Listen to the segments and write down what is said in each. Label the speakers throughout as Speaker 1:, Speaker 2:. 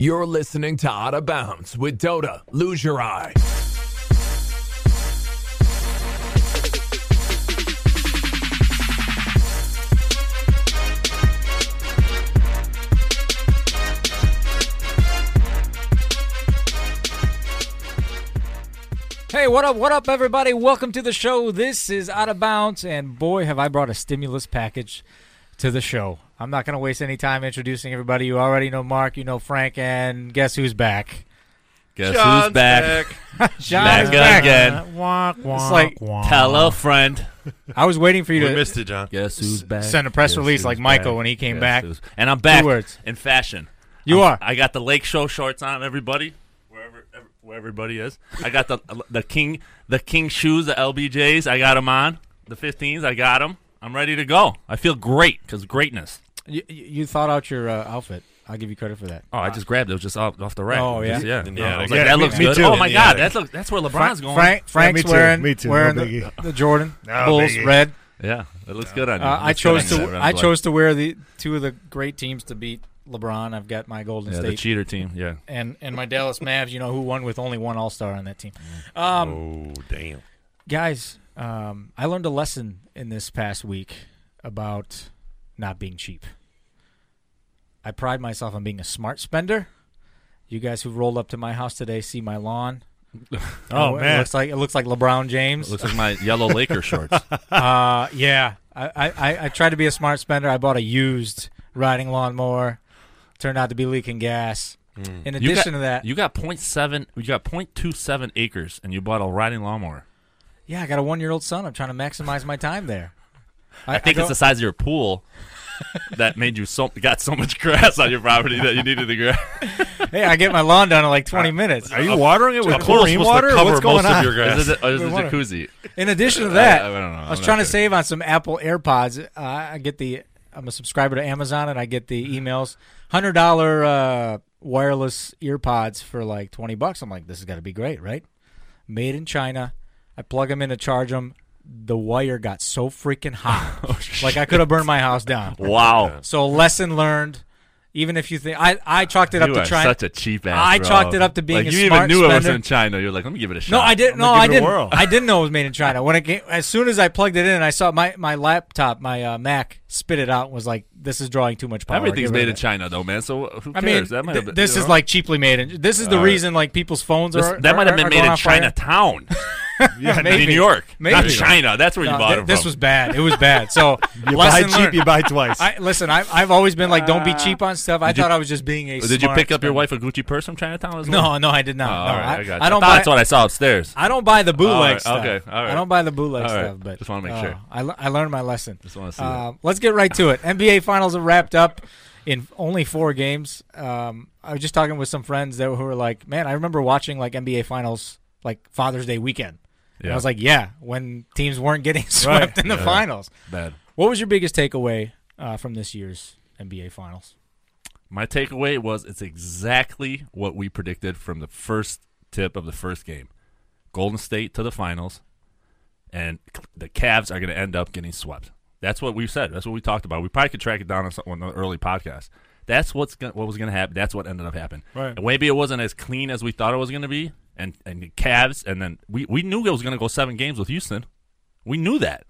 Speaker 1: You're listening to Out of Bounds with Dota. Lose your eye.
Speaker 2: Hey, what up, what up, everybody? Welcome to the show. This is Out of Bounds, and boy, have I brought a stimulus package to the show. I'm not going to waste any time introducing everybody. You already know Mark, you know Frank, and guess who's back?
Speaker 3: Guess
Speaker 4: John's
Speaker 3: who's back?
Speaker 2: John
Speaker 3: Back
Speaker 2: is back.
Speaker 3: again.
Speaker 2: Wonk, wonk, it's like,
Speaker 3: Tell a friend.
Speaker 2: I was waiting for you
Speaker 4: We
Speaker 2: to
Speaker 4: missed it, John.
Speaker 3: Guess who's back?
Speaker 2: send a press
Speaker 3: Guess
Speaker 2: release
Speaker 3: who's
Speaker 2: like Michael
Speaker 3: back?
Speaker 2: when he came
Speaker 3: Guess
Speaker 2: back.
Speaker 3: who's- And I'm back
Speaker 2: Two words.
Speaker 3: in fashion.
Speaker 2: You
Speaker 3: I'm-
Speaker 2: are.
Speaker 3: I got the Lake Show shorts on, everybody. Wherever, ev- where everybody is. I got the the king the king shoes, the LBJs. I got them on. The 15s. I got them. I'm ready to go. I feel great because greatness.
Speaker 2: You, you- you thought out your uh, outfit. I'll give you credit for that.
Speaker 3: Oh, I just grabbed it. It was just off, off the rack.
Speaker 2: Uh, Oh,
Speaker 3: Just-
Speaker 2: yeah?
Speaker 3: yeah.
Speaker 4: the
Speaker 3: I was
Speaker 4: attic.
Speaker 3: like,
Speaker 4: Yeah,
Speaker 3: that
Speaker 4: me-
Speaker 3: looks
Speaker 4: me
Speaker 3: good.
Speaker 4: too,
Speaker 3: Oh
Speaker 4: in
Speaker 3: my
Speaker 4: the
Speaker 3: God,
Speaker 4: attic.
Speaker 3: that looks, that's where LeBron's going.
Speaker 2: Frank, Frank's
Speaker 5: me too,
Speaker 2: wearing,
Speaker 5: me too, no
Speaker 2: wearing the,
Speaker 5: biggie.
Speaker 2: the Jordan
Speaker 5: No
Speaker 2: Bulls
Speaker 5: biggie.
Speaker 2: red.
Speaker 3: Yeah, it looks good on you.
Speaker 2: Uh, I
Speaker 3: Looks good on
Speaker 2: chose
Speaker 3: you.
Speaker 2: to
Speaker 3: LeBron's
Speaker 2: I
Speaker 3: like-
Speaker 2: chose to wear the two of the great teams to beat LeBron. I've got my Golden
Speaker 3: yeah, the
Speaker 2: State
Speaker 3: cheater team. Yeah,
Speaker 2: and and my Dallas Mavs. You know who won with only one All Star on that team. Um,
Speaker 4: oh damn!
Speaker 2: Guys, um, I learned a lesson in this past week about not being cheap. I pride myself on being a smart spender. You guys who rolled up to my house today see my lawn.
Speaker 5: Oh,
Speaker 2: it
Speaker 5: man.
Speaker 2: looks like it looks like LeBron James.
Speaker 3: looks like my yellow Laker shorts.
Speaker 2: Uh, yeah, I, I- I, I tried to be a smart spender. I bought a used riding lawnmower. Turned out to be leaking gas. In
Speaker 3: You
Speaker 2: addition to
Speaker 3: got-
Speaker 2: that,
Speaker 3: you got point seven. You got point two seven acres, and you bought a riding lawnmower.
Speaker 2: yeah, I got a one-year-old son. I'm trying to maximize my time there.
Speaker 3: I think it's
Speaker 2: don't-
Speaker 3: the size of your pool that made you so got so much grass on your property that you needed the grass.
Speaker 2: hey, I get my lawn done in like 20 minutes.
Speaker 5: Are you watering it with
Speaker 4: A pool's
Speaker 5: chlorine
Speaker 4: supposed
Speaker 5: water?
Speaker 4: to
Speaker 5: or
Speaker 4: cover
Speaker 5: What's
Speaker 4: most
Speaker 5: going on?
Speaker 4: of your grass.
Speaker 3: Is it, or Oh, is it a
Speaker 2: water.
Speaker 3: jacuzzi?
Speaker 2: In addition to that,
Speaker 3: I, I don't know.
Speaker 2: I was trying to save on some Apple AirPods. Uh, I get the I'm a subscriber to Amazon and I get the
Speaker 3: Mm-hmm.
Speaker 2: emails. Hundred dollar uh, wireless earpods for like twenty bucks. I'm like, this has got to be great, right? Made in China. I plug them in to charge them. The wire got so freaking hot,
Speaker 3: Oh,
Speaker 2: like I could have burned my house down.
Speaker 3: Wow,
Speaker 2: So lesson learned. Even if you think I, I chalked it up
Speaker 3: you
Speaker 2: to
Speaker 3: are
Speaker 2: trying.
Speaker 3: such a cheap ass.
Speaker 2: I
Speaker 3: bro.
Speaker 2: chalked it up to being
Speaker 3: like,
Speaker 2: a
Speaker 3: you
Speaker 2: smart
Speaker 3: even knew it was
Speaker 2: spender.
Speaker 3: in China. You're like, let me give it a shot.
Speaker 2: No, I didn't. No,
Speaker 5: gonna
Speaker 2: I
Speaker 5: give it a whirl.
Speaker 2: didn't. I didn't know it was made in China. When it came, as soon as I plugged it in, I saw my my laptop, my uh, Mac, spit it out and was like, "This is drawing too much power."
Speaker 3: Everything's
Speaker 2: Get rid of
Speaker 3: made
Speaker 2: Oh,
Speaker 3: in
Speaker 2: it."
Speaker 3: China though, man. So who cares?
Speaker 2: I mean,
Speaker 3: that might
Speaker 2: th-
Speaker 3: have been,
Speaker 2: this
Speaker 3: you
Speaker 2: is
Speaker 3: know?
Speaker 2: like cheaply made. in This is the
Speaker 3: All right.
Speaker 2: reason like people's phones
Speaker 3: This-
Speaker 2: are
Speaker 3: that
Speaker 2: are-
Speaker 3: might have been
Speaker 2: are
Speaker 3: made
Speaker 2: going
Speaker 3: in
Speaker 2: on fire.
Speaker 3: Chinatown, in
Speaker 2: maybe.
Speaker 3: New York, not
Speaker 2: Maybe.
Speaker 3: China. That's where
Speaker 2: No,
Speaker 3: you bought
Speaker 2: th-
Speaker 3: it
Speaker 2: this
Speaker 3: from.
Speaker 2: was bad. It was bad. So
Speaker 5: You buy
Speaker 2: lesson
Speaker 5: cheap,
Speaker 2: learned.
Speaker 5: you buy twice.
Speaker 2: I, listen, I, I've always been like, don't be cheap on stuff. I
Speaker 3: Ah. Did you-
Speaker 2: thought I was just being a.
Speaker 3: Did you
Speaker 2: smart
Speaker 3: pick up
Speaker 2: spender.
Speaker 3: your wife a Gucci purse from Chinatown as well?
Speaker 2: No, no, I did not.
Speaker 3: Oh,
Speaker 2: No,
Speaker 3: all right, I,
Speaker 2: I,
Speaker 3: got you.
Speaker 2: I don't
Speaker 3: I thought
Speaker 2: buy.
Speaker 3: that's what I saw upstairs.
Speaker 2: I don't buy the bootleg
Speaker 3: All right,
Speaker 2: stuff.
Speaker 3: okay, all right.
Speaker 2: I don't buy the bootleg
Speaker 3: All right,
Speaker 2: stuff. But
Speaker 3: just wanna make
Speaker 2: uh,
Speaker 3: sure.
Speaker 2: I, le- I learned my lesson.
Speaker 3: Just wanna see
Speaker 2: Uh, let's get right to it. NBA Finals have wrapped up in only four games. Um, I was just talking with some friends that who were like, "Man, I remember watching like NBA Finals like Father's Day weekend." And
Speaker 3: Yeah.
Speaker 2: I was like, "Yeah, when teams weren't getting swept in the finals."
Speaker 3: Bad.
Speaker 2: What was your biggest takeaway uh, from this year's NBA Finals?
Speaker 3: My takeaway was it's exactly what we predicted from the first tip of the first game. Golden State to the finals, and the Cavs are going to end up getting swept. That's what we said. That's what we talked about. We probably could track it down on some- on an early podcast. That's what's going what was going to happen. That's what ended up happening.
Speaker 5: Right.
Speaker 3: And maybe it wasn't as clean as we thought it was going to be, and and the Cavs, and then we we knew it was going to go seven games with Houston. We knew that.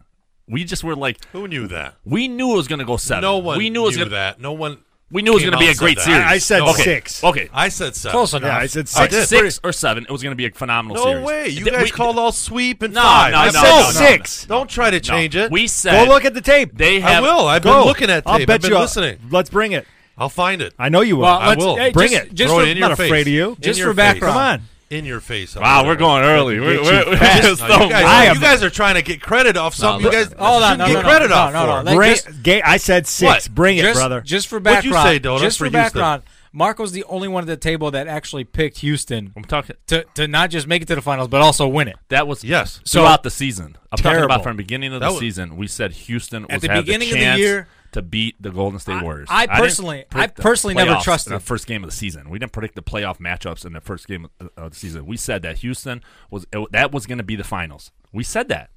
Speaker 3: We just were like,
Speaker 4: Who knew that?
Speaker 3: we knew it was going to go seven.
Speaker 4: No one.
Speaker 3: We knew it was
Speaker 4: knew
Speaker 3: going to.
Speaker 4: that. No one.
Speaker 3: We knew it was
Speaker 4: came
Speaker 3: going to be
Speaker 4: out
Speaker 3: a
Speaker 4: and
Speaker 3: great
Speaker 4: said
Speaker 3: series.
Speaker 4: that.
Speaker 5: I said
Speaker 3: okay.
Speaker 5: six.
Speaker 3: Okay.
Speaker 4: I said seven.
Speaker 2: Close enough.
Speaker 5: yeah, I said
Speaker 3: Like
Speaker 5: six.
Speaker 3: six or seven, it was going to be a phenomenal
Speaker 4: No
Speaker 3: series.
Speaker 4: way. You
Speaker 3: Th-
Speaker 4: guys
Speaker 3: we-
Speaker 4: called all sweep and
Speaker 3: No,
Speaker 4: five.
Speaker 3: no,
Speaker 4: I
Speaker 3: no,
Speaker 4: said
Speaker 5: no, no,
Speaker 4: six. Don't try to
Speaker 3: No.
Speaker 4: change it.
Speaker 3: We said
Speaker 5: Go look at the tape.
Speaker 3: they
Speaker 4: I
Speaker 3: have.
Speaker 4: will. I've
Speaker 5: Go.
Speaker 4: been looking at tape.
Speaker 5: I'll bet
Speaker 4: I've been
Speaker 5: you. a-
Speaker 4: listening.
Speaker 5: Let's bring it.
Speaker 4: I'll find it.
Speaker 5: I know you will.
Speaker 2: Well,
Speaker 4: I
Speaker 2: let's-
Speaker 4: will.
Speaker 2: hey,
Speaker 5: Bring
Speaker 2: just-
Speaker 5: it.
Speaker 2: just
Speaker 4: Throw
Speaker 2: for-
Speaker 4: it in
Speaker 5: not
Speaker 4: your face.
Speaker 5: afraid of you.
Speaker 4: In
Speaker 2: Just
Speaker 4: your
Speaker 2: for
Speaker 4: face.
Speaker 2: background.
Speaker 5: Come on.
Speaker 4: In your face. I'll
Speaker 3: Wow,
Speaker 4: do
Speaker 3: we're
Speaker 4: that.
Speaker 3: going early. We're, we're, we're just
Speaker 4: No, you
Speaker 3: throwing-
Speaker 4: guys,
Speaker 5: I am-
Speaker 4: you guys are trying to get credit off something you guys
Speaker 2: Hold on,
Speaker 4: shouldn't
Speaker 2: no,
Speaker 4: get
Speaker 2: no, no,
Speaker 4: credit
Speaker 2: no,
Speaker 4: off
Speaker 2: no, no,
Speaker 4: for.
Speaker 2: let-
Speaker 5: Bring,
Speaker 2: just-
Speaker 5: gay, I said six.
Speaker 4: What?
Speaker 5: Bring it,
Speaker 2: just,
Speaker 5: brother.
Speaker 2: Just for
Speaker 4: What'd you
Speaker 2: background,
Speaker 4: say, Dota,
Speaker 2: just for,
Speaker 4: for Houston?
Speaker 2: background, Mark was the only one at the table that actually picked Houston
Speaker 3: I'm talking.
Speaker 2: to, to not just make it to the finals but also win it.
Speaker 3: That was
Speaker 4: Yes.
Speaker 2: So-
Speaker 3: throughout the season. I'm talking about
Speaker 5: Terrible.
Speaker 3: from beginning of
Speaker 4: That
Speaker 3: the
Speaker 4: was-
Speaker 3: season. We said Houston was
Speaker 2: At the
Speaker 3: had
Speaker 2: beginning
Speaker 3: the
Speaker 2: of the
Speaker 3: chance
Speaker 2: year,
Speaker 3: to beat the Golden State Warriors.
Speaker 2: I
Speaker 3: didn't
Speaker 2: personally- I
Speaker 3: predict the
Speaker 2: personally never
Speaker 3: playoffs
Speaker 2: trusted.
Speaker 3: in the first game of the season. We didn't predict the playoff matchups in the first game of of the season. We said that Houston was that was going to be the finals. We said that.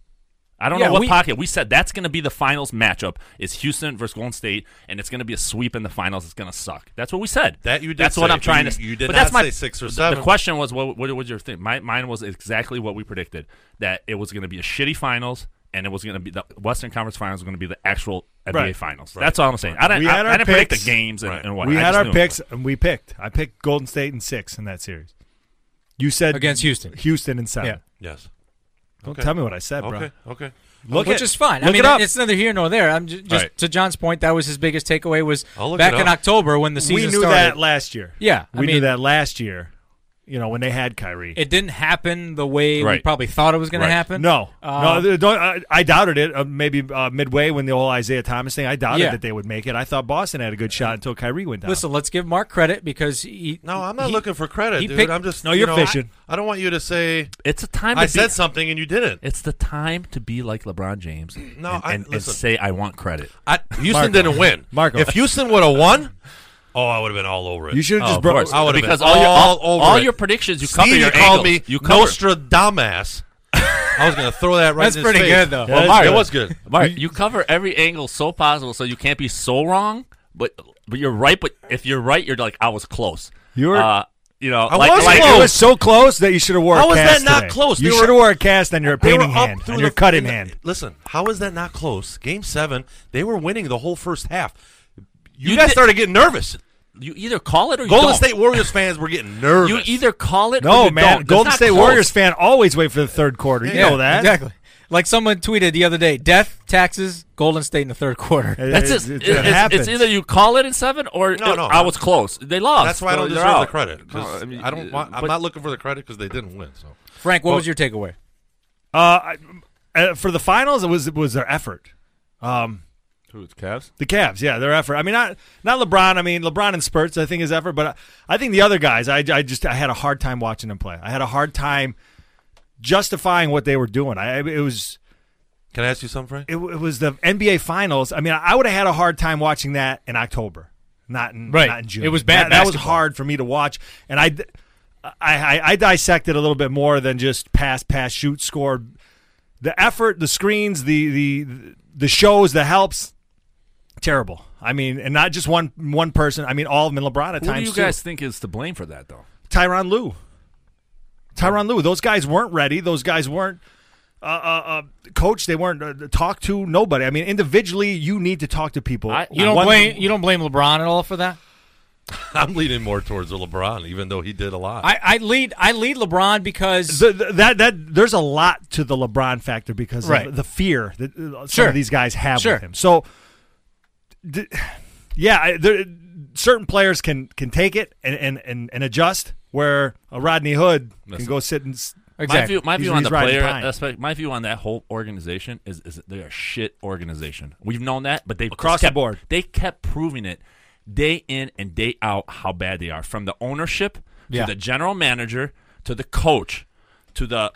Speaker 3: I don't
Speaker 2: Yeah,
Speaker 3: know what
Speaker 2: we-
Speaker 3: pocket. We said that's going to be the finals matchup is Houston versus Golden State, and it's going to be a sweep in the finals. It's going to suck. That's what we said.
Speaker 4: That you did
Speaker 3: That's what
Speaker 4: say.
Speaker 3: I'm trying to.
Speaker 4: You- you did
Speaker 3: but that's
Speaker 4: not
Speaker 3: my,
Speaker 4: say six or
Speaker 3: the-
Speaker 4: seven.
Speaker 3: The question was, what, what was your thing? My, mine was exactly what we predicted that it was going to be a shitty finals, and it was going to be the Western Conference Finals was going to be the actual NBA
Speaker 5: Right.
Speaker 3: Finals. That's all I'm saying. I didn't,
Speaker 5: We
Speaker 3: I,
Speaker 5: had
Speaker 3: I
Speaker 5: our
Speaker 3: didn't predict the
Speaker 5: picks.
Speaker 3: games and,
Speaker 4: Right.
Speaker 3: and what
Speaker 5: we
Speaker 3: I
Speaker 5: had
Speaker 3: just
Speaker 5: our
Speaker 3: knew.
Speaker 5: picks, and we picked. I picked Golden State in six in that series. You said
Speaker 2: Against Houston.
Speaker 5: Houston in seven.
Speaker 2: Yeah.
Speaker 4: Yes.
Speaker 5: Don't
Speaker 4: Okay.
Speaker 5: tell me what I said, bro.
Speaker 4: Okay. Okay.
Speaker 5: Look
Speaker 2: which
Speaker 5: it.
Speaker 2: is fine. I
Speaker 5: Look
Speaker 2: mean,
Speaker 5: it up.
Speaker 2: it's neither here nor there. I'm just, just
Speaker 3: Right.
Speaker 2: to John's point. That was his biggest takeaway was
Speaker 4: I'll look
Speaker 2: back
Speaker 4: it
Speaker 2: in
Speaker 4: up.
Speaker 2: October when the season
Speaker 5: we knew
Speaker 2: started.
Speaker 5: that last year.
Speaker 2: Yeah, I
Speaker 5: we knew
Speaker 2: mean-
Speaker 5: that last year. You know when they had Kyrie.
Speaker 2: It didn't happen the way we
Speaker 3: Right.
Speaker 2: probably thought it was going
Speaker 3: Right.
Speaker 2: to happen.
Speaker 5: no,
Speaker 2: Uh,
Speaker 5: no, they don't, I, I doubted it. Uh, maybe uh, midway when the whole Isaiah Thomas thing, I doubted
Speaker 2: Yeah.
Speaker 5: that they would make it. I thought Boston had a good shot until Kyrie went down.
Speaker 2: Listen, let's give Mark credit because he.
Speaker 4: No, I'm not
Speaker 2: he-
Speaker 4: looking for credit,
Speaker 2: he
Speaker 4: dude.
Speaker 2: picked-
Speaker 4: I'm just
Speaker 5: No,
Speaker 4: you
Speaker 5: you're
Speaker 4: know,
Speaker 5: fishing.
Speaker 4: I don't want you to say
Speaker 3: It's a time.
Speaker 4: I
Speaker 3: to
Speaker 4: said
Speaker 3: be,
Speaker 4: something and you didn't.
Speaker 3: It's the time to be like LeBron James.
Speaker 4: No,
Speaker 3: and,
Speaker 4: I-
Speaker 3: and, and
Speaker 4: listen.
Speaker 3: say I want credit.
Speaker 4: I, Houston
Speaker 5: Marco.
Speaker 4: didn't win.
Speaker 5: Marco.
Speaker 4: If Houston would have won, oh, I would have been all over it.
Speaker 5: you should have
Speaker 3: Oh,
Speaker 5: just
Speaker 3: of
Speaker 5: broke.
Speaker 3: course.
Speaker 4: I would have
Speaker 3: because
Speaker 4: been
Speaker 3: all your all,
Speaker 4: all over
Speaker 3: all
Speaker 4: it.
Speaker 3: your predictions you
Speaker 4: Steve,
Speaker 3: cover your
Speaker 4: you
Speaker 3: angles.
Speaker 4: called me
Speaker 3: you cover.
Speaker 4: Nostradamus. I was going to throw that right
Speaker 2: That's
Speaker 4: in his
Speaker 2: pretty
Speaker 4: face.
Speaker 2: good, though.
Speaker 4: Well,
Speaker 5: That is
Speaker 4: Mark,
Speaker 5: good.
Speaker 4: it was good.
Speaker 3: Mark, you cover every angle so possible, so you can't be so wrong. But but you're right. But if you're right, you're like I was close.
Speaker 5: You're-
Speaker 3: uh, you know,
Speaker 4: I
Speaker 3: like,
Speaker 4: was
Speaker 3: like,
Speaker 5: It was so close that you should have wore.
Speaker 4: How
Speaker 5: a
Speaker 4: was that
Speaker 5: cast
Speaker 4: not
Speaker 5: today.
Speaker 4: close?
Speaker 5: You
Speaker 4: They
Speaker 5: should have
Speaker 4: were-
Speaker 5: wore a cast on your
Speaker 4: They were
Speaker 5: painting
Speaker 4: up
Speaker 5: hand,
Speaker 4: through
Speaker 5: on your
Speaker 4: the-
Speaker 5: cutting
Speaker 4: in-
Speaker 5: hand.
Speaker 4: Listen, how is that not close? Game seven, they were winning the whole first half. You,
Speaker 3: You
Speaker 4: guys
Speaker 3: did-
Speaker 4: started getting nervous.
Speaker 3: You either call it or you
Speaker 4: Golden
Speaker 3: don't.
Speaker 4: State Warriors fans were getting
Speaker 3: You
Speaker 4: nervous.
Speaker 3: either call it. or
Speaker 5: No,
Speaker 3: you
Speaker 5: man.
Speaker 3: Don't. It's
Speaker 5: Golden
Speaker 3: not
Speaker 5: State
Speaker 3: close.
Speaker 5: Warriors fan always wait for the third quarter. You
Speaker 2: Yeah,
Speaker 5: know that.
Speaker 2: exactly. Like someone tweeted the other day: death, taxes, Golden State in the third quarter.
Speaker 3: That's just,
Speaker 5: It,
Speaker 3: it,
Speaker 5: it, it
Speaker 3: it's,
Speaker 5: happens.
Speaker 3: it's either you call it in seven or
Speaker 4: No, no.
Speaker 3: I was close. They lost.
Speaker 4: That's why I don't
Speaker 3: They're
Speaker 4: deserve
Speaker 3: out.
Speaker 4: the credit. 'cause
Speaker 3: No,
Speaker 4: I,
Speaker 3: I mean,
Speaker 4: don't want. I'm
Speaker 3: but-
Speaker 4: not looking for the credit because they didn't win. So
Speaker 2: Frank, what was your takeaway?
Speaker 5: uh, I- uh, for the finals, it was it was their effort. Um,
Speaker 3: Who, the Cavs?
Speaker 5: the Cavs, yeah, their effort. I mean, not not LeBron. I mean, LeBron in spurts, I think his effort. But I, I think the other guys, I, I just I had a hard time watching them play. I had a hard time justifying what they were doing. I it was
Speaker 4: can I ask you something, Frank?
Speaker 5: it, it was the NBA Finals. I mean, I would have had a hard time watching that in October, not in
Speaker 2: Right.
Speaker 5: not in June.
Speaker 2: It was bad
Speaker 5: That, that was
Speaker 2: basketball.
Speaker 5: hard for me to watch, and I, d- I- I- I dissected a little bit more than just pass, pass, shoot, score. The effort, the screens, the the the shows, the helps, terrible. I mean, and not just one one person. I mean, all of them. And LeBron at
Speaker 3: Who do
Speaker 5: times
Speaker 3: you
Speaker 5: too.
Speaker 3: guys think is to blame for that, though?
Speaker 5: Tyron Lue. Tyron Lue. Those guys weren't ready. Those guys weren't uh, uh, uh, coached. They weren't uh, talked to. Nobody. I mean, individually, you need to talk to people.
Speaker 3: I-
Speaker 2: You don't
Speaker 5: One-
Speaker 2: blame you don't blame LeBron at all for that.
Speaker 4: I'm leaning more towards LeBron, even though he did a lot.
Speaker 2: I, I lead I lead LeBron because
Speaker 5: The, the- that that there's a lot to the LeBron factor because
Speaker 2: Right.
Speaker 5: of the fear that uh, some
Speaker 2: Sure.
Speaker 5: of these guys have
Speaker 2: Sure.
Speaker 5: with him. So, d- yeah, I, there, certain players can can take it and and, and, and adjust. Where a Rodney Hood can
Speaker 3: Listen.
Speaker 5: go sit and s-
Speaker 2: exactly.
Speaker 3: My view, my
Speaker 5: He's-
Speaker 3: view on
Speaker 5: he's
Speaker 3: the
Speaker 5: riding
Speaker 3: player
Speaker 5: pine.
Speaker 3: aspect, my view on that whole organization is is that they're a shit organization. We've known that, but they've
Speaker 5: Across
Speaker 3: just
Speaker 5: the
Speaker 3: kept-
Speaker 5: board.
Speaker 3: They kept proving it day in and day out how bad they are. From the ownership
Speaker 2: Yeah.
Speaker 3: to the general manager to the coach to the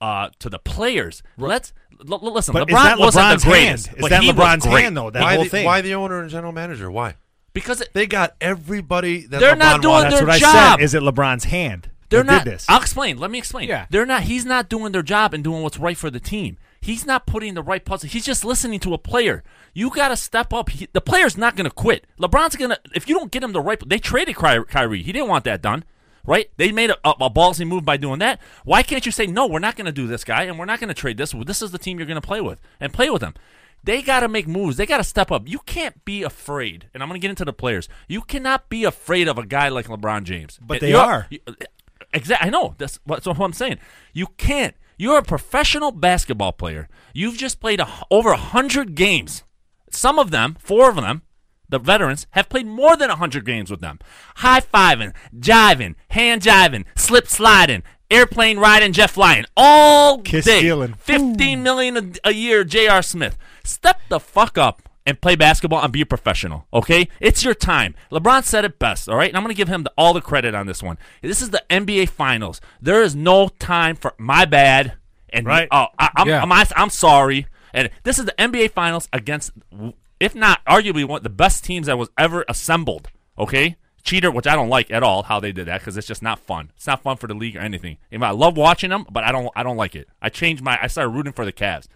Speaker 3: uh, to the players. Let's l- l- listen.
Speaker 5: But
Speaker 3: LeBron
Speaker 5: is that
Speaker 3: wasn't
Speaker 5: LeBron's
Speaker 3: the greatest.
Speaker 5: hand? Is
Speaker 3: but
Speaker 5: that
Speaker 3: he was
Speaker 5: LeBron's
Speaker 3: great.
Speaker 5: hand though? That
Speaker 4: why
Speaker 5: whole
Speaker 4: the,
Speaker 5: thing.
Speaker 4: Why the owner and general manager? Why
Speaker 3: Because it,
Speaker 4: they got everybody that
Speaker 3: They're
Speaker 4: LeBron
Speaker 3: not doing
Speaker 4: wanted.
Speaker 5: That's
Speaker 3: their
Speaker 5: what I
Speaker 3: job.
Speaker 5: said. Is it LeBron's hand?
Speaker 3: They're
Speaker 5: that
Speaker 3: not.
Speaker 5: Did this.
Speaker 3: I'll explain. Let me explain.
Speaker 2: Yeah.
Speaker 3: They're not. He's not doing their job and doing what's right for the team. He's not putting the right puzzle. He's just listening to a player. You got to step up. He, the player's not going to quit. LeBron's going to. If you don't get him the right, they traded Ky- Kyrie. He didn't want that done. Right? They made a, a, a ballsy move by doing that. Why can't you say no? We're not going to do this guy, and we're not going to trade this. This is the team you're going to play with, and play with them. They got to make moves. They got to step up. You can't be afraid. And I'm going to get into the players. You cannot be afraid of a guy like LeBron James.
Speaker 5: But
Speaker 3: And
Speaker 5: they
Speaker 3: you're-
Speaker 5: are.
Speaker 3: Exactly. uh, I know. That's what, that's what I'm saying. You can't. You're a professional basketball player. You've just played a, over 100 games. Some of them, four of them, the veterans, have played more than 100 games with them. High fiving, jiving, hand jiving, slip sliding, airplane riding, Jeff flying, all
Speaker 5: Kiss
Speaker 3: day.
Speaker 5: stealing.
Speaker 3: 15 million a, a year, J.R. Smith. Step the fuck up and play basketball and be a professional, okay? It's your time. LeBron said it best, all right? And I'm going to give him the, all the credit on this one. This is the NBA Finals. There is no time for my bad and
Speaker 5: Right.
Speaker 3: oh, I, I'm,
Speaker 2: Yeah.
Speaker 3: I'm, I'm sorry. And this is the NBA Finals against, if not arguably one of the best teams that was ever assembled, okay? Cheater, which I don't like at all, how they did that because it's just not fun. It's not fun for the league or anything. And I love watching them, but I don't. I don't like it. I changed my. I started rooting for the Cavs.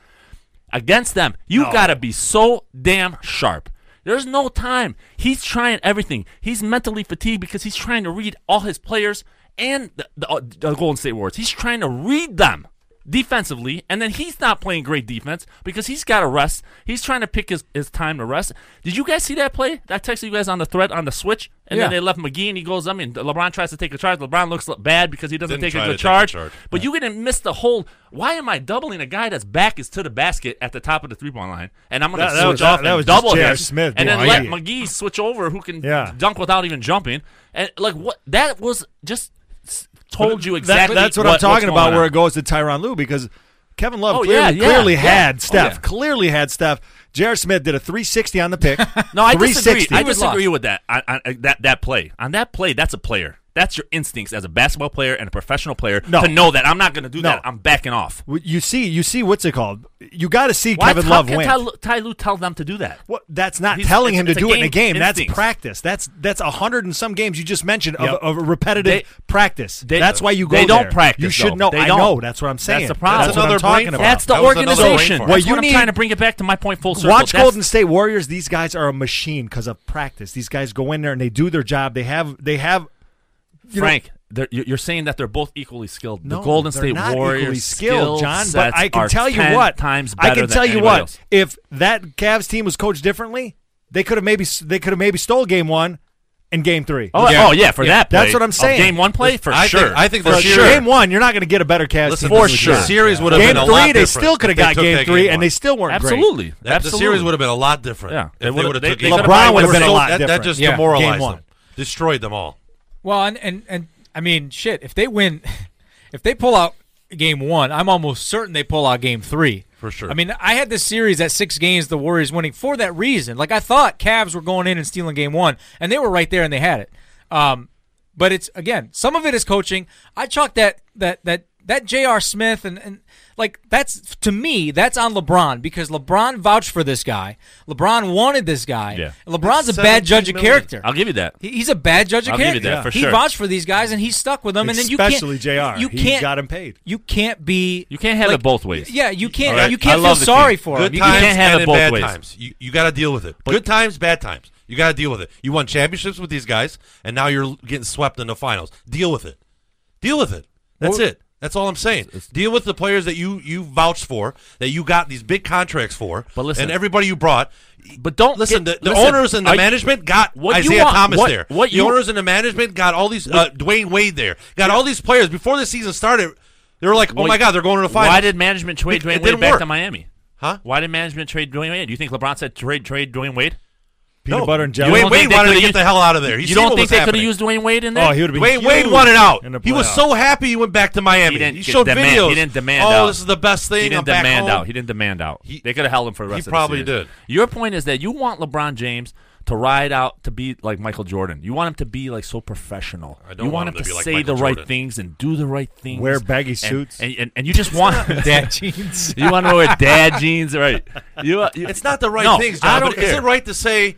Speaker 3: against them. You gotta be so damn sharp. There's no time. He's trying everything. He's mentally fatigued because he's trying to read all his players and the, the, uh, the Golden State Warriors. He's trying to read them defensively, and then he's not playing great defense because he's got to rest. He's trying to pick his, his time to rest. Did you guys see that play? That texted you guys on the thread on the switch, and then
Speaker 2: Yeah.
Speaker 3: they left McGee, and he goes. I mean, LeBron tries to take a charge. LeBron looks bad because he doesn't
Speaker 4: Didn't
Speaker 3: take a
Speaker 4: try
Speaker 3: good
Speaker 4: to take a
Speaker 3: charge.
Speaker 4: charge.
Speaker 3: But you didn't miss the whole. Why am I doubling a guy that's back is to the basket at the top of the three point line, and I'm going to
Speaker 5: That- that
Speaker 3: switch
Speaker 5: was-
Speaker 3: off
Speaker 5: that- that
Speaker 3: and
Speaker 5: was just
Speaker 3: double
Speaker 5: J.R.
Speaker 3: him,
Speaker 5: Smith
Speaker 3: and
Speaker 5: being
Speaker 3: then let
Speaker 5: an idiot.
Speaker 3: McGee switch over, who can
Speaker 5: Yeah.
Speaker 3: dunk without even jumping, and like what that was just s- told you exactly.
Speaker 5: That, that's what, I'm
Speaker 3: what's
Speaker 5: talking
Speaker 3: going
Speaker 5: about.
Speaker 3: on.
Speaker 5: Where it goes to Tyron Lue because Kevin Love
Speaker 3: Oh, yeah,
Speaker 5: clearly,
Speaker 3: yeah,
Speaker 5: clearly
Speaker 3: yeah. Oh,
Speaker 5: had Steph.
Speaker 3: yeah.
Speaker 5: Clearly had Steph. J.R. Smith did a 360 on the pick.
Speaker 3: No, I
Speaker 5: 360.
Speaker 3: disagree. I
Speaker 5: He was
Speaker 3: disagree with that. On, on, uh, that that play on that play, that's a player. That's your instincts as a basketball player and a professional player
Speaker 5: No.
Speaker 3: to know that I'm not going to do
Speaker 5: No.
Speaker 3: that. I'm backing off.
Speaker 5: Well, You see, you see what's it called? You got to see
Speaker 3: Why
Speaker 5: Kevin
Speaker 3: t-
Speaker 5: Love
Speaker 3: can
Speaker 5: win.
Speaker 3: Ty, Lu- Ty Lue tell them to do that?
Speaker 5: What- that's not
Speaker 3: He's-
Speaker 5: telling
Speaker 3: it's-
Speaker 5: him to
Speaker 3: it's a
Speaker 5: do it in a
Speaker 3: game
Speaker 5: game.
Speaker 3: instinct.
Speaker 5: That's practice. That's that's a hundred and some games you just mentioned
Speaker 3: Yep.
Speaker 5: of, of repetitive
Speaker 3: They-
Speaker 5: practice.
Speaker 3: they-
Speaker 5: that's why you go.
Speaker 3: they don't
Speaker 5: there.
Speaker 3: practice,
Speaker 5: You should
Speaker 3: though.
Speaker 5: know.
Speaker 3: They
Speaker 5: I
Speaker 3: don't.
Speaker 5: know. That's what I'm saying.
Speaker 3: the problem.
Speaker 5: That's what
Speaker 4: Another
Speaker 5: I'm talking
Speaker 4: brain
Speaker 5: about.
Speaker 3: That's the
Speaker 4: That was another brain
Speaker 3: organization.
Speaker 4: fart.
Speaker 3: That's
Speaker 5: Well, you
Speaker 3: what I'm
Speaker 5: need-
Speaker 3: trying to bring it back to my point full circle.
Speaker 5: Watch
Speaker 3: That's-
Speaker 5: Golden State Warriors. These guys are a machine because of practice. These guys go in there and they do their job. They have they have you know-
Speaker 3: Frank, they're- you- you're saying that they're both equally skilled. the
Speaker 5: No,
Speaker 3: Golden
Speaker 5: they're
Speaker 3: State
Speaker 5: not
Speaker 3: Warriors
Speaker 5: equally skilled,
Speaker 3: skill
Speaker 5: John.
Speaker 3: sets
Speaker 5: But I
Speaker 3: are
Speaker 5: can tell you
Speaker 3: 10
Speaker 5: what,
Speaker 3: times
Speaker 5: I
Speaker 3: better
Speaker 5: can
Speaker 3: than
Speaker 5: tell you
Speaker 3: anybody
Speaker 5: what.
Speaker 3: else.
Speaker 5: If that Cavs team was coached differently, they could have maybe they could have maybe stole game one and game three.
Speaker 3: Oh yeah, oh, yeah for that. Play.
Speaker 5: That's what I'm
Speaker 3: Of
Speaker 5: saying.
Speaker 3: game one play for
Speaker 4: I
Speaker 3: sure.
Speaker 4: Think, I think
Speaker 5: For
Speaker 4: the
Speaker 5: sure.
Speaker 4: series-
Speaker 5: Game one, you're not going to get a better Cavs
Speaker 4: Listen,
Speaker 5: team.
Speaker 3: For
Speaker 4: the
Speaker 3: sure.
Speaker 4: series would have
Speaker 5: Game
Speaker 4: been a lot
Speaker 5: three, they
Speaker 4: different
Speaker 5: still could
Speaker 4: if
Speaker 5: have
Speaker 4: they
Speaker 5: got
Speaker 4: took
Speaker 5: game
Speaker 4: that
Speaker 5: three,
Speaker 4: game
Speaker 5: and
Speaker 4: one.
Speaker 5: they still weren't great.
Speaker 3: absolutely.
Speaker 4: That, the
Speaker 3: absolutely.
Speaker 4: series would have been a lot different.
Speaker 3: Yeah. They
Speaker 4: if they
Speaker 3: would've-
Speaker 4: would have
Speaker 3: they-
Speaker 4: took
Speaker 3: they
Speaker 4: game
Speaker 3: could've
Speaker 4: one.
Speaker 3: probably
Speaker 5: LeBron would have been a
Speaker 3: Still-
Speaker 5: lot
Speaker 4: That, that
Speaker 5: different.
Speaker 4: just
Speaker 2: Yeah.
Speaker 5: Game
Speaker 4: demoralized
Speaker 5: one.
Speaker 4: them, destroyed them all.
Speaker 2: Well, and, and and I mean, shit. If they win, if they pull out game one, I'm almost certain they pull out game three
Speaker 4: For sure.
Speaker 2: I mean, I had this series at six games, the Warriors winning for that reason. Like I thought, Cavs were going in and stealing game one, and they were right there and they had it. Um, but it's again, some of it is coaching. I chalk that that that that J.R. Smith and and like that's to me that's on LeBron because LeBron vouched for this guy. LeBron wanted this guy.
Speaker 3: Yeah.
Speaker 2: LeBron's a
Speaker 4: That's
Speaker 2: bad judge of
Speaker 4: 17 million.
Speaker 2: character.
Speaker 3: I'll give you that.
Speaker 2: He- He's a bad judge of
Speaker 3: I'll give
Speaker 2: character.
Speaker 3: you that, for
Speaker 2: he
Speaker 3: sure.
Speaker 2: vouched for these guys and he's stuck with them, and then you can't.
Speaker 5: Especially JR.
Speaker 2: You
Speaker 5: He
Speaker 2: can't
Speaker 5: got him paid.
Speaker 2: You can't be.
Speaker 3: You can't have it both ways.
Speaker 2: Yeah, you can't.
Speaker 4: All right.
Speaker 2: You
Speaker 3: I
Speaker 2: can't feel
Speaker 3: love the
Speaker 2: sorry
Speaker 3: team.
Speaker 2: for
Speaker 4: Good
Speaker 2: him.
Speaker 3: you
Speaker 2: You
Speaker 4: times
Speaker 2: can't-
Speaker 3: can't have
Speaker 4: and
Speaker 3: it
Speaker 4: in
Speaker 3: both
Speaker 4: bad
Speaker 3: ways.
Speaker 4: times. You, you got to deal with it. Good times, bad times. You got to deal with it. You won championships with these guys, and now you're getting swept in the finals. Deal with it. Deal with it. That's it. That's all I'm saying. deal with the players that you you vouched for, that you got these big contracts for,
Speaker 3: But listen-
Speaker 4: and everybody you brought.
Speaker 3: But don't
Speaker 4: Listen,
Speaker 3: get-
Speaker 4: the, the
Speaker 3: listen,
Speaker 4: owners and the
Speaker 3: are you-
Speaker 4: management got
Speaker 3: what you
Speaker 4: Isaiah
Speaker 3: want-
Speaker 4: Thomas
Speaker 3: what-
Speaker 4: there.
Speaker 3: what
Speaker 4: the
Speaker 3: you-
Speaker 4: owners and the management got all these uh, Dwayne Wade there. Got all these players before the season started. They were like, "Oh
Speaker 3: Well,
Speaker 4: my God, they're going to the finals."
Speaker 3: Why did management trade
Speaker 4: It-
Speaker 3: Dwayne
Speaker 4: it
Speaker 3: Wade
Speaker 4: didn't
Speaker 3: back
Speaker 4: work.
Speaker 3: to Miami?
Speaker 4: Huh?
Speaker 3: Why did management trade Dwayne Wade? Do you think LeBron said trade trade Dwayne Wade?
Speaker 5: Peanut
Speaker 4: No.
Speaker 5: butter and
Speaker 3: You
Speaker 5: jelly.
Speaker 4: Dwayne
Speaker 3: don't think
Speaker 4: Wade
Speaker 3: they
Speaker 4: wanted to
Speaker 3: could've
Speaker 4: get
Speaker 3: used-
Speaker 4: the hell out of there. He
Speaker 3: you
Speaker 4: seen
Speaker 3: don't
Speaker 4: what
Speaker 3: think
Speaker 4: was
Speaker 3: they could have
Speaker 4: happening.
Speaker 3: used Dwayne Wade in there?
Speaker 5: Oh, he would have been.
Speaker 4: Dwayne
Speaker 5: huge
Speaker 4: Wade wanted out.
Speaker 5: in the
Speaker 4: He was
Speaker 5: playoffs.
Speaker 4: so happy he went back to Miami.
Speaker 3: He didn't
Speaker 4: he
Speaker 3: get-
Speaker 4: showed
Speaker 3: demand-
Speaker 4: videos.
Speaker 3: he didn't demand
Speaker 4: Oh,
Speaker 3: out.
Speaker 4: this is the best thing.
Speaker 3: He didn't
Speaker 4: I'm back
Speaker 3: demand
Speaker 4: home.
Speaker 3: out. He didn't demand out.
Speaker 4: He-
Speaker 3: they could have held him for the rest. of
Speaker 4: probably
Speaker 3: the series.
Speaker 4: did.
Speaker 3: Your point is that you want LeBron James to ride out to be like Michael Jordan. You want him to be like so professional.
Speaker 4: I don't
Speaker 3: you want,
Speaker 4: want
Speaker 3: him
Speaker 4: him to be like
Speaker 3: say
Speaker 4: Michael
Speaker 3: the right
Speaker 4: Jordan.
Speaker 3: things and do the right things.
Speaker 5: Wear baggy
Speaker 3: And-
Speaker 5: suits.
Speaker 3: and and, and you just want
Speaker 2: Dad jeans.
Speaker 3: you want to wear dad jeans, right? You, uh, you-
Speaker 4: It's not the right
Speaker 3: No,
Speaker 4: things,
Speaker 3: I
Speaker 4: John.
Speaker 3: don't
Speaker 4: but is
Speaker 3: care.
Speaker 4: it right to say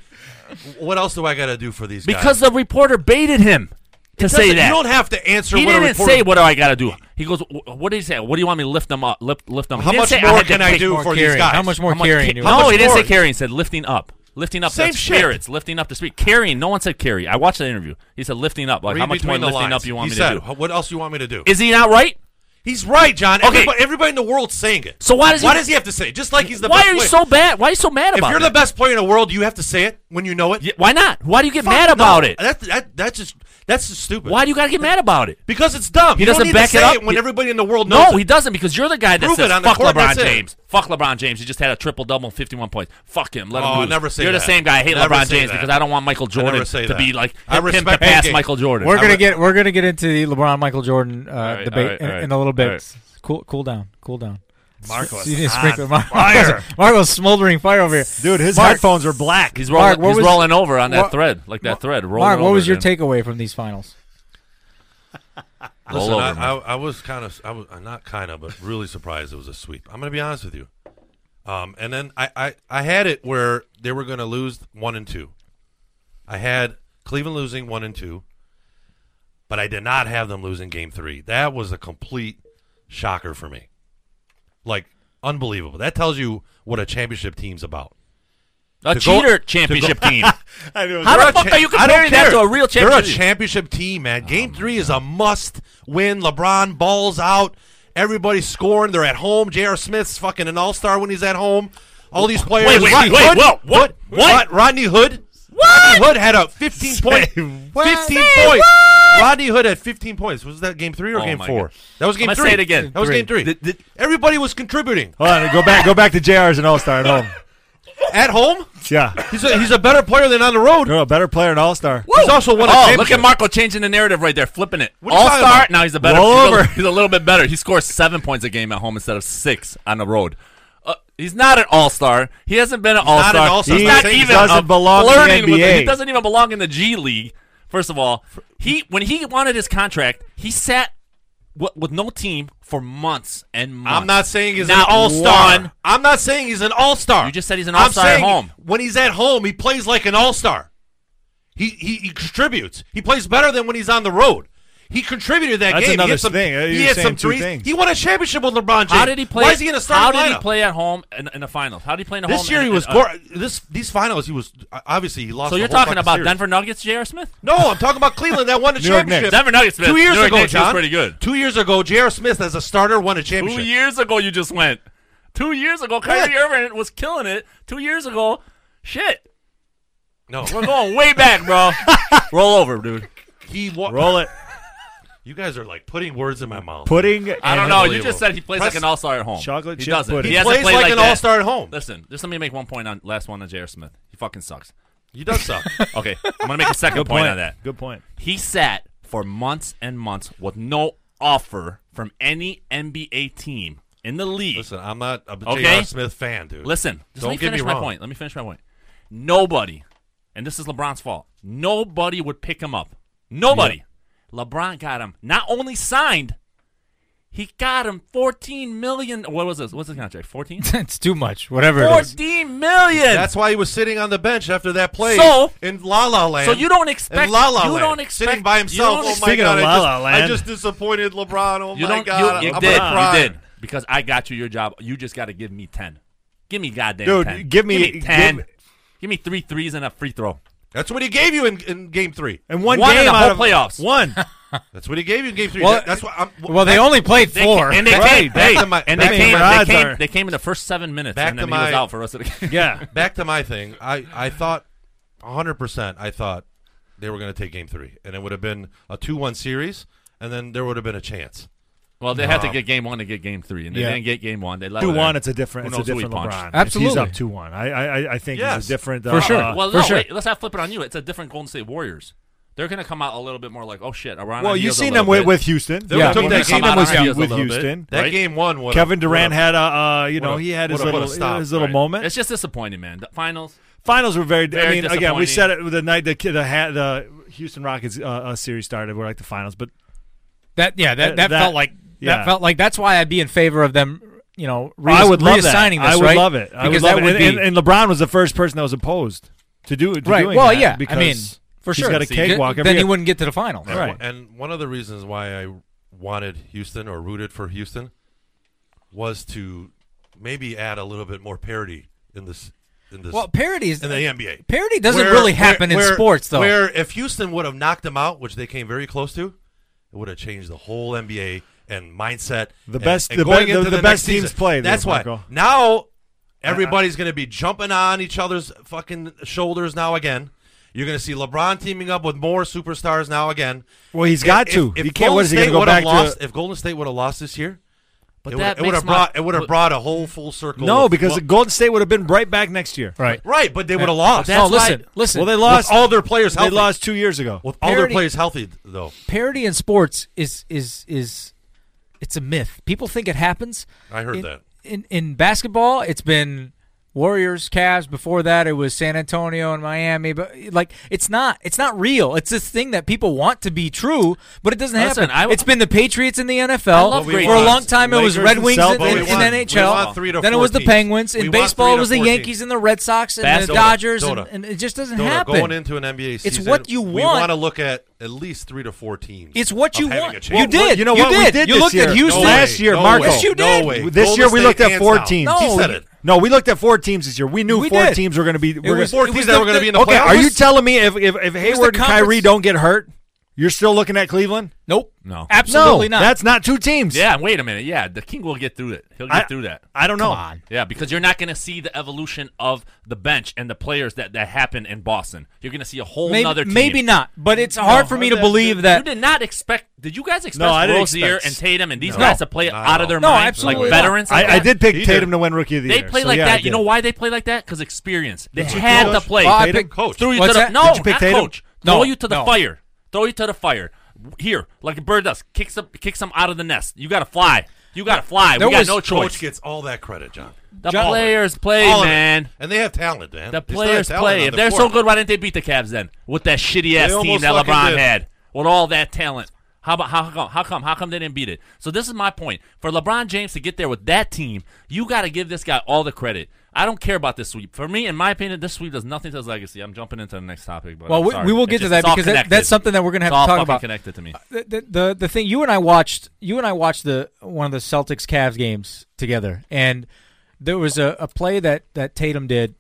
Speaker 4: what else do I got to do for these guys?
Speaker 3: because the reporter baited him to
Speaker 4: Doesn't-
Speaker 3: say that.
Speaker 4: you don't have to answer.
Speaker 3: he
Speaker 4: what
Speaker 3: didn't
Speaker 4: a reporter,
Speaker 3: say what do I got to do. He goes, "Wh- what did he say? What do you want me to lift them up? Lift, lift them. up?"
Speaker 4: How
Speaker 3: He didn't
Speaker 4: much
Speaker 3: say,
Speaker 4: more
Speaker 3: had to
Speaker 4: can I
Speaker 3: pick-
Speaker 4: do
Speaker 2: More
Speaker 4: for
Speaker 2: carrying.
Speaker 4: these guys?
Speaker 2: How much more
Speaker 3: How much
Speaker 2: carrying?
Speaker 3: ca-
Speaker 2: do you
Speaker 3: no,
Speaker 2: want?
Speaker 4: much
Speaker 3: he didn't say
Speaker 4: more?
Speaker 3: carrying. He said lifting up. Lifting up
Speaker 4: Same
Speaker 3: the
Speaker 4: shit.
Speaker 3: spirits, lifting up the spirit. Carrying, no one said carry. I watched that interview. He said lifting up. Like
Speaker 4: Read
Speaker 3: how much more
Speaker 4: between the
Speaker 3: lifting
Speaker 4: lines.
Speaker 3: up you want
Speaker 4: he
Speaker 3: me
Speaker 4: said,
Speaker 3: to do?
Speaker 4: What else do you want me to do?
Speaker 3: Is he not right?
Speaker 4: he's right, John.
Speaker 3: Okay.
Speaker 4: Everybody, everybody in the world's saying it.
Speaker 3: So why does he-
Speaker 4: why does he have to say it? Just like he's the
Speaker 3: Why
Speaker 4: best
Speaker 3: are you
Speaker 4: player.
Speaker 3: so bad? Why are you so mad
Speaker 4: If
Speaker 3: about
Speaker 4: you're
Speaker 3: it?
Speaker 4: the best player in the world, you have to say it when you know it.
Speaker 3: Yeah, why not? Why do you get
Speaker 4: Fuck
Speaker 3: mad
Speaker 4: no.
Speaker 3: about it?
Speaker 4: That, that, that's just that's just stupid.
Speaker 3: Why do you gotta get mad about it?
Speaker 4: Because it's dumb.
Speaker 3: He
Speaker 4: you
Speaker 3: doesn't
Speaker 4: don't need
Speaker 3: back
Speaker 4: to say
Speaker 3: it
Speaker 4: it,
Speaker 3: up.
Speaker 4: when
Speaker 3: He-
Speaker 4: everybody in the world knows.
Speaker 3: No,
Speaker 4: it.
Speaker 3: he doesn't because you're the guy that
Speaker 4: Prove
Speaker 3: says
Speaker 4: it on the
Speaker 3: fuck
Speaker 4: court,
Speaker 3: LeBron
Speaker 4: that's it."
Speaker 3: James. Fuck LeBron James. He just had a triple double and 51 points. Fuck him. Let him
Speaker 4: Oh, I
Speaker 3: lose.
Speaker 4: never say
Speaker 3: You're the
Speaker 4: that.
Speaker 3: same guy. I hate
Speaker 4: Never
Speaker 3: LeBron
Speaker 4: say
Speaker 3: James
Speaker 4: that.
Speaker 3: because I don't want Michael
Speaker 4: never
Speaker 3: Jordan
Speaker 4: say
Speaker 3: to be
Speaker 4: that.
Speaker 3: like
Speaker 4: I
Speaker 3: him to
Speaker 4: respect
Speaker 3: pass
Speaker 4: that game.
Speaker 3: Michael Jordan.
Speaker 2: We're
Speaker 3: I
Speaker 2: gonna
Speaker 3: re-
Speaker 2: get we're gonna get into the LeBron Michael Jordan uh,
Speaker 3: right,
Speaker 2: debate
Speaker 3: all right,
Speaker 2: in,
Speaker 3: all right,
Speaker 2: in a little bit.
Speaker 3: all right.
Speaker 2: Cool, cool down, cool down.
Speaker 5: Marcos
Speaker 2: you need to
Speaker 5: on
Speaker 2: sprinkle- Mar-
Speaker 5: fire.
Speaker 2: Marcos- Marcos smoldering fire over here,
Speaker 5: Dude, his
Speaker 2: Mark,
Speaker 5: headphones are black.
Speaker 3: He's rolling,
Speaker 2: Mark, what
Speaker 3: he's
Speaker 2: was-
Speaker 3: rolling over on that
Speaker 2: what-
Speaker 3: thread, like that thread. Rolling
Speaker 2: Mark, what
Speaker 3: over,
Speaker 2: was your
Speaker 3: dude.
Speaker 2: takeaway from these finals?
Speaker 3: Roll
Speaker 4: Listen,
Speaker 3: over,
Speaker 4: I,
Speaker 3: man.
Speaker 4: I, I was kind of, I was uh, not kind of, but really surprised it was a sweep. I'm going to be honest with you. Um, and then I, I, I had it where they were going to lose one and two. I had Cleveland losing one and two, but I did not have them losing game three. That was a complete shocker for me. Like Unbelievable. That tells you what a championship team's about.
Speaker 3: A
Speaker 4: To go-
Speaker 3: cheater
Speaker 4: to go-
Speaker 3: championship team.
Speaker 5: I knew it was-
Speaker 3: How
Speaker 4: They're
Speaker 3: the
Speaker 4: a
Speaker 3: fuck
Speaker 4: cha-
Speaker 3: are you
Speaker 4: I don't
Speaker 3: comparing that
Speaker 4: care.
Speaker 3: to a real championship? Oh
Speaker 4: They're a championship team, man. Game three is a must win. LeBron balls out. Everybody's scoring. They're at home. J.R. Smith's fucking an all star when he's at home. All these players.
Speaker 3: Wait, wait,
Speaker 4: Rodney
Speaker 3: wait,
Speaker 4: Hood-
Speaker 3: whoa, what?
Speaker 4: Rod-
Speaker 3: What?
Speaker 4: Rodney Hood. Rodney Hood had a 15 point. 15 points. Rodney Hood had 15 points. Was that game three or
Speaker 3: Oh
Speaker 4: game
Speaker 3: my
Speaker 4: four?
Speaker 3: God.
Speaker 4: That was game
Speaker 3: I'ma
Speaker 4: three.
Speaker 3: say it again.
Speaker 4: That was
Speaker 3: Three.
Speaker 4: game three.
Speaker 3: The- the- Oh.
Speaker 4: Everybody was contributing
Speaker 5: Hold on, go back, go back to JR as an All Star at home.
Speaker 4: at home.
Speaker 5: Yeah,
Speaker 4: He's a, he's a better player than on the road.
Speaker 5: you're a better player, an All Star.
Speaker 4: He's also won a
Speaker 3: Oh,
Speaker 4: championship.
Speaker 3: look at Marco changing the narrative right there, flipping it.
Speaker 4: are you
Speaker 3: All
Speaker 4: talking
Speaker 3: star.
Speaker 4: about?
Speaker 3: Now he's a better.
Speaker 5: Roll
Speaker 3: he's, A,
Speaker 5: over.
Speaker 3: little- he's a little bit better. He scores seven points a game at home instead of six on the road. Uh, he's not an all star. He hasn't been an all
Speaker 4: not an
Speaker 3: star.
Speaker 4: all-star.
Speaker 3: He's
Speaker 4: He
Speaker 3: not
Speaker 4: doesn't
Speaker 3: even a
Speaker 5: belong in the
Speaker 3: flirting with it. He
Speaker 5: NBA.
Speaker 3: doesn't even belong in the G League. First of all, he when he wanted his contract, he sat with, with no team for months and months.
Speaker 4: I'm not saying he's
Speaker 3: Not
Speaker 4: an all
Speaker 3: one.
Speaker 4: star. I'm not saying he's an all star.
Speaker 3: You just said he's an all-star at home.
Speaker 4: When he's at home, he plays like an all star. He, he he contributes. He plays better than when he's on the road. He contributed that
Speaker 5: That's
Speaker 4: game. he
Speaker 5: another
Speaker 4: had some,
Speaker 5: thing. You're
Speaker 4: He had
Speaker 5: saying
Speaker 4: some
Speaker 5: two
Speaker 4: threes.
Speaker 5: things.
Speaker 4: He won a championship with LeBron James.
Speaker 3: How did he play?
Speaker 4: Why is he in a
Speaker 3: How
Speaker 4: starting
Speaker 3: did he
Speaker 4: lineup?
Speaker 3: play at home in, in the finals? How did he play in the home?
Speaker 4: This year
Speaker 3: and-
Speaker 4: he was
Speaker 3: and- uh,
Speaker 4: gor- this these finals he was obviously he lost.
Speaker 3: So
Speaker 4: the
Speaker 3: you're
Speaker 4: whole
Speaker 3: talking
Speaker 4: fucking
Speaker 3: about
Speaker 4: series.
Speaker 3: Denver Nuggets, J.R. Smith?
Speaker 4: No, I'm talking about Cleveland that won the
Speaker 5: New York
Speaker 4: championship.
Speaker 5: Knicks.
Speaker 3: Denver Nuggets,
Speaker 4: Two years
Speaker 3: New York
Speaker 4: ago,
Speaker 3: Knicks, he was
Speaker 4: John.
Speaker 3: pretty good.
Speaker 4: Two years ago, J.R. Smith as a starter won a championship.
Speaker 3: Two years ago, you just went. Two years ago, Kyrie
Speaker 4: Yeah.
Speaker 3: Irving was killing it. Two years ago, shit.
Speaker 4: No,
Speaker 3: We're going way back, bro. Roll over, dude.
Speaker 4: he won.
Speaker 5: Roll it,
Speaker 4: You guys are like putting words in my mouth.
Speaker 5: pudding.
Speaker 3: I don't
Speaker 5: and-
Speaker 3: know. You just said he plays
Speaker 4: Press-
Speaker 3: like an all-star at home.
Speaker 5: Chocolate
Speaker 3: he
Speaker 5: chip
Speaker 3: doesn't.
Speaker 5: pudding.
Speaker 3: He,
Speaker 5: He
Speaker 3: hasn't
Speaker 4: plays
Speaker 3: played
Speaker 4: like
Speaker 3: like
Speaker 4: an
Speaker 3: that.
Speaker 4: all-star at home.
Speaker 3: Listen, just let me make one point on last one on J.R. Smith. He fucking sucks.
Speaker 4: He does suck.
Speaker 3: Okay, I'm gonna make a second point on that.
Speaker 5: Good point.
Speaker 3: He sat for months and months with no offer from any NBA team in the league.
Speaker 4: Listen, I'm not a
Speaker 3: Okay.
Speaker 4: J.R. Smith fan, dude.
Speaker 3: Listen, just let
Speaker 4: Don't
Speaker 3: me
Speaker 4: get
Speaker 3: finish
Speaker 4: me
Speaker 3: my
Speaker 4: wrong.
Speaker 3: point. Let me finish my point. Nobody, and this is LeBron's fault. Nobody would pick him up. Nobody. LeBron got him. Not only signed, he got him fourteen million. What was this? What's his contract? Fourteen.
Speaker 2: it's too much. Whatever it is.
Speaker 3: Fourteen million.
Speaker 4: That's why he was sitting on the bench after that play
Speaker 3: So-
Speaker 4: in La La Land.
Speaker 3: so you don't expect.
Speaker 4: in La La
Speaker 3: you
Speaker 4: Land,
Speaker 3: don't expect
Speaker 4: sitting by himself.
Speaker 3: You don't
Speaker 4: Oh my
Speaker 5: Speaking
Speaker 4: god!
Speaker 5: of La La
Speaker 4: I, just, I
Speaker 5: Land.
Speaker 4: just disappointed LeBron. Oh
Speaker 3: You
Speaker 4: my
Speaker 3: don't.
Speaker 4: god!
Speaker 3: you you
Speaker 4: I'm
Speaker 3: did.
Speaker 4: gonna cry.
Speaker 3: You did because I got you your job. You just got to give me ten. Give me goddamn
Speaker 5: Dude,
Speaker 3: 10.
Speaker 5: give me-
Speaker 3: give me
Speaker 5: give
Speaker 3: ten.
Speaker 5: me-
Speaker 3: give me three threes and a free throw.
Speaker 4: That's what he gave you in, in Game Three.
Speaker 5: And one,
Speaker 3: One in
Speaker 5: game
Speaker 3: the
Speaker 5: out
Speaker 3: whole
Speaker 5: of
Speaker 3: playoffs.
Speaker 5: One.
Speaker 4: That's what he gave you in Game Three.
Speaker 2: Well,
Speaker 4: That- that's what I'm.
Speaker 2: Well, they only played
Speaker 3: They
Speaker 2: four.
Speaker 3: ca- and they
Speaker 5: Right,
Speaker 3: came,
Speaker 5: back
Speaker 3: hey,
Speaker 4: to my-
Speaker 3: and
Speaker 4: back
Speaker 3: they
Speaker 4: to
Speaker 3: came,
Speaker 5: my
Speaker 3: they
Speaker 5: odds
Speaker 3: came,
Speaker 5: are-
Speaker 3: they came in the first seven minutes,
Speaker 4: Back
Speaker 3: and
Speaker 4: to
Speaker 3: then he was
Speaker 4: my-
Speaker 3: out for the rest of the game.
Speaker 5: yeah.
Speaker 4: back to my thing. I I thought 100. percent I thought they were going to take Game Three, and it would have been a two-one series, and then there would have been a chance.
Speaker 3: Well, they had to get game one to get game three, and they
Speaker 5: Yeah.
Speaker 3: didn't get game one. They let
Speaker 5: Two
Speaker 3: it
Speaker 5: one,
Speaker 3: in.
Speaker 5: it's a different,
Speaker 3: Who
Speaker 5: it's a
Speaker 3: knows who he
Speaker 5: different
Speaker 3: punched.
Speaker 5: LeBron. If he's
Speaker 2: Absolutely.
Speaker 5: up two one. I, I, I think
Speaker 4: Yes.
Speaker 5: it's a different uh,
Speaker 2: For sure.
Speaker 5: uh,
Speaker 3: Uh-uh. well,
Speaker 2: for
Speaker 3: no,
Speaker 2: sure.
Speaker 3: wait, let's not flip it on you. It's a different Golden State Warriors. They're going to come out a little bit more like, oh shit, around.
Speaker 5: well, you've seen them with, with Houston.
Speaker 4: They
Speaker 2: Yeah.
Speaker 4: took
Speaker 2: We've
Speaker 4: that
Speaker 3: seen
Speaker 4: game
Speaker 3: them
Speaker 4: on
Speaker 3: with
Speaker 4: our
Speaker 3: Houston.
Speaker 4: heels a
Speaker 5: with
Speaker 4: little bit.
Speaker 5: Houston.
Speaker 4: That
Speaker 3: Right.
Speaker 4: game one. would've-
Speaker 5: Kevin Durant
Speaker 4: would've-
Speaker 5: had a, uh, you know,
Speaker 4: would've-
Speaker 5: he had his
Speaker 4: would've
Speaker 5: little,
Speaker 4: put a stop,
Speaker 5: his little
Speaker 4: right.
Speaker 5: moment.
Speaker 3: It's just disappointing, man. The finals.
Speaker 5: Finals were very. I
Speaker 3: Very
Speaker 5: mean, again,
Speaker 3: disappointing.
Speaker 5: we said it the night the the, the, the Houston Rockets uh, uh, series started. We're like the finals, but
Speaker 2: That yeah, that, that,
Speaker 5: Uh, That-
Speaker 2: felt like that
Speaker 5: yeah.
Speaker 2: felt like that's why I'd be in favor of them. You know, re-
Speaker 5: I would love
Speaker 2: reassigning
Speaker 5: that.
Speaker 2: this.
Speaker 5: I would
Speaker 2: right?
Speaker 5: love it. I
Speaker 2: because
Speaker 5: would love
Speaker 2: that
Speaker 5: it.
Speaker 2: would
Speaker 5: and,
Speaker 2: be
Speaker 5: and, and LeBron was the first person that was opposed to do to
Speaker 2: right.
Speaker 5: doing
Speaker 2: Well,
Speaker 5: that
Speaker 2: yeah. I
Speaker 5: because
Speaker 2: mean, for sure,
Speaker 5: he's got a
Speaker 2: See,
Speaker 5: cakewalk
Speaker 2: Then
Speaker 5: every
Speaker 2: you
Speaker 5: year.
Speaker 2: wouldn't get to the final.
Speaker 5: Right.
Speaker 4: And one of the reasons why I wanted Houston or rooted for Houston was to maybe add a little bit more parity in this in this
Speaker 2: Well, parody is
Speaker 4: in the NBA.
Speaker 2: parody doesn't
Speaker 4: Where-
Speaker 2: really happen
Speaker 4: where-
Speaker 2: in
Speaker 4: where-
Speaker 2: sports though.
Speaker 4: Where if Houston would have knocked them out, which they came very close to, it would have changed the whole NBA and mindset.
Speaker 5: The
Speaker 4: and-
Speaker 5: best-
Speaker 4: and
Speaker 5: the
Speaker 4: going
Speaker 5: be- the-
Speaker 4: into
Speaker 5: the
Speaker 4: next
Speaker 5: best teams
Speaker 4: season.
Speaker 5: play there,
Speaker 4: That's why
Speaker 5: Michael.
Speaker 4: now everybody's going to be jumping on each other's fucking shoulders now again. You're going to see LeBron teaming up with more superstars now again.
Speaker 5: Well, he's got
Speaker 4: If-
Speaker 5: to.
Speaker 4: If,
Speaker 5: He can't.
Speaker 4: Golden
Speaker 5: What is he
Speaker 4: State
Speaker 5: going to go
Speaker 4: would have
Speaker 5: back
Speaker 4: lost,
Speaker 5: to?
Speaker 4: If Golden State would have lost this year,
Speaker 3: But
Speaker 4: it
Speaker 3: that
Speaker 4: would
Speaker 3: makes
Speaker 4: have
Speaker 3: my-
Speaker 4: brought it would have
Speaker 3: but-
Speaker 4: brought a whole full circle.
Speaker 5: No,
Speaker 4: of-
Speaker 5: because
Speaker 4: well,
Speaker 5: the Golden State would have been right back next year.
Speaker 2: Right.
Speaker 4: right, but they would have lost.
Speaker 2: No,
Speaker 3: That's why-
Speaker 2: listen, listen.
Speaker 5: Well, they
Speaker 2: With
Speaker 5: lost.
Speaker 4: with all their players
Speaker 5: They
Speaker 4: healthy.
Speaker 5: lost two years ago.
Speaker 4: with all their
Speaker 2: Parity-
Speaker 4: players healthy though.
Speaker 2: parody in sports is is is it's a myth. People think it happens.
Speaker 4: I heard
Speaker 2: in,
Speaker 4: that.
Speaker 2: In in basketball, it's been Warriors, Cavs. Before that, it was San Antonio and Miami. But like, it's not it's not real. It's this thing that people want to be true, but it doesn't
Speaker 3: Listen,
Speaker 2: happen.
Speaker 3: I-
Speaker 2: it's been the Patriots in the NFL
Speaker 3: love
Speaker 2: for
Speaker 3: great
Speaker 2: a
Speaker 3: teams.
Speaker 2: long time. it was
Speaker 5: Lakers
Speaker 2: Red
Speaker 5: and
Speaker 2: Wings in,
Speaker 5: Celtics.
Speaker 2: in,
Speaker 5: We
Speaker 2: in
Speaker 5: want-
Speaker 4: we want three to
Speaker 2: NHL. Then it
Speaker 4: four
Speaker 2: was the
Speaker 4: teams.
Speaker 2: Penguins.
Speaker 4: We
Speaker 2: In
Speaker 4: want
Speaker 2: baseball,
Speaker 4: three
Speaker 2: it
Speaker 4: to
Speaker 2: was the
Speaker 4: four teams.
Speaker 2: Yankees and the Red Sox and
Speaker 3: Bas-
Speaker 2: the
Speaker 3: Dota.
Speaker 2: Dodgers, and,
Speaker 4: Dota.
Speaker 2: and it just doesn't
Speaker 4: Dota,
Speaker 2: happen.
Speaker 4: going into an NBA season,
Speaker 2: what you
Speaker 4: We
Speaker 2: want.
Speaker 4: want to look at at least three to four teams.
Speaker 2: It's what
Speaker 4: of
Speaker 2: you
Speaker 4: having
Speaker 2: want.
Speaker 4: a
Speaker 2: You
Speaker 4: chance.
Speaker 2: did.
Speaker 5: you know
Speaker 2: you
Speaker 5: what?
Speaker 2: Did.
Speaker 5: We did
Speaker 2: you
Speaker 5: this
Speaker 2: looked
Speaker 5: year.
Speaker 2: at Houston
Speaker 4: No
Speaker 5: last
Speaker 4: way.
Speaker 5: year,
Speaker 4: No
Speaker 5: Marco.
Speaker 4: way.
Speaker 2: Yes, you
Speaker 4: No
Speaker 2: did.
Speaker 4: way.
Speaker 5: This
Speaker 4: Golden
Speaker 5: year we
Speaker 4: State
Speaker 5: looked at
Speaker 4: hands
Speaker 5: four
Speaker 4: down.
Speaker 5: teams.
Speaker 2: No.
Speaker 4: He said it.
Speaker 5: No, we looked at four teams this year. We knew
Speaker 2: We
Speaker 5: four
Speaker 2: did.
Speaker 5: teams were going to be. We're
Speaker 4: There were
Speaker 5: gonna,
Speaker 4: four
Speaker 2: it
Speaker 4: teams
Speaker 2: was
Speaker 4: that
Speaker 2: the-
Speaker 4: were going to be in the
Speaker 5: okay,
Speaker 4: playoffs.
Speaker 5: are you telling me if if, if Hayward and Kyrie
Speaker 2: conference-
Speaker 5: don't get hurt, you're still looking at Cleveland?
Speaker 2: Nope.
Speaker 3: No.
Speaker 2: Absolutely
Speaker 5: no,
Speaker 2: not.
Speaker 5: That's not two teams.
Speaker 3: Yeah, wait a minute. Yeah, the king will get through it. He'll get
Speaker 5: I-
Speaker 3: through that.
Speaker 5: I don't know.
Speaker 3: Yeah, because you're not going to see the evolution of the bench and the players that, that happened in Boston. You're going to see a whole
Speaker 2: maybe,
Speaker 3: other team.
Speaker 2: maybe not. But it's hard for me to believe that.
Speaker 3: You did not expect. Did you guys expect
Speaker 5: No, I didn't
Speaker 3: Rozier
Speaker 5: expect-
Speaker 3: and Tatum and these
Speaker 4: No.
Speaker 3: guys to play
Speaker 4: Not at
Speaker 3: out of
Speaker 4: all.
Speaker 3: their
Speaker 2: No,
Speaker 3: mind
Speaker 2: absolutely
Speaker 3: like
Speaker 2: not.
Speaker 3: veterans? like
Speaker 5: I, I
Speaker 3: that?
Speaker 5: did pick
Speaker 4: He did.
Speaker 5: Tatum to win Rookie of the
Speaker 3: They
Speaker 5: Year.
Speaker 3: play
Speaker 5: so
Speaker 3: like
Speaker 5: yeah, I
Speaker 3: that. You
Speaker 5: did.
Speaker 3: know why they play like that? Because experience. They
Speaker 4: That's your
Speaker 3: had
Speaker 4: coach.
Speaker 3: to play.
Speaker 2: Well, I
Speaker 3: Tatum
Speaker 2: picked-
Speaker 4: coach.
Speaker 3: Threw you to
Speaker 2: What's
Speaker 3: the,
Speaker 2: that?
Speaker 3: no,
Speaker 2: Did you pick
Speaker 3: not
Speaker 5: Tatum?
Speaker 3: coach.
Speaker 2: No,
Speaker 3: Throw you to the
Speaker 2: no.
Speaker 3: fire. Throw you to the fire. Here, like a bird does, kicks up, kicks them out of the nest. You got to fly. You got to fly.
Speaker 2: There
Speaker 3: we got
Speaker 2: was-
Speaker 3: no
Speaker 4: Coach
Speaker 3: choice.
Speaker 4: gets all that credit, John.
Speaker 3: The
Speaker 5: John-
Speaker 3: players play,
Speaker 4: All of it.
Speaker 3: man.
Speaker 4: And they have talent, man.
Speaker 3: The
Speaker 4: They still
Speaker 3: players
Speaker 4: have talent
Speaker 3: play.
Speaker 4: on
Speaker 3: If
Speaker 4: the
Speaker 3: they're so
Speaker 4: court.
Speaker 3: good, why didn't they beat the Cavs then with that shitty ass team
Speaker 4: almost
Speaker 3: that
Speaker 4: fucking
Speaker 3: LeBron
Speaker 4: did.
Speaker 3: had with all that talent? How about how come? How come? How come they didn't beat it? So this is my point. For LeBron James to get there with that team, you got to give this guy all the credit. I don't care about this sweep. For me, in my opinion, this sweep does nothing to his legacy. I'm jumping into the next topic, but
Speaker 2: Well,
Speaker 3: I'm
Speaker 2: we-
Speaker 3: sorry.
Speaker 2: we will
Speaker 3: It's
Speaker 2: get to
Speaker 3: just-
Speaker 2: that
Speaker 3: it's all
Speaker 2: because that-
Speaker 3: connected.
Speaker 2: that's something that we're gonna have
Speaker 3: It's
Speaker 2: to
Speaker 3: all
Speaker 2: talk
Speaker 3: fucking
Speaker 2: about.
Speaker 3: Connected to me.
Speaker 2: the, the- the the thing you and I watched you and I watched the one of the Celtics Cavs games together and there was a, a play that that Tatum did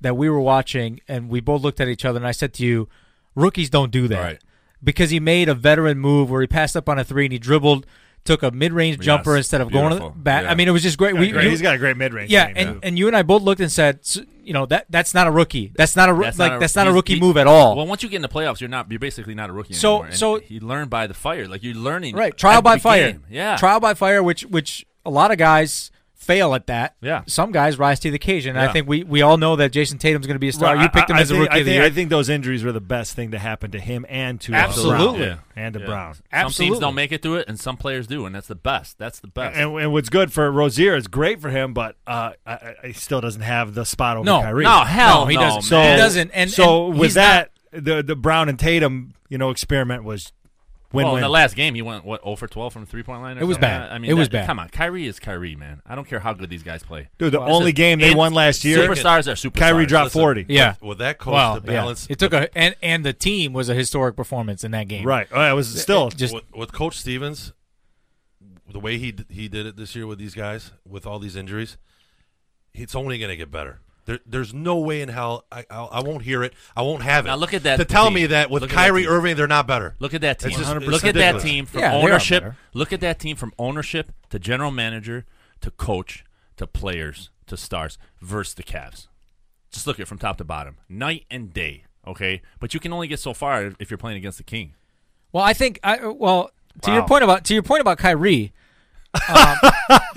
Speaker 2: that we were watching and we both looked at each other and I said to you rookies don't do that
Speaker 3: Right.
Speaker 2: because he made a veteran move where he passed up on a 3 and he dribbled took a mid-range jumper instead of going
Speaker 3: beautiful.
Speaker 2: to the bat.
Speaker 3: Yeah.
Speaker 2: I mean it was just great. We,
Speaker 5: Great.
Speaker 2: you-
Speaker 5: He's got a great mid range.
Speaker 2: yeah, and, and you and I both looked and said, s- you know that that's not a rookie. That's not a roo- like that's not a
Speaker 3: he's-
Speaker 2: rookie
Speaker 3: he-
Speaker 2: move at all.
Speaker 3: Well, once you get in the playoffs, you're not. You're basically not a rookie
Speaker 2: So-
Speaker 3: anymore. And
Speaker 2: so-
Speaker 3: he learned by the fire. Like you're learning.
Speaker 2: right trial
Speaker 3: every
Speaker 2: by fire
Speaker 3: game. Yeah.
Speaker 2: trial by fire which which a lot of guys fail at that
Speaker 3: Yeah.
Speaker 2: some guys rise to the occasion and i
Speaker 3: Yeah.
Speaker 2: think we we all know that jason tatum's going to be a star you picked him
Speaker 5: I, I
Speaker 2: as a
Speaker 5: think,
Speaker 2: rookie
Speaker 5: I
Speaker 2: of the
Speaker 5: think,
Speaker 2: year
Speaker 5: I think those injuries were the best thing to happen to him and to uh,
Speaker 2: Absolutely.
Speaker 5: Brown. and to
Speaker 3: Yeah.
Speaker 5: Brown.
Speaker 3: Some
Speaker 2: Absolutely.
Speaker 3: teams don't make it through it, and some players do, and that's the best. That's the best.
Speaker 5: And, and what's good for Rozier is great for him, but uh, I- I, I still doesn't have the spot over
Speaker 2: No,
Speaker 5: Kyrie.
Speaker 3: no, hell,
Speaker 2: No, he
Speaker 3: no,
Speaker 2: doesn't.
Speaker 5: So
Speaker 3: man.
Speaker 2: He doesn't, and-
Speaker 5: so
Speaker 2: and
Speaker 5: with
Speaker 2: he's
Speaker 5: that, the the Brown and Tatum, you know, experiment was win
Speaker 3: well, in
Speaker 5: win.
Speaker 3: the last game, he went what 0 for 12 from the three point line. Or
Speaker 2: It was
Speaker 3: something?
Speaker 2: bad.
Speaker 3: I mean,
Speaker 2: It was
Speaker 3: that-
Speaker 2: bad.
Speaker 3: Come on, Kyrie is Kyrie, man. I don't care how good these guys play.
Speaker 5: Dude, the
Speaker 3: This
Speaker 5: only
Speaker 3: is-
Speaker 5: game they
Speaker 3: and
Speaker 5: won last year,
Speaker 3: Superstars are superstars.
Speaker 5: Kyrie dropped
Speaker 4: Listen,
Speaker 5: forty.
Speaker 2: Yeah.
Speaker 4: With that coach,
Speaker 2: well
Speaker 4: the
Speaker 2: yeah.
Speaker 4: balance.
Speaker 2: it took a and and the team was a historic performance in that game
Speaker 5: Right, Oh, it was still
Speaker 2: just
Speaker 4: with, with Coach Stevens, the way he d- he did it this year with these guys, with all these injuries, it's only going to get better. There, there's no way in hell I, I I won't hear it. I won't have it.
Speaker 3: Now look at that
Speaker 4: to tell
Speaker 3: team.
Speaker 4: me that with
Speaker 3: Look at that
Speaker 4: Kyrie
Speaker 3: team.
Speaker 4: Irving they're not better.
Speaker 3: Look at that team.
Speaker 4: It's just- it's
Speaker 3: look at that
Speaker 4: ridiculous.
Speaker 3: team from
Speaker 2: Yeah, they are
Speaker 3: ownership.
Speaker 2: better.
Speaker 3: Look at that team from ownership to general manager to coach to players to stars versus the Cavs. Just look at it from top to bottom, night and day. Okay, but you can only get so far if you're playing against the king.
Speaker 2: well i think i well to your
Speaker 5: Wow.
Speaker 2: point about to your point about kyrie um,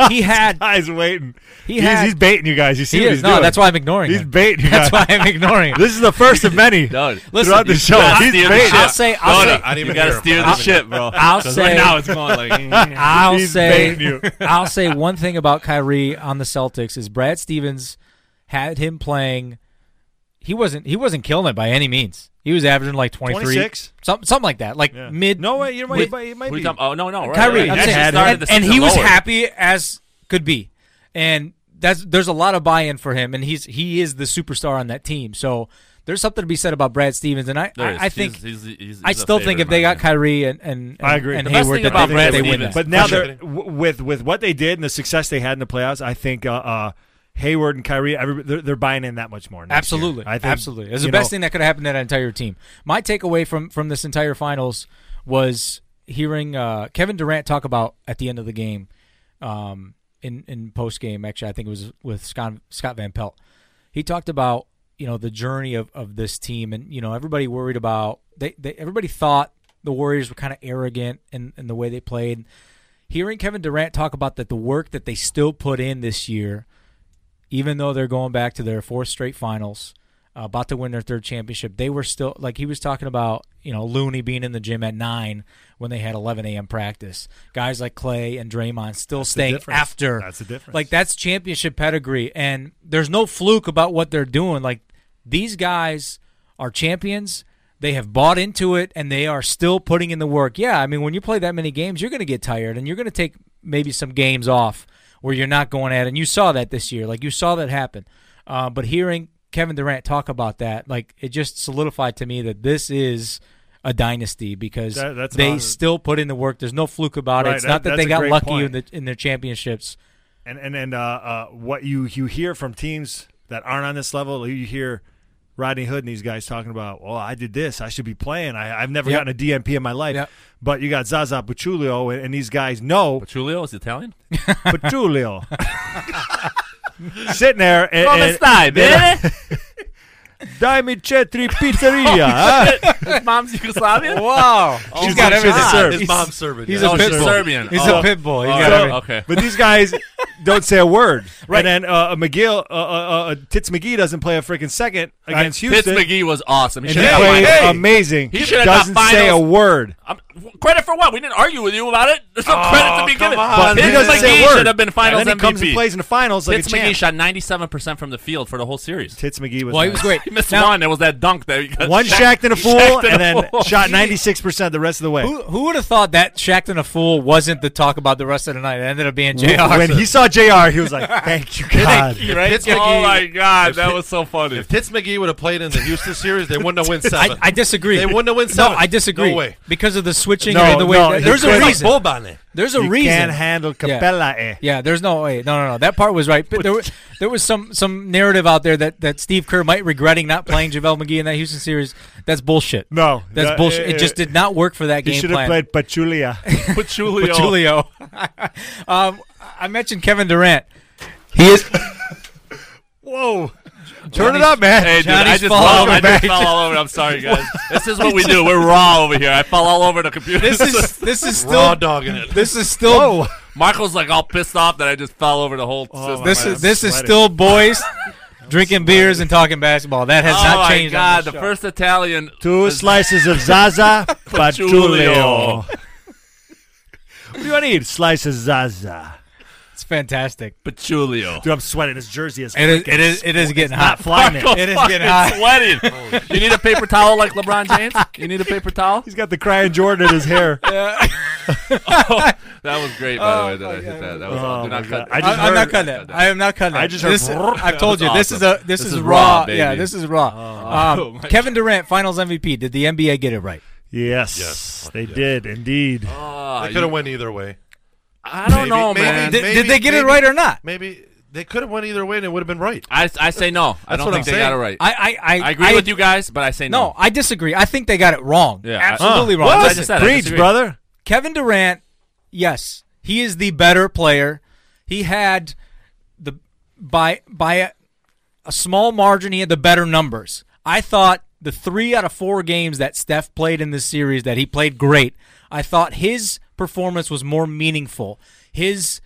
Speaker 2: he had
Speaker 5: guys waiting.
Speaker 2: He
Speaker 5: he's,
Speaker 2: had-
Speaker 5: he's baiting you guys. You see
Speaker 2: he
Speaker 5: what
Speaker 2: is
Speaker 5: he's
Speaker 2: no
Speaker 5: doing?
Speaker 2: that's why i'm ignoring
Speaker 5: he's
Speaker 2: him.
Speaker 5: baiting you
Speaker 2: that's
Speaker 5: guys.
Speaker 2: why i'm ignoring him.
Speaker 5: This is the first of many.
Speaker 2: Oh,
Speaker 3: Dude,
Speaker 5: throughout the
Speaker 3: you
Speaker 5: show,
Speaker 3: gotta
Speaker 5: he's
Speaker 3: steer the
Speaker 5: baiting.
Speaker 3: ship.
Speaker 2: i'll say i'll
Speaker 4: No,
Speaker 2: say
Speaker 4: no, I didn't
Speaker 3: You
Speaker 4: even
Speaker 3: gotta
Speaker 4: hear him.
Speaker 3: steer the ship, bro.
Speaker 2: I'll
Speaker 3: 'Cause
Speaker 2: say-
Speaker 3: right now it's going like.
Speaker 2: I'll
Speaker 5: He's
Speaker 2: say
Speaker 5: baiting you.
Speaker 2: I'll say one thing about Kyrie on the Celtics is Brad Stevens had him playing he wasn't he wasn't killing it by any means. He was averaging like 23
Speaker 5: 26?
Speaker 2: something, something like that. Like
Speaker 5: Yeah.
Speaker 2: mid
Speaker 5: No way. You might.
Speaker 2: mid-
Speaker 5: you might
Speaker 3: Who
Speaker 5: be.
Speaker 3: you talking- oh no, no, right,
Speaker 2: Kyrie,
Speaker 3: right.
Speaker 2: I'm
Speaker 3: He actually
Speaker 2: saying.
Speaker 3: started
Speaker 2: and,
Speaker 3: the
Speaker 2: and
Speaker 3: season
Speaker 2: he was
Speaker 3: lower.
Speaker 2: happy as could be. And that's there's a lot of buy-in for him and he's he is the superstar on that team. So there's something to be said about Brad Stevens and I
Speaker 3: There
Speaker 2: I,
Speaker 3: is.
Speaker 2: I think
Speaker 3: He's- he's- he's-
Speaker 2: I
Speaker 3: he's a
Speaker 2: still think
Speaker 3: favorite,
Speaker 2: if they
Speaker 3: man.
Speaker 2: got Kyrie and and,
Speaker 5: I agree.
Speaker 2: and
Speaker 5: The best
Speaker 2: Hayward
Speaker 3: thing
Speaker 2: that
Speaker 3: about
Speaker 2: they,
Speaker 3: Brad
Speaker 2: they win
Speaker 3: Stevens-
Speaker 2: that.
Speaker 5: But now
Speaker 4: For sure.
Speaker 5: they're w- with with what they did and the success they had in the playoffs. I think uh, uh, Hayward and Kyrie, everybody, they're, they're buying in that much more. next year.
Speaker 2: Absolutely,
Speaker 5: I think,
Speaker 2: absolutely. It's the
Speaker 5: you
Speaker 2: best
Speaker 5: know,
Speaker 2: thing that could have happened to that entire team. My takeaway from from this entire finals was hearing uh, Kevin Durant talk about at the end of the game, um, in in post game. Actually, I think it was with Scott Scott Van Pelt. He talked about you know the journey of of this team, and you know everybody worried about they, they everybody thought the Warriors were kind of arrogant in, in the way they played. Hearing Kevin Durant talk about that the work that they still put in this year even though they're going back to their fourth straight finals, uh, about to win their third championship, they were still like he was talking about, you know, Looney being in the gym at nine when they had 11 a.m. practice. Guys like Clay and Draymond still staying
Speaker 5: difference.
Speaker 2: after.
Speaker 5: That's the difference.
Speaker 2: Like that's championship pedigree, and there's no fluke about what they're doing. Like these guys are champions. They have bought into it, and they are still putting in the work. Yeah, I mean, when you play that many games, you're going to get tired, and you're going to take maybe some games off where you're not going at. it. And you saw that this year. Like you saw that happen. Uh, but hearing Kevin Durant talk about that, like it just solidified to me that this is a dynasty because
Speaker 5: That- that's
Speaker 2: they
Speaker 5: not-
Speaker 2: still put in the work. There's no fluke about it.
Speaker 5: Right,
Speaker 2: It's
Speaker 5: that-
Speaker 2: not that
Speaker 5: that's
Speaker 2: they
Speaker 5: a
Speaker 2: got
Speaker 5: great
Speaker 2: lucky
Speaker 5: point.
Speaker 2: in, the, in their championships.
Speaker 5: and and and uh, uh, what you you hear from teams that aren't on this level, you hear Rodney Hood and these guys talking about, well, I did this, I should be playing, I, I've never
Speaker 2: Yep.
Speaker 5: gotten a DMP in my life,
Speaker 2: Yep.
Speaker 5: but you got Zaza Pachulia and, and these guys know
Speaker 3: Pachulio is Italian.
Speaker 5: Pachulia sitting there and,
Speaker 3: Come
Speaker 5: and
Speaker 3: stai, bene?
Speaker 5: Dai mi cetri pizzeria. huh?
Speaker 3: His mom's Yugoslavian.
Speaker 2: Wow, he's
Speaker 4: His
Speaker 2: got
Speaker 4: mom's
Speaker 2: everything.
Speaker 4: Serb.
Speaker 2: served.
Speaker 4: His mom's Serbian.
Speaker 2: he's
Speaker 4: yeah.
Speaker 2: a
Speaker 3: Oh,
Speaker 2: pit
Speaker 3: she's
Speaker 2: bull.
Speaker 3: Serbian.
Speaker 2: He's
Speaker 3: Oh,
Speaker 2: a pit bull. He's
Speaker 3: all
Speaker 2: got
Speaker 3: right,
Speaker 2: everything.
Speaker 3: okay.
Speaker 5: But these guys don't say a word. Right. And then uh, McGill, uh, uh, uh, Tits McGee doesn't play a freaking second against
Speaker 3: Uh, Tits
Speaker 5: Houston.
Speaker 3: McGee was awesome. He
Speaker 5: and
Speaker 3: should
Speaker 5: he
Speaker 3: have
Speaker 5: played
Speaker 3: finals.
Speaker 5: amazing.
Speaker 3: He should've got
Speaker 5: doesn't say a
Speaker 3: finals.
Speaker 5: word.
Speaker 3: I'm, credit for what? We didn't argue with you about it. There's no credit to be given.
Speaker 5: But he
Speaker 3: Tits
Speaker 5: doesn't say
Speaker 3: McGee
Speaker 5: a word.
Speaker 3: should have been Finals
Speaker 5: and then he
Speaker 3: MVP.
Speaker 5: comes and plays in the finals like
Speaker 3: Tits
Speaker 5: a
Speaker 3: McGee
Speaker 5: champ.
Speaker 3: shot 97% from the field for the whole series.
Speaker 5: Tits McGee was,
Speaker 2: Well, he
Speaker 5: nice.
Speaker 2: was great.
Speaker 3: He missed
Speaker 2: Now-
Speaker 3: one. There was that dunk that he got
Speaker 5: one shacked in a fool,
Speaker 3: shacked in
Speaker 5: and
Speaker 3: a
Speaker 5: then
Speaker 3: fool.
Speaker 5: shot ninety six percent the rest of the way.
Speaker 2: Who, who would have thought that Shackton a fool wasn't the talk about the rest of the night? It ended up being Jr.
Speaker 5: When he saw Jr., he was like, "Thank you, God."
Speaker 2: right?
Speaker 4: Pitts
Speaker 3: Oh
Speaker 4: McGee-
Speaker 3: my god, that was so funny.
Speaker 4: If Tits McGee would have played in the Houston series, they wouldn't have won
Speaker 2: I,
Speaker 4: seven.
Speaker 2: I disagree.
Speaker 4: They wouldn't have won
Speaker 2: No,
Speaker 4: seven.
Speaker 2: I disagree.
Speaker 4: No way.
Speaker 2: Because of the switching
Speaker 5: No,
Speaker 2: and the way
Speaker 5: no,
Speaker 2: that- there's
Speaker 5: you
Speaker 2: a
Speaker 5: can't-
Speaker 2: reason.
Speaker 4: Bob on it.
Speaker 2: There's a
Speaker 5: You
Speaker 2: reason.
Speaker 5: can't handle Capella. eh?
Speaker 2: yeah, there's no way. No, no, no. That part was right. But there, were, there was some some narrative out there that, that Steve Kerr might regretting not playing JaVale McGee in that Houston series. That's bullshit.
Speaker 5: No,
Speaker 2: That's
Speaker 5: that-
Speaker 2: bullshit.
Speaker 5: eh,
Speaker 2: It just did not work for that
Speaker 5: He
Speaker 2: game
Speaker 5: should have
Speaker 2: plan.
Speaker 5: played Pachulia.
Speaker 3: Pachulio.
Speaker 2: With Julio. um, I mentioned Kevin Durant. He is.
Speaker 5: Whoa, turn it up, man.
Speaker 3: Hey, dude,
Speaker 2: Johnny's
Speaker 3: I just, fell,
Speaker 2: falling over,
Speaker 3: all- I just
Speaker 2: man.
Speaker 3: fell all over. I'm sorry, guys. This is what we do. We're raw over here. I fell all over the computer.
Speaker 2: This is this is
Speaker 4: Raw
Speaker 2: still
Speaker 4: dogging it.
Speaker 2: this is still
Speaker 3: Marco's like all pissed off that I just fell over the whole system.
Speaker 2: this
Speaker 5: I'm
Speaker 2: is this is
Speaker 5: sweating.
Speaker 2: still boys drinking beers and talking basketball. That has
Speaker 3: oh
Speaker 2: not
Speaker 3: my
Speaker 2: changed. on
Speaker 3: god,
Speaker 2: this
Speaker 3: the
Speaker 2: show.
Speaker 3: first Italian.
Speaker 5: Two slices of Zaza Pachulia.
Speaker 3: Pachulia.
Speaker 5: what do you want to eat? Slices of Zaza.
Speaker 2: It's fantastic.
Speaker 3: Pachulio.
Speaker 5: Dude, I'm sweating. His jersey is
Speaker 2: It is it is it is getting
Speaker 5: not
Speaker 2: hot.
Speaker 5: flying. it.
Speaker 2: It is
Speaker 3: fucking
Speaker 2: getting hot.
Speaker 3: sweating. you need a paper towel like LeBron James? You need a paper towel?
Speaker 5: He's got the crying Jordan in his hair.
Speaker 3: That was great, by the way, that I hit that. That was
Speaker 5: Oh
Speaker 3: all. Do
Speaker 5: my
Speaker 3: not
Speaker 5: Oh
Speaker 3: cut
Speaker 5: God. I
Speaker 3: that.
Speaker 5: just
Speaker 2: I, am
Speaker 5: heard-
Speaker 2: not cutting that. I am not cutting that.
Speaker 5: I just heard
Speaker 2: This-
Speaker 5: brrr.
Speaker 2: I've told
Speaker 3: That
Speaker 2: you
Speaker 3: was
Speaker 2: this is a
Speaker 3: awesome.
Speaker 2: this,
Speaker 3: This
Speaker 2: is,
Speaker 3: is
Speaker 2: raw.
Speaker 3: raw, baby.
Speaker 2: yeah, this is raw. Um,
Speaker 3: Oh, my
Speaker 2: Kevin Durant, Finals MVP. Did the NBA get it right?
Speaker 5: Yes,
Speaker 4: Yes.
Speaker 5: they did indeed.
Speaker 3: Ah,
Speaker 4: They
Speaker 3: you-
Speaker 4: could have went either way.
Speaker 3: I don't
Speaker 4: Maybe-
Speaker 3: know,
Speaker 4: maybe
Speaker 3: man.
Speaker 2: Did,
Speaker 4: Maybe-
Speaker 2: did they get it
Speaker 4: maybe-
Speaker 2: right or not?
Speaker 4: Maybe they could have went either way and it would have been right.
Speaker 3: I, I say no. I
Speaker 4: That's
Speaker 3: don't
Speaker 4: what
Speaker 3: think they
Speaker 4: I'm
Speaker 3: got it
Speaker 4: saying.
Speaker 3: right. I,
Speaker 2: I I I,
Speaker 3: agree
Speaker 2: I-
Speaker 3: with you guys, but I say no.
Speaker 2: No, I disagree. I think they got it wrong.
Speaker 3: Yeah, I-
Speaker 2: absolutely
Speaker 3: Huh.
Speaker 2: wrong.
Speaker 3: What? I
Speaker 2: Listen,
Speaker 3: just said I
Speaker 5: Preach,
Speaker 3: disagree.
Speaker 5: brother.
Speaker 2: Kevin Durant, yes, he is the better player. He had the by by a, a small margin, he had the better numbers. I thought the three out of four games that Steph played in this series that he played great. I thought his performance was more meaningful. His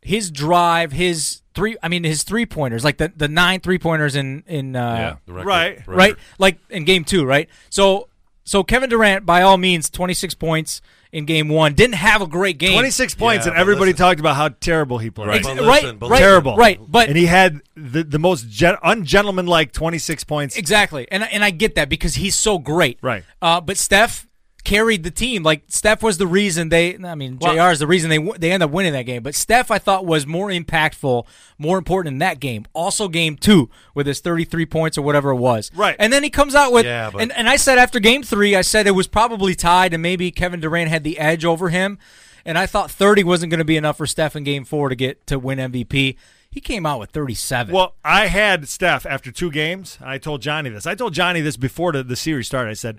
Speaker 2: his drive, his three I mean his three pointers, like the, the nine three pointers in in uh,
Speaker 3: Yeah.
Speaker 4: The record-
Speaker 5: Right.
Speaker 4: record.
Speaker 2: right? Like in game two, right? So so Kevin Durant, by all means, twenty six points in game one. Didn't have a great game.
Speaker 5: 26 points,
Speaker 4: Yeah,
Speaker 5: and
Speaker 4: but
Speaker 5: everybody
Speaker 4: listen.
Speaker 5: talked about how terrible he played.
Speaker 3: Right.
Speaker 2: Ex-
Speaker 4: But
Speaker 2: right,
Speaker 4: listen, but
Speaker 2: right,
Speaker 5: Terrible.
Speaker 2: right? But
Speaker 5: and he had the, the most gen- ungentlemanlike 26 points.
Speaker 2: exactly, and I- and I get that because he's so great,
Speaker 5: Right.
Speaker 2: Uh, but Steph carried the team. Like Steph was the reason they. I mean, Jr. is the reason they w- they end up winning that game. But Steph, I thought, was more impactful, more important in that game. Also, game two with his thirty three points or whatever it was.
Speaker 5: Right.
Speaker 2: and then he comes out with.
Speaker 4: Yeah, but-
Speaker 2: and, and I said after game three, I said it was probably tied, and maybe Kevin Durant had the edge over him. And I thought thirty wasn't going to be enough for Steph in game four to get to win MVP. He came out with thirty seven.
Speaker 5: Well, I had Steph after two games. I told Johnny this. I told Johnny this before the, the series started. I said,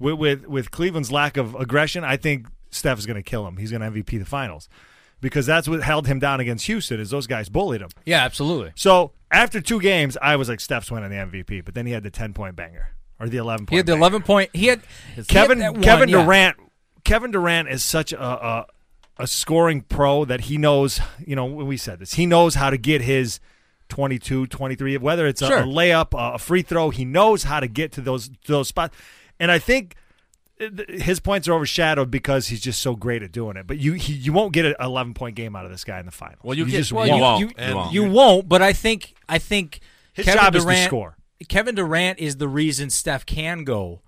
Speaker 5: with, with with Cleveland's lack of aggression, I think Steph is going to kill him. He's going to MVP the finals because that's what held him down against Houston. Is those guys bullied him.
Speaker 2: yeah, absolutely.
Speaker 5: So after two games, I was like, Steph's winning the MVP. But then he had the 10 point banger or the 11 point.
Speaker 2: He had the
Speaker 5: banger.
Speaker 2: eleven point. He had
Speaker 5: Kevin
Speaker 2: he had that
Speaker 5: Kevin
Speaker 2: one, yeah.
Speaker 5: Durant Kevin Durant is such a, a a scoring pro that he knows, you know, we said this. He knows how to get his 22, 23, whether it's a,
Speaker 2: Sure.
Speaker 5: a layup, a, a free throw, he knows how to get to those to those spots. And I think uh, th- his points are overshadowed because he's just so great at doing it. But you he, you won't get an 11 point game out of this guy in the final.
Speaker 3: Well, you,
Speaker 5: you
Speaker 3: get,
Speaker 5: just
Speaker 3: well,
Speaker 5: won't.
Speaker 3: You, won't.
Speaker 2: You,
Speaker 3: You won't.
Speaker 2: you won't, but I think I think
Speaker 5: His
Speaker 2: Kevin
Speaker 5: job is to
Speaker 2: Durant,
Speaker 5: score.
Speaker 2: Kevin Durant is the reason Steph can go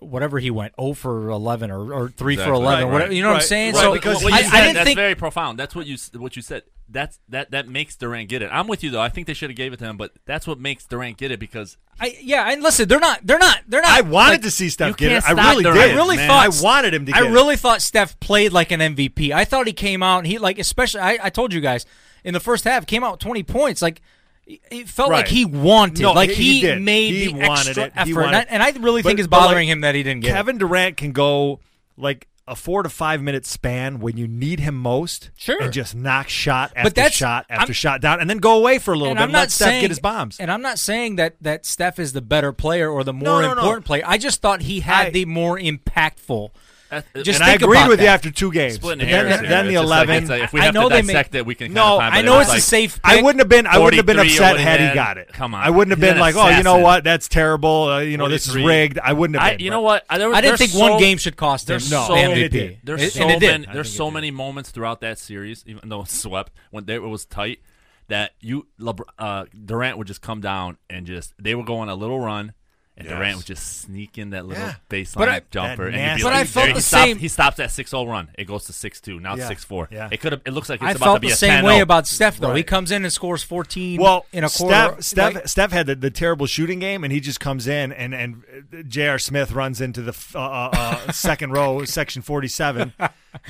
Speaker 2: whatever he went 0 for 11 or, or 3 for
Speaker 3: Exactly.
Speaker 2: 11
Speaker 3: Right,
Speaker 2: whatever, you know what
Speaker 5: right.
Speaker 2: I'm saying
Speaker 5: Right,
Speaker 2: so
Speaker 5: because
Speaker 3: what
Speaker 2: I,
Speaker 3: you said,
Speaker 2: I didn't
Speaker 3: that's
Speaker 2: think
Speaker 3: very profound. That's what you s- what you said. That's that that makes Durant get it. I'm with you though. I think they should have gave it to him, but that's what makes Durant get it because
Speaker 2: I, yeah and listen they're not they're not they're not
Speaker 5: I wanted
Speaker 2: like,
Speaker 5: to see
Speaker 3: you
Speaker 5: Steph get
Speaker 3: can't
Speaker 5: it. I
Speaker 3: stop
Speaker 5: really
Speaker 3: the
Speaker 5: did.
Speaker 3: Raptors,
Speaker 5: I
Speaker 3: really man.
Speaker 5: I
Speaker 3: thought-
Speaker 5: wanted him to
Speaker 2: I
Speaker 5: get it.
Speaker 2: really thought Steph played like an MVP. I thought he came out and he like especially I, I told you guys in the first half came out with 20 points like it felt like
Speaker 5: Right.
Speaker 2: he wanted
Speaker 5: No,
Speaker 2: like
Speaker 5: he- he
Speaker 2: he,
Speaker 5: did.
Speaker 2: made
Speaker 5: He
Speaker 2: the
Speaker 5: wanted
Speaker 2: extra
Speaker 5: it. He
Speaker 2: effort
Speaker 5: wanted
Speaker 2: and I,
Speaker 5: it.
Speaker 2: and I really
Speaker 5: But-
Speaker 2: think it's
Speaker 5: but, like,
Speaker 2: bothering him that he didn't get it.
Speaker 5: Kevin Durant can go like a four to five minute span when you need him most,
Speaker 2: Sure.
Speaker 5: and just knock shot after
Speaker 2: that's-
Speaker 5: shot after
Speaker 2: I'm-
Speaker 5: shot down, and then go away for a little
Speaker 2: And
Speaker 5: bit.
Speaker 2: I'm
Speaker 5: and
Speaker 2: not
Speaker 5: let Steph
Speaker 2: saying
Speaker 5: get his bombs.
Speaker 2: And I'm not saying that that Steph is the better player or the more
Speaker 5: no, no.
Speaker 2: important player. I just thought he had
Speaker 5: I-
Speaker 2: the more impactful.
Speaker 3: that's,
Speaker 2: Just
Speaker 5: And I
Speaker 2: think
Speaker 5: agreed
Speaker 2: about
Speaker 5: with you
Speaker 2: that.
Speaker 5: after two games.
Speaker 3: splitting
Speaker 5: But
Speaker 3: hairs.
Speaker 5: then,
Speaker 3: here.
Speaker 5: then the
Speaker 3: It's just like-
Speaker 5: eleven.
Speaker 3: it's like, if we
Speaker 2: I
Speaker 3: have
Speaker 2: know
Speaker 3: to
Speaker 2: they make-
Speaker 3: dissect it, we can.
Speaker 5: No,
Speaker 3: kind of
Speaker 5: I
Speaker 3: time,
Speaker 5: know
Speaker 3: but
Speaker 5: it's
Speaker 3: it was
Speaker 5: a
Speaker 3: like,
Speaker 2: safe
Speaker 5: I wouldn't have been. I wouldn't have been
Speaker 3: 43
Speaker 5: upset
Speaker 3: or
Speaker 5: had he
Speaker 3: whatever.
Speaker 5: got it.
Speaker 3: Come on.
Speaker 5: I wouldn't have
Speaker 3: He's
Speaker 5: been
Speaker 3: an
Speaker 5: like, oh, you know
Speaker 3: assassin.
Speaker 5: what? That's terrible. Uh, you know, this is
Speaker 3: 43.
Speaker 5: rigged. I wouldn't have.
Speaker 3: I,
Speaker 5: been,
Speaker 3: you
Speaker 5: but-
Speaker 3: know what? I, there,
Speaker 2: I didn't
Speaker 3: there's
Speaker 2: think
Speaker 3: so,
Speaker 2: one game should cost him
Speaker 3: There's
Speaker 2: the
Speaker 3: so
Speaker 2: MVP.
Speaker 5: did.
Speaker 3: There's
Speaker 2: It-
Speaker 3: so
Speaker 2: and it did.
Speaker 3: many. There's so many moments throughout that series, even though it swept when they, it was tight, that you Lebr- uh, Durant would just come down and just they would go on a little run, and Durant would just sneak in that little baseline
Speaker 2: But I-
Speaker 3: jumper,
Speaker 5: That
Speaker 3: and
Speaker 5: nasty
Speaker 3: you'd be
Speaker 5: But
Speaker 3: like,
Speaker 5: I
Speaker 2: felt
Speaker 3: there,
Speaker 2: the
Speaker 3: he stops,
Speaker 2: same-
Speaker 3: He stops at 6-0 run. It goes to six two. Now
Speaker 5: Yeah.
Speaker 3: six four.
Speaker 5: Yeah.
Speaker 3: It could have. It looks like it's
Speaker 2: I
Speaker 3: about to
Speaker 2: felt
Speaker 3: be
Speaker 2: the
Speaker 3: a oh.
Speaker 2: same
Speaker 3: 10-0.
Speaker 2: way about Steph though. He
Speaker 5: Right.
Speaker 2: comes in and scores 14
Speaker 5: Well,
Speaker 2: in a quarter.
Speaker 5: Steph, Steph,
Speaker 2: Like,
Speaker 5: Steph had the, the terrible shooting game, and he just comes in, and and uh, J.R. Smith runs into the f- uh, uh, uh, second row, section forty-seven,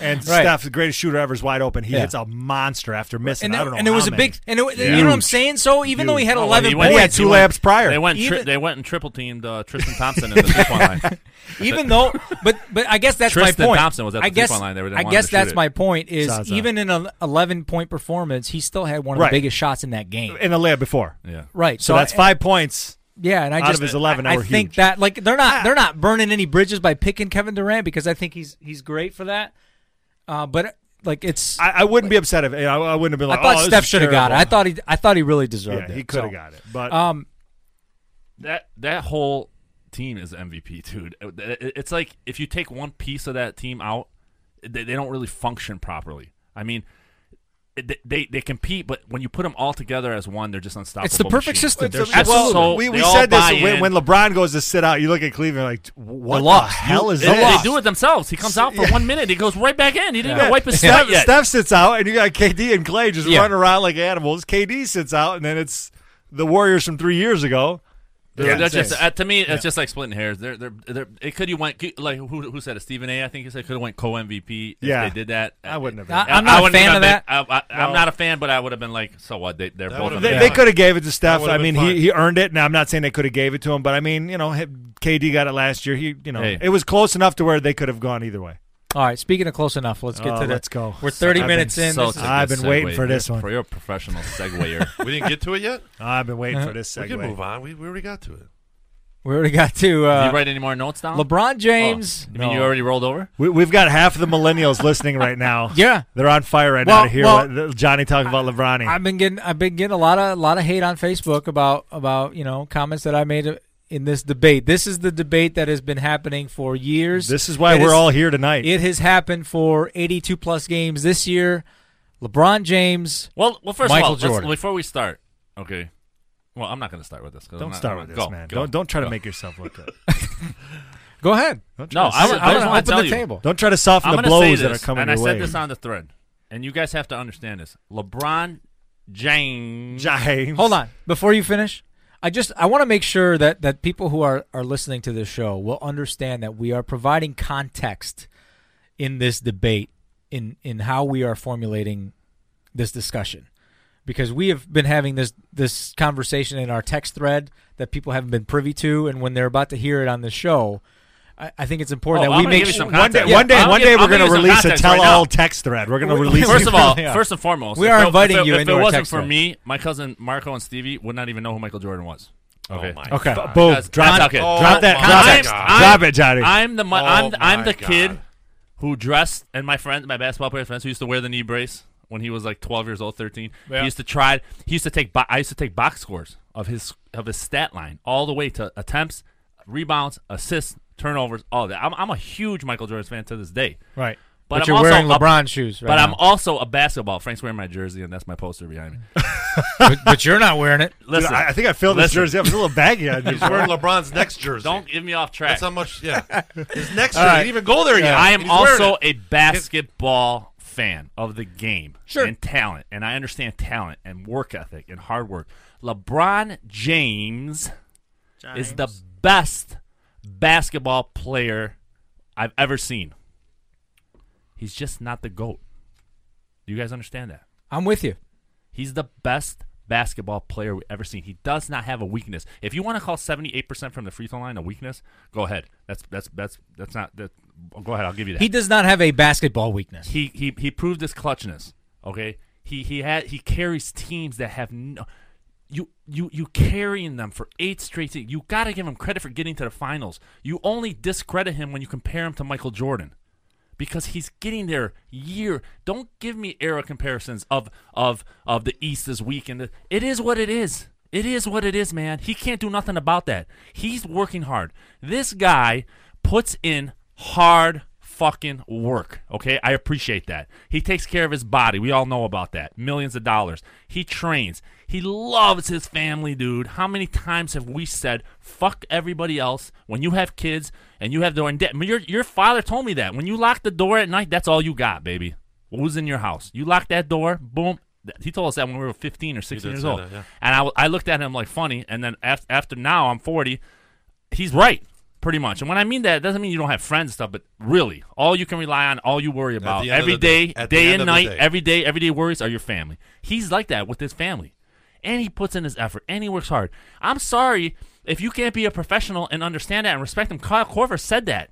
Speaker 5: and
Speaker 2: Right.
Speaker 5: Steph, the greatest shooter ever, is wide open. He
Speaker 2: Yeah.
Speaker 5: hits a monster after missing.
Speaker 2: and,
Speaker 5: I don't know
Speaker 2: and it was
Speaker 5: how
Speaker 2: a
Speaker 5: many.
Speaker 2: big and it, you know what I'm saying? So even though he had
Speaker 3: Oh, well,
Speaker 2: 11
Speaker 3: he went-
Speaker 5: He
Speaker 2: points,
Speaker 5: had two laps prior.
Speaker 3: They went. Tri-
Speaker 2: Even-
Speaker 3: they went and triple teamed uh, Tristan Thompson in the three point line.
Speaker 2: even though but but I guess that's
Speaker 3: Tristan
Speaker 2: my point.
Speaker 3: Thompson was at the
Speaker 2: I guess,
Speaker 3: three-point line. They didn't
Speaker 2: I
Speaker 3: want him
Speaker 2: guess
Speaker 3: to shoot
Speaker 2: that's
Speaker 3: it.
Speaker 2: my point is
Speaker 5: Zaza.
Speaker 2: even in an 11 point performance, he still had one of
Speaker 5: Right.
Speaker 2: the biggest shots in that game.
Speaker 5: in the layup before.
Speaker 3: Yeah.
Speaker 2: Right.
Speaker 5: So that's five points.
Speaker 2: Yeah, and I
Speaker 5: Out of
Speaker 2: just
Speaker 5: his 11 that
Speaker 2: I, I
Speaker 5: were
Speaker 2: think
Speaker 5: huge.
Speaker 2: that like they're not they're not burning any bridges by picking Kevin Durant because I think he's he's great for that. Uh, but like it's I,
Speaker 5: I, I wouldn't be upset if you know, I wouldn't have been like.
Speaker 2: thought
Speaker 5: oh,
Speaker 2: Steph should have got it. I thought he I thought he really deserved
Speaker 5: yeah,
Speaker 2: it.
Speaker 5: he could have
Speaker 2: so.
Speaker 5: got it, but
Speaker 2: Um,
Speaker 3: that that whole team is MVP, dude. It- it- It's like if you take one piece of that team out, they, they don't really function properly. I mean, they, they they compete, but when you put them all together as one, they're just unstoppable.
Speaker 2: it's the perfect
Speaker 3: machines.
Speaker 2: system.
Speaker 3: They're
Speaker 2: There's
Speaker 3: just
Speaker 5: well,
Speaker 3: so
Speaker 5: we, we
Speaker 3: they all
Speaker 5: said this
Speaker 3: buy
Speaker 5: when,
Speaker 3: in.
Speaker 5: when LeBron goes to sit out. You look at Cleveland like, what the
Speaker 2: loss.
Speaker 5: hell is
Speaker 3: they, they
Speaker 5: this?
Speaker 3: do it themselves. He comes out for one minute, he goes right back in. He didn't even wipe his
Speaker 5: Steph,
Speaker 3: sweat yet.
Speaker 5: Steph sits out, and you got KD and Clay just
Speaker 2: Yeah.
Speaker 5: running around like animals. KD sits out, and then it's the Warriors from three years ago.
Speaker 3: They're- they're
Speaker 5: That's
Speaker 3: just
Speaker 5: it.
Speaker 3: uh, to me, it's just like splitting hairs. They're, they're, they're, it could you went like who, who said it? Stephen A. I think he said could have went co MVP.
Speaker 5: Yeah.
Speaker 3: they did that.
Speaker 5: I wouldn't
Speaker 2: I,
Speaker 5: have.
Speaker 2: I'm not a
Speaker 3: wouldn't
Speaker 2: fan
Speaker 3: have
Speaker 2: of
Speaker 3: been-
Speaker 2: that.
Speaker 3: I, I, I'm not a fan, but I would have been like, so what? They, they're both.
Speaker 4: would've
Speaker 3: on
Speaker 5: They,
Speaker 3: the
Speaker 4: been-
Speaker 5: they
Speaker 3: ballot.
Speaker 5: could have gave it to Steph.
Speaker 4: would've
Speaker 5: I mean,
Speaker 4: been
Speaker 5: he,
Speaker 4: fine.
Speaker 5: he earned it. Now I'm not saying they could have gave it to him, but I mean, you know, he- KD got it last year. He, you know,
Speaker 3: Hey.
Speaker 5: it was close enough to where they could have gone either way.
Speaker 2: All right, speaking of close enough, let's get
Speaker 5: Oh,
Speaker 2: to the,
Speaker 5: let's go.
Speaker 2: We're 30
Speaker 5: I've been
Speaker 2: minutes in.
Speaker 3: So
Speaker 2: This
Speaker 3: it's a
Speaker 2: is-
Speaker 3: good
Speaker 5: I've been waiting
Speaker 3: segue.
Speaker 5: for this
Speaker 3: You're-
Speaker 5: one.
Speaker 3: For your professional seguer.
Speaker 4: We didn't get to it yet.
Speaker 5: I've been waiting for this segue.
Speaker 4: We can move on. We, we already got to it.
Speaker 2: we already got to
Speaker 3: Did you
Speaker 2: uh,
Speaker 3: write any more notes down?
Speaker 2: LeBron
Speaker 3: Oh,
Speaker 2: James.
Speaker 3: You mean you already rolled over?
Speaker 5: We, we've got half of the millennials listening right now.
Speaker 2: Yeah.
Speaker 5: they're on fire right
Speaker 2: Well,
Speaker 5: now to hear
Speaker 2: well,
Speaker 5: what Johnny talking about LeBron.
Speaker 2: I've been getting I've been getting a lot of a lot of hate on Facebook about about you know comments that I made in this debate. This is the debate that has been happening for years.
Speaker 5: This is why
Speaker 2: It
Speaker 5: we're
Speaker 2: is-
Speaker 5: all here tonight.
Speaker 2: It has happened for 82 plus games this year. LeBron James.
Speaker 3: Well, well, first
Speaker 2: Michael
Speaker 3: of all, let's-
Speaker 2: Jordan.
Speaker 3: before we start, okay. Well, I'm not going to start with this. 'cause I'm
Speaker 5: don't
Speaker 3: not-
Speaker 5: start
Speaker 3: I'm not-
Speaker 5: with this,
Speaker 3: go,
Speaker 5: man.
Speaker 3: go,
Speaker 5: don't don't try
Speaker 3: go.
Speaker 5: to make yourself look good.
Speaker 2: Go ahead.
Speaker 5: Don't try
Speaker 3: No,
Speaker 5: to
Speaker 3: I, I,
Speaker 5: sit-
Speaker 2: I'm gonna
Speaker 3: just want to
Speaker 2: open
Speaker 3: tell
Speaker 2: the
Speaker 3: you.
Speaker 2: table.
Speaker 5: Don't try to soften
Speaker 3: I'm
Speaker 5: the
Speaker 3: gonna
Speaker 5: blows
Speaker 3: say
Speaker 5: that are
Speaker 3: this,
Speaker 5: coming
Speaker 3: and I
Speaker 5: your
Speaker 3: said
Speaker 5: way.
Speaker 3: this on the thread, and you guys have to understand this. LeBron James.
Speaker 5: James.
Speaker 2: Hold on. Before you finish, I just I want to make sure that that people who are are listening to this show will understand that we are providing context in this debate in in how we are formulating this discussion. Because we have been having this this conversation in our text thread that people haven't been privy to, and when they're about to hear it on the show, I, I think it's
Speaker 3: Oh,
Speaker 2: important
Speaker 3: I'm
Speaker 2: that we
Speaker 3: gonna
Speaker 2: make
Speaker 3: give you
Speaker 2: sure.
Speaker 3: some
Speaker 5: One day,
Speaker 3: context.
Speaker 5: one day,
Speaker 3: I'm
Speaker 5: one
Speaker 3: gonna
Speaker 5: day,
Speaker 3: give-
Speaker 5: we're
Speaker 3: I'm
Speaker 5: going to
Speaker 3: gonna give you
Speaker 5: release
Speaker 3: some
Speaker 5: a
Speaker 3: context right
Speaker 5: tell-all
Speaker 3: now.
Speaker 5: text thread. We're going to release.
Speaker 3: First
Speaker 5: it.
Speaker 3: of all,
Speaker 2: Yeah.
Speaker 3: first and foremost,
Speaker 2: We
Speaker 3: if
Speaker 2: are
Speaker 3: it-
Speaker 2: inviting
Speaker 3: if it,
Speaker 2: you
Speaker 3: If
Speaker 2: into
Speaker 3: it
Speaker 2: our
Speaker 3: wasn't
Speaker 2: text
Speaker 3: for
Speaker 2: thread.
Speaker 3: me, my cousin Marco and Stevie would not even know who Michael Jordan was. Okay.
Speaker 4: Oh my
Speaker 2: Okay.
Speaker 4: God.
Speaker 5: boom,
Speaker 3: Guys,
Speaker 5: drop,
Speaker 3: that's okay.
Speaker 5: drop that,
Speaker 4: Oh
Speaker 5: drop
Speaker 4: my
Speaker 5: it,
Speaker 4: God.
Speaker 5: drop it, Johnny.
Speaker 3: I'm the mu- I'm,
Speaker 4: Oh
Speaker 3: I'm
Speaker 4: my
Speaker 3: the
Speaker 4: God.
Speaker 3: kid who dressed and my friend my basketball player friends who used to wear the knee brace when he was like 12 years old 13 he used to try he used to take bo- I used to take box scores of his of his stat line all the way to attempts rebounds assists turnovers all that I'm, I'm a huge Michael Jordan fan to this day
Speaker 5: right.
Speaker 2: But,
Speaker 3: But, I'm
Speaker 2: you're
Speaker 3: also
Speaker 2: wearing
Speaker 3: a-
Speaker 2: LeBron shoes, right
Speaker 3: But I'm
Speaker 2: now.
Speaker 3: also a basketball. Frank's wearing my jersey, and that's my poster behind me.
Speaker 2: but, but you're not wearing it.
Speaker 3: Listen,
Speaker 5: I, I think I filled this
Speaker 3: Listen.
Speaker 5: jersey up. It's a little baggy on you.
Speaker 4: He's wearing LeBron's next jersey.
Speaker 3: don't give me off track.
Speaker 4: That's how much. Yeah, his next jersey.
Speaker 2: right.
Speaker 4: He didn't even go there yet.
Speaker 3: I am
Speaker 4: He's wearing
Speaker 3: also
Speaker 4: it.
Speaker 3: a basketball fan of the game
Speaker 2: Sure.
Speaker 3: and talent, and I understand talent and work ethic and hard work. LeBron James, is the best basketball player I've ever seen. He's just not the goat. Do you guys understand that?
Speaker 2: I'm with you.
Speaker 3: He's the best basketball player we've ever seen. He does not have a weakness. If you want to call seventy eight percent from the free throw line a weakness, go ahead. That's that's that's that's not that. Go ahead. I'll give you that
Speaker 2: He does not have a basketball weakness.
Speaker 3: he he he proved his clutchness. Okay, he he had he carries teams that have no. You you you carrying them for eight straight. se- You got to give him credit for getting to the finals. You only discredit him when you compare him to Michael Jordan, because he's getting there year. Don't give me era comparisons of of of the East is weak and the, it is what it is. It is what it is, man. He can't do nothing about that. He's working hard. This guy puts in hard fucking work. Okay, I appreciate that. He takes care of his body. We all know about that. Millions of dollars. He trains. He loves his family, dude. How many times have we said "fuck everybody else"? When you have kids and you have their and that- your your father told me that when you lock the door at night, that's all you got, baby. Who's in your house? You lock that door, boom. Th- He told us that when we were 15 or 16 years
Speaker 4: say
Speaker 3: old,
Speaker 4: that, yeah.
Speaker 3: and I, w- I looked at him like funny. And then after, after now I'm 40, he's right pretty much and when i mean that it doesn't mean you don't have friends and stuff but really all you can rely on all you worry about
Speaker 4: the end of
Speaker 3: every
Speaker 4: the day-
Speaker 3: day
Speaker 4: at the
Speaker 3: day and
Speaker 4: end of the
Speaker 3: night
Speaker 4: day.
Speaker 3: every day every day worries are your family he's like that with his family and he puts in his effort and he works hard i'm sorry if you can't be a professional and understand that and respect him kyle corver said that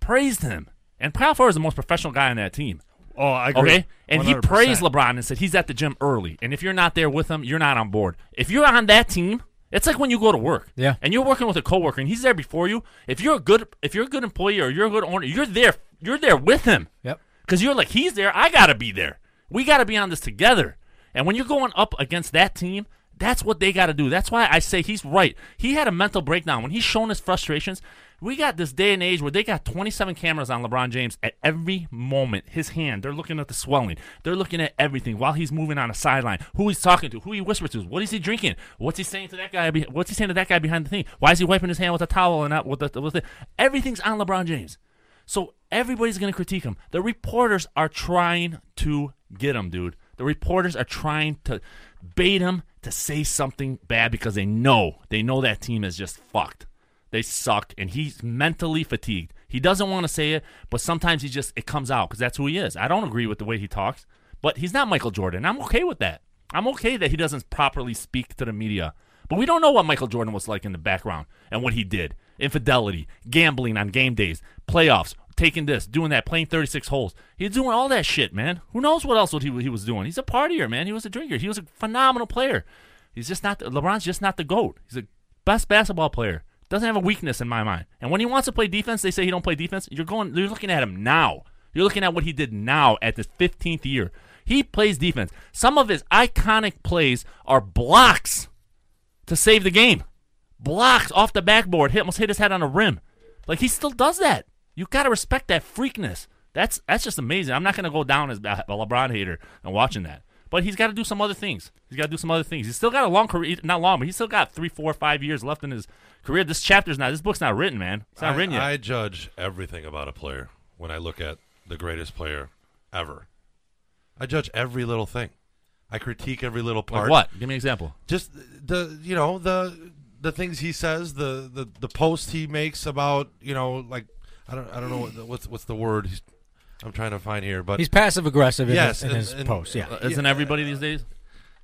Speaker 3: praised him and kyle corver is the most professional guy on that team
Speaker 5: Oh, I agree.
Speaker 3: Okay, and he
Speaker 5: 100%.
Speaker 3: praised LeBron and said he's at the gym early, and if you're not there with him, you're not on board. If you're on that team, it's like when you go to work,
Speaker 2: Yeah.
Speaker 3: and you're working with a coworker, and he's there before you. If you're a good, if you're a good employee or you're a good owner, you're there, you're there with him.
Speaker 2: Yep.
Speaker 3: Because you're like, he's there. I got to be there. We got to be on this together. And when you're going up against that team, that's what they got to do. That's why I say he's right. He had a mental breakdown when he's shown his frustrations. We got this day and age where they got 27 cameras on LeBron James at every moment. His hand, they're looking at the swelling. They're looking at everything while he's moving on a sideline. Who he's talking to, who he whispers to, what is he drinking? What's he saying to that guy? be- What's he saying to that guy behind the thing? Why is he wiping his hand with a towel and not with the, with the everything's on LeBron James. So everybody's going to critique him. The reporters are trying to get him, dude. The reporters are trying to bait him to say something bad because they know they know that team is just fucked. They suck, and he's mentally fatigued. He doesn't want to say it, but sometimes he just it comes out because that's who he is. I don't agree with the way he talks, but he's not Michael Jordan. I'm okay with that. I'm okay that he doesn't properly speak to the media. But we don't know what Michael Jordan was like in the background and what he did. Infidelity, gambling on game days, playoffs, taking this, doing that, playing 36 holes. He's doing all that shit, man. Who knows what else what he, he was doing? He's a partier, man. He was a drinker. He was a phenomenal player. He's just not, LeBron's just not the GOAT. He's the best basketball player. Doesn't have a weakness in my mind. And when he wants to play defense, they say he don't play defense. You're going, you're looking at him now. You're looking at what he did now at his 15th year. He plays defense. Some of his iconic plays are blocks to save the game. Blocked off the backboard, hit almost hit his head on a rim. Like he still does that. You gotta respect that freakness. That's that's just amazing. I'm not gonna go down as a LeBron hater and watching that. But he's got to do some other things. He's got to do some other things. He's still got a long career, not long, but he's still got three, four, five years left in his career. This chapter's not, this book's not written, man. It's not
Speaker 4: I,
Speaker 3: written yet.
Speaker 4: I judge everything about a player when I look at the greatest player ever. I judge every little thing. I critique every little
Speaker 3: Like
Speaker 4: part.
Speaker 3: what? Give me an example.
Speaker 4: just the you know the the things he says the the the post he makes about you know like i don't i don't know what the- what's what's the word he's, i'm trying to find here but
Speaker 2: He's passive aggressive in,
Speaker 4: Yes,
Speaker 2: his, in
Speaker 4: and-
Speaker 2: his
Speaker 4: and-
Speaker 2: post. Yeah.
Speaker 4: uh,
Speaker 3: Isn't
Speaker 4: Yeah.
Speaker 3: everybody these days?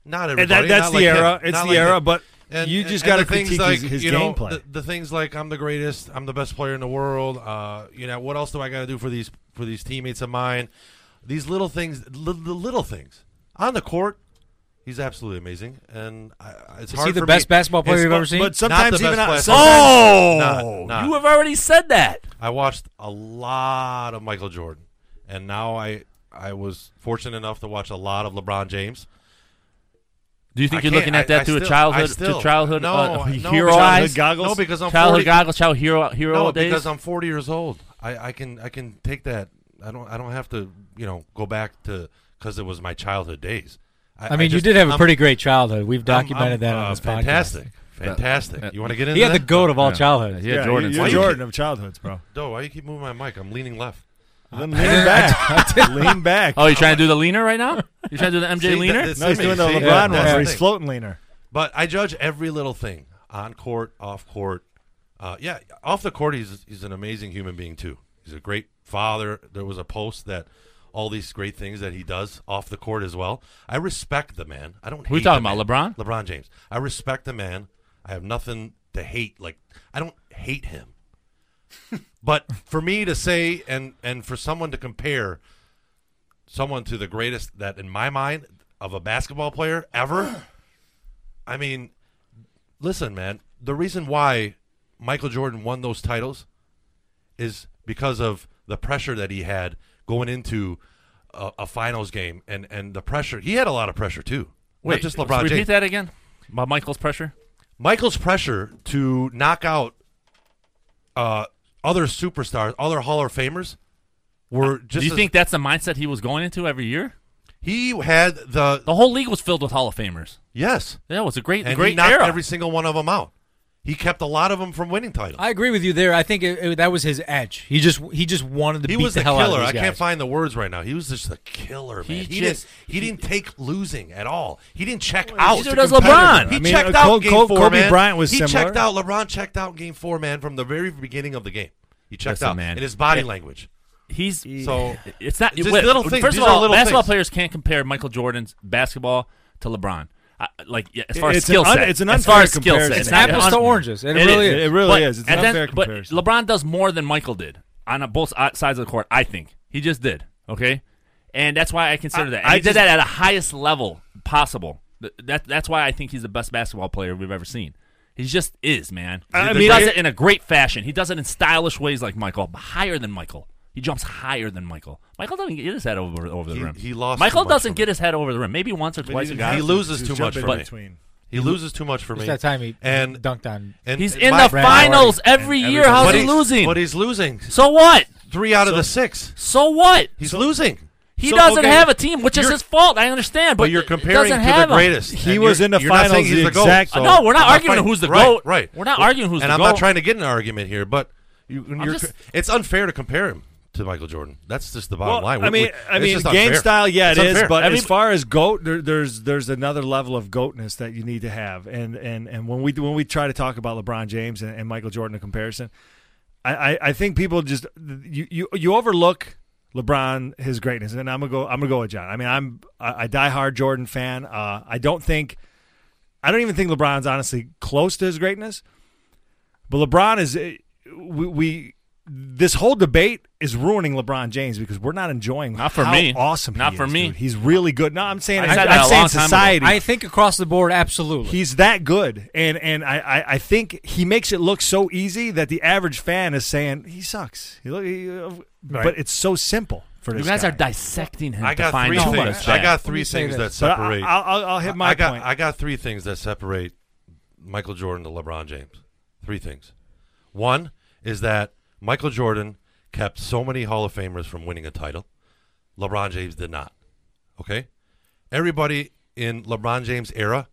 Speaker 4: not
Speaker 5: And
Speaker 4: everybody
Speaker 5: that, that's
Speaker 4: not
Speaker 5: the
Speaker 4: like him,
Speaker 5: era. It's
Speaker 4: not
Speaker 5: the
Speaker 4: like
Speaker 5: era,
Speaker 4: him.
Speaker 5: but
Speaker 4: And-
Speaker 5: you just
Speaker 4: and
Speaker 5: got to
Speaker 4: the things
Speaker 5: critique
Speaker 4: like,
Speaker 5: his, his
Speaker 4: you know,
Speaker 5: gameplay.
Speaker 4: The, the things like I'm the greatest, I'm the best player in the world. Uh, you know what else do I got to do for these for these teammates of mine? These little things, li- the little things on the court. He's absolutely amazing, and I, it's
Speaker 2: Is
Speaker 4: hard
Speaker 2: he the
Speaker 4: for
Speaker 2: best
Speaker 4: me.
Speaker 2: basketball player
Speaker 4: It's-
Speaker 2: you've ever seen?
Speaker 5: but sometimes
Speaker 4: not the
Speaker 5: even
Speaker 4: best
Speaker 5: on-
Speaker 4: player.
Speaker 5: Oh!
Speaker 4: Not- not.
Speaker 3: You have already said that.
Speaker 4: I watched a lot of Michael Jordan, and now I I was fortunate enough to watch a lot of LeBron James.
Speaker 3: Do you
Speaker 4: I
Speaker 3: think you're
Speaker 4: can't-
Speaker 3: looking at
Speaker 4: I-
Speaker 3: that
Speaker 4: I
Speaker 3: through
Speaker 4: still-
Speaker 3: a
Speaker 4: I
Speaker 3: childhood,
Speaker 4: still-
Speaker 3: to childhood
Speaker 4: no,
Speaker 3: uh,
Speaker 4: no,
Speaker 3: hero
Speaker 4: because-
Speaker 3: eyes?
Speaker 5: goggles?
Speaker 4: No, because I'm
Speaker 3: Childhood
Speaker 4: 40,
Speaker 3: goggles, child hero hero
Speaker 4: no,
Speaker 3: days.
Speaker 4: because I'm 40 years old. I, I can I can take that I don't I don't have to you know go back to because it was my childhood days.
Speaker 2: I mean,
Speaker 4: just-
Speaker 2: you did have a
Speaker 4: I'm-
Speaker 2: pretty great childhood. We've
Speaker 4: I'm-
Speaker 2: documented
Speaker 4: I'm,
Speaker 2: that
Speaker 4: uh,
Speaker 2: on this
Speaker 4: Fantastic,
Speaker 3: That-
Speaker 4: fantastic.
Speaker 3: that-
Speaker 4: you want to get
Speaker 2: podcast.
Speaker 4: into
Speaker 2: He had the
Speaker 4: that?
Speaker 2: goat of all
Speaker 3: Yeah.
Speaker 2: childhood.
Speaker 3: Yeah, Jordan.
Speaker 5: You're
Speaker 4: Why you
Speaker 5: Jordan of childhoods, bro.
Speaker 4: No, why you keep moving my mic? I'm leaning left.
Speaker 5: Then lean back. lean back.
Speaker 3: Oh, you trying to do the leaner right now? You trying to do the MJ
Speaker 4: See, that-
Speaker 3: leaner?
Speaker 4: that's
Speaker 5: no, he's
Speaker 4: me.
Speaker 5: doing the
Speaker 4: See?
Speaker 5: LeBron
Speaker 4: Yeah,
Speaker 5: one
Speaker 4: that's
Speaker 5: where
Speaker 4: the
Speaker 5: he's
Speaker 4: thing.
Speaker 5: floating leaner.
Speaker 4: But I judge every little thing on court, off court. Uh, yeah, off the court, he's he's an amazing human being too. He's a great father. There was a post that all these great things that he does off the court as well. I respect the man. I don't.
Speaker 3: Who you
Speaker 4: hate
Speaker 3: talking
Speaker 4: the
Speaker 3: about,
Speaker 4: man.
Speaker 3: LeBron?
Speaker 4: LeBron James. I respect the man. I have nothing to hate. Like I don't hate him. but for me to say and and for someone to compare someone to the greatest that in my mind of a basketball player ever. I mean, listen, man, the reason why Michael Jordan won those titles is because of the pressure that he had going into a, a finals game and and the pressure. He had a lot of pressure too. not just LeBron
Speaker 3: repeat
Speaker 4: James.
Speaker 3: that again. About Michael's pressure.
Speaker 4: Michael's pressure to knock out uh, other superstars, other Hall of Famers, were just.
Speaker 3: Uh, do you
Speaker 4: as-
Speaker 3: think that's the mindset he was going into every year?
Speaker 4: he had the,
Speaker 3: The whole league was filled with Hall of Famers.
Speaker 4: yes?
Speaker 3: Yeah, it was a great,
Speaker 4: And
Speaker 3: great
Speaker 4: he knocked
Speaker 3: era.
Speaker 4: every single one of them out. He kept a lot of them from winning titles.
Speaker 2: I agree with you there. I think it, it- that was his edge. He just he just wanted to
Speaker 4: he
Speaker 2: beat
Speaker 4: was
Speaker 2: the,
Speaker 4: the,
Speaker 2: hell
Speaker 4: killer.
Speaker 2: out
Speaker 4: I
Speaker 2: of these
Speaker 4: can't
Speaker 2: guys.
Speaker 4: find the words right now. He was just the killer,
Speaker 3: He
Speaker 4: man. He,
Speaker 3: just-
Speaker 4: didn't. He, didn't take losing at all. He didn't check out.
Speaker 3: neither does LeBron.
Speaker 4: He
Speaker 5: I mean,
Speaker 4: checked
Speaker 5: uh,
Speaker 4: out
Speaker 5: Col-
Speaker 4: in game
Speaker 5: Col-
Speaker 4: four,
Speaker 5: Kobe
Speaker 4: man.
Speaker 5: Bryant was
Speaker 4: he
Speaker 5: similar.
Speaker 4: checked out. LeBron checked out game four, man, from the very beginning of the game. He checked
Speaker 3: Listen,
Speaker 4: out
Speaker 3: man.
Speaker 4: in his body
Speaker 3: Yeah.
Speaker 4: language.
Speaker 3: He's
Speaker 4: So
Speaker 3: it's not
Speaker 4: Just
Speaker 3: wait,
Speaker 4: little things.
Speaker 3: First
Speaker 4: These
Speaker 3: of
Speaker 4: are
Speaker 3: all,
Speaker 4: little
Speaker 3: basketball
Speaker 4: things.
Speaker 3: players can't compare Michael Jordan's basketball to LeBron. I, like yeah, as far as
Speaker 5: It's an
Speaker 3: skill
Speaker 5: un-
Speaker 3: set,
Speaker 5: it's an
Speaker 3: as far
Speaker 5: unfair
Speaker 3: as skill set,
Speaker 5: comparison.
Speaker 2: It's
Speaker 5: Yeah.
Speaker 2: apples to oranges. It, really
Speaker 5: is.
Speaker 2: is.
Speaker 5: It really
Speaker 3: But
Speaker 5: is. It's an
Speaker 3: at the end-
Speaker 5: unfair
Speaker 3: but
Speaker 5: comparison.
Speaker 3: LeBron does more than Michael did on uh, both uh, sides of the court. I think he just did. Okay, and that's why I consider that. And
Speaker 5: I
Speaker 3: he
Speaker 5: just-
Speaker 3: did that at the highest level possible. Th- That that's why I think he's the best basketball player we've ever seen. He just is, man.
Speaker 5: I- I
Speaker 3: he
Speaker 5: mean,
Speaker 3: does
Speaker 5: I-
Speaker 3: it in a great fashion. He does it in stylish ways, like Michael, but higher than Michael. He jumps higher than Michael. Michael doesn't get his head over over the
Speaker 4: He-
Speaker 3: rim.
Speaker 4: he lost
Speaker 3: Michael
Speaker 4: too much
Speaker 3: doesn't
Speaker 4: from
Speaker 3: get his head over the rim. Maybe once or twice a guy.
Speaker 4: He loses too much for me.
Speaker 5: between.
Speaker 4: He loses too much for me.
Speaker 2: It's that time he
Speaker 4: and
Speaker 2: dunked on.
Speaker 4: and
Speaker 3: He's
Speaker 4: and
Speaker 3: in
Speaker 4: my-
Speaker 3: the
Speaker 2: Brad
Speaker 3: finals every year.
Speaker 5: everybody.
Speaker 3: How's
Speaker 4: But
Speaker 3: he
Speaker 4: he's-
Speaker 3: losing?
Speaker 4: But he's losing
Speaker 3: so what?
Speaker 4: three out of the six.
Speaker 3: So what?
Speaker 4: He's losing.
Speaker 3: He
Speaker 5: So,
Speaker 3: doesn't
Speaker 5: okay,
Speaker 3: have a team, which is
Speaker 4: you're-
Speaker 3: his fault. I understand, but,
Speaker 4: But you're
Speaker 3: it
Speaker 4: comparing to
Speaker 3: doesn't
Speaker 4: the
Speaker 3: have him.
Speaker 4: greatest.
Speaker 5: He
Speaker 4: and
Speaker 5: was
Speaker 4: you're-
Speaker 5: in the
Speaker 4: you're not saying
Speaker 5: finals
Speaker 4: he's
Speaker 5: the
Speaker 4: GOAT,
Speaker 5: exact-
Speaker 4: so-
Speaker 3: No, we're not
Speaker 4: I'm
Speaker 3: arguing
Speaker 4: fighting-
Speaker 3: who's the
Speaker 4: right,
Speaker 3: GOAT.
Speaker 4: Right.
Speaker 3: We're not
Speaker 4: Well,
Speaker 3: arguing who's
Speaker 4: And
Speaker 3: the
Speaker 4: I'm
Speaker 3: GOAT.
Speaker 4: not trying to get an argument here, but you, when
Speaker 3: I'm
Speaker 4: you're-
Speaker 3: just-
Speaker 4: it's unfair to compare him to Michael Jordan. That's just the bottom
Speaker 5: Well,
Speaker 4: line. We-
Speaker 5: I
Speaker 4: we-
Speaker 5: mean, I
Speaker 4: it's
Speaker 5: mean,
Speaker 4: just
Speaker 5: game
Speaker 4: unfair.
Speaker 5: style, yeah,
Speaker 4: It's
Speaker 5: it is.
Speaker 4: unfair.
Speaker 5: But
Speaker 4: Every-
Speaker 5: as far as goat, there, there's there's another level of goatness that you need to have. And and and when we when we try to talk about LeBron James and, and Michael Jordan in comparison, I, I I think people just you you you overlook LeBron his greatness. And I'm gonna go I'm gonna go with John. I mean, I'm a, a diehard Jordan fan. Uh, I don't think I don't even think LeBron's honestly close to his greatness. But LeBron is eh, we, we this whole debate is ruining LeBron James because we're not enjoying
Speaker 3: Not for
Speaker 5: how
Speaker 3: me.
Speaker 5: awesome. he
Speaker 3: Not
Speaker 5: is,
Speaker 3: for me.
Speaker 5: dude. He's really good. No, I'm saying
Speaker 3: I
Speaker 5: I,
Speaker 3: said that
Speaker 5: am
Speaker 3: a
Speaker 5: saying
Speaker 3: long time ago.
Speaker 5: society.
Speaker 2: I think across the board, absolutely.
Speaker 5: He's that good, and and I, I, I think he makes it look so easy that the average fan is saying he sucks. He look, he, uh, But it's so simple for
Speaker 3: You
Speaker 5: this
Speaker 3: guys
Speaker 5: guy.
Speaker 3: are dissecting him
Speaker 4: I
Speaker 3: to
Speaker 4: got
Speaker 3: find
Speaker 4: three
Speaker 3: out who
Speaker 4: things.
Speaker 3: is
Speaker 4: I
Speaker 3: bad.
Speaker 4: got
Speaker 2: Let me
Speaker 4: three
Speaker 2: say
Speaker 4: things
Speaker 2: this.
Speaker 4: that
Speaker 5: But I,
Speaker 4: separate.
Speaker 5: I'll, I'll, I'll hit my
Speaker 4: I got
Speaker 5: point.
Speaker 4: I got three things that separate Michael Jordan to LeBron James. Three things. One is that Michael Jordan kept so many Hall of Famers from winning a title. LeBron James did not. Okay? Everybody in LeBron James era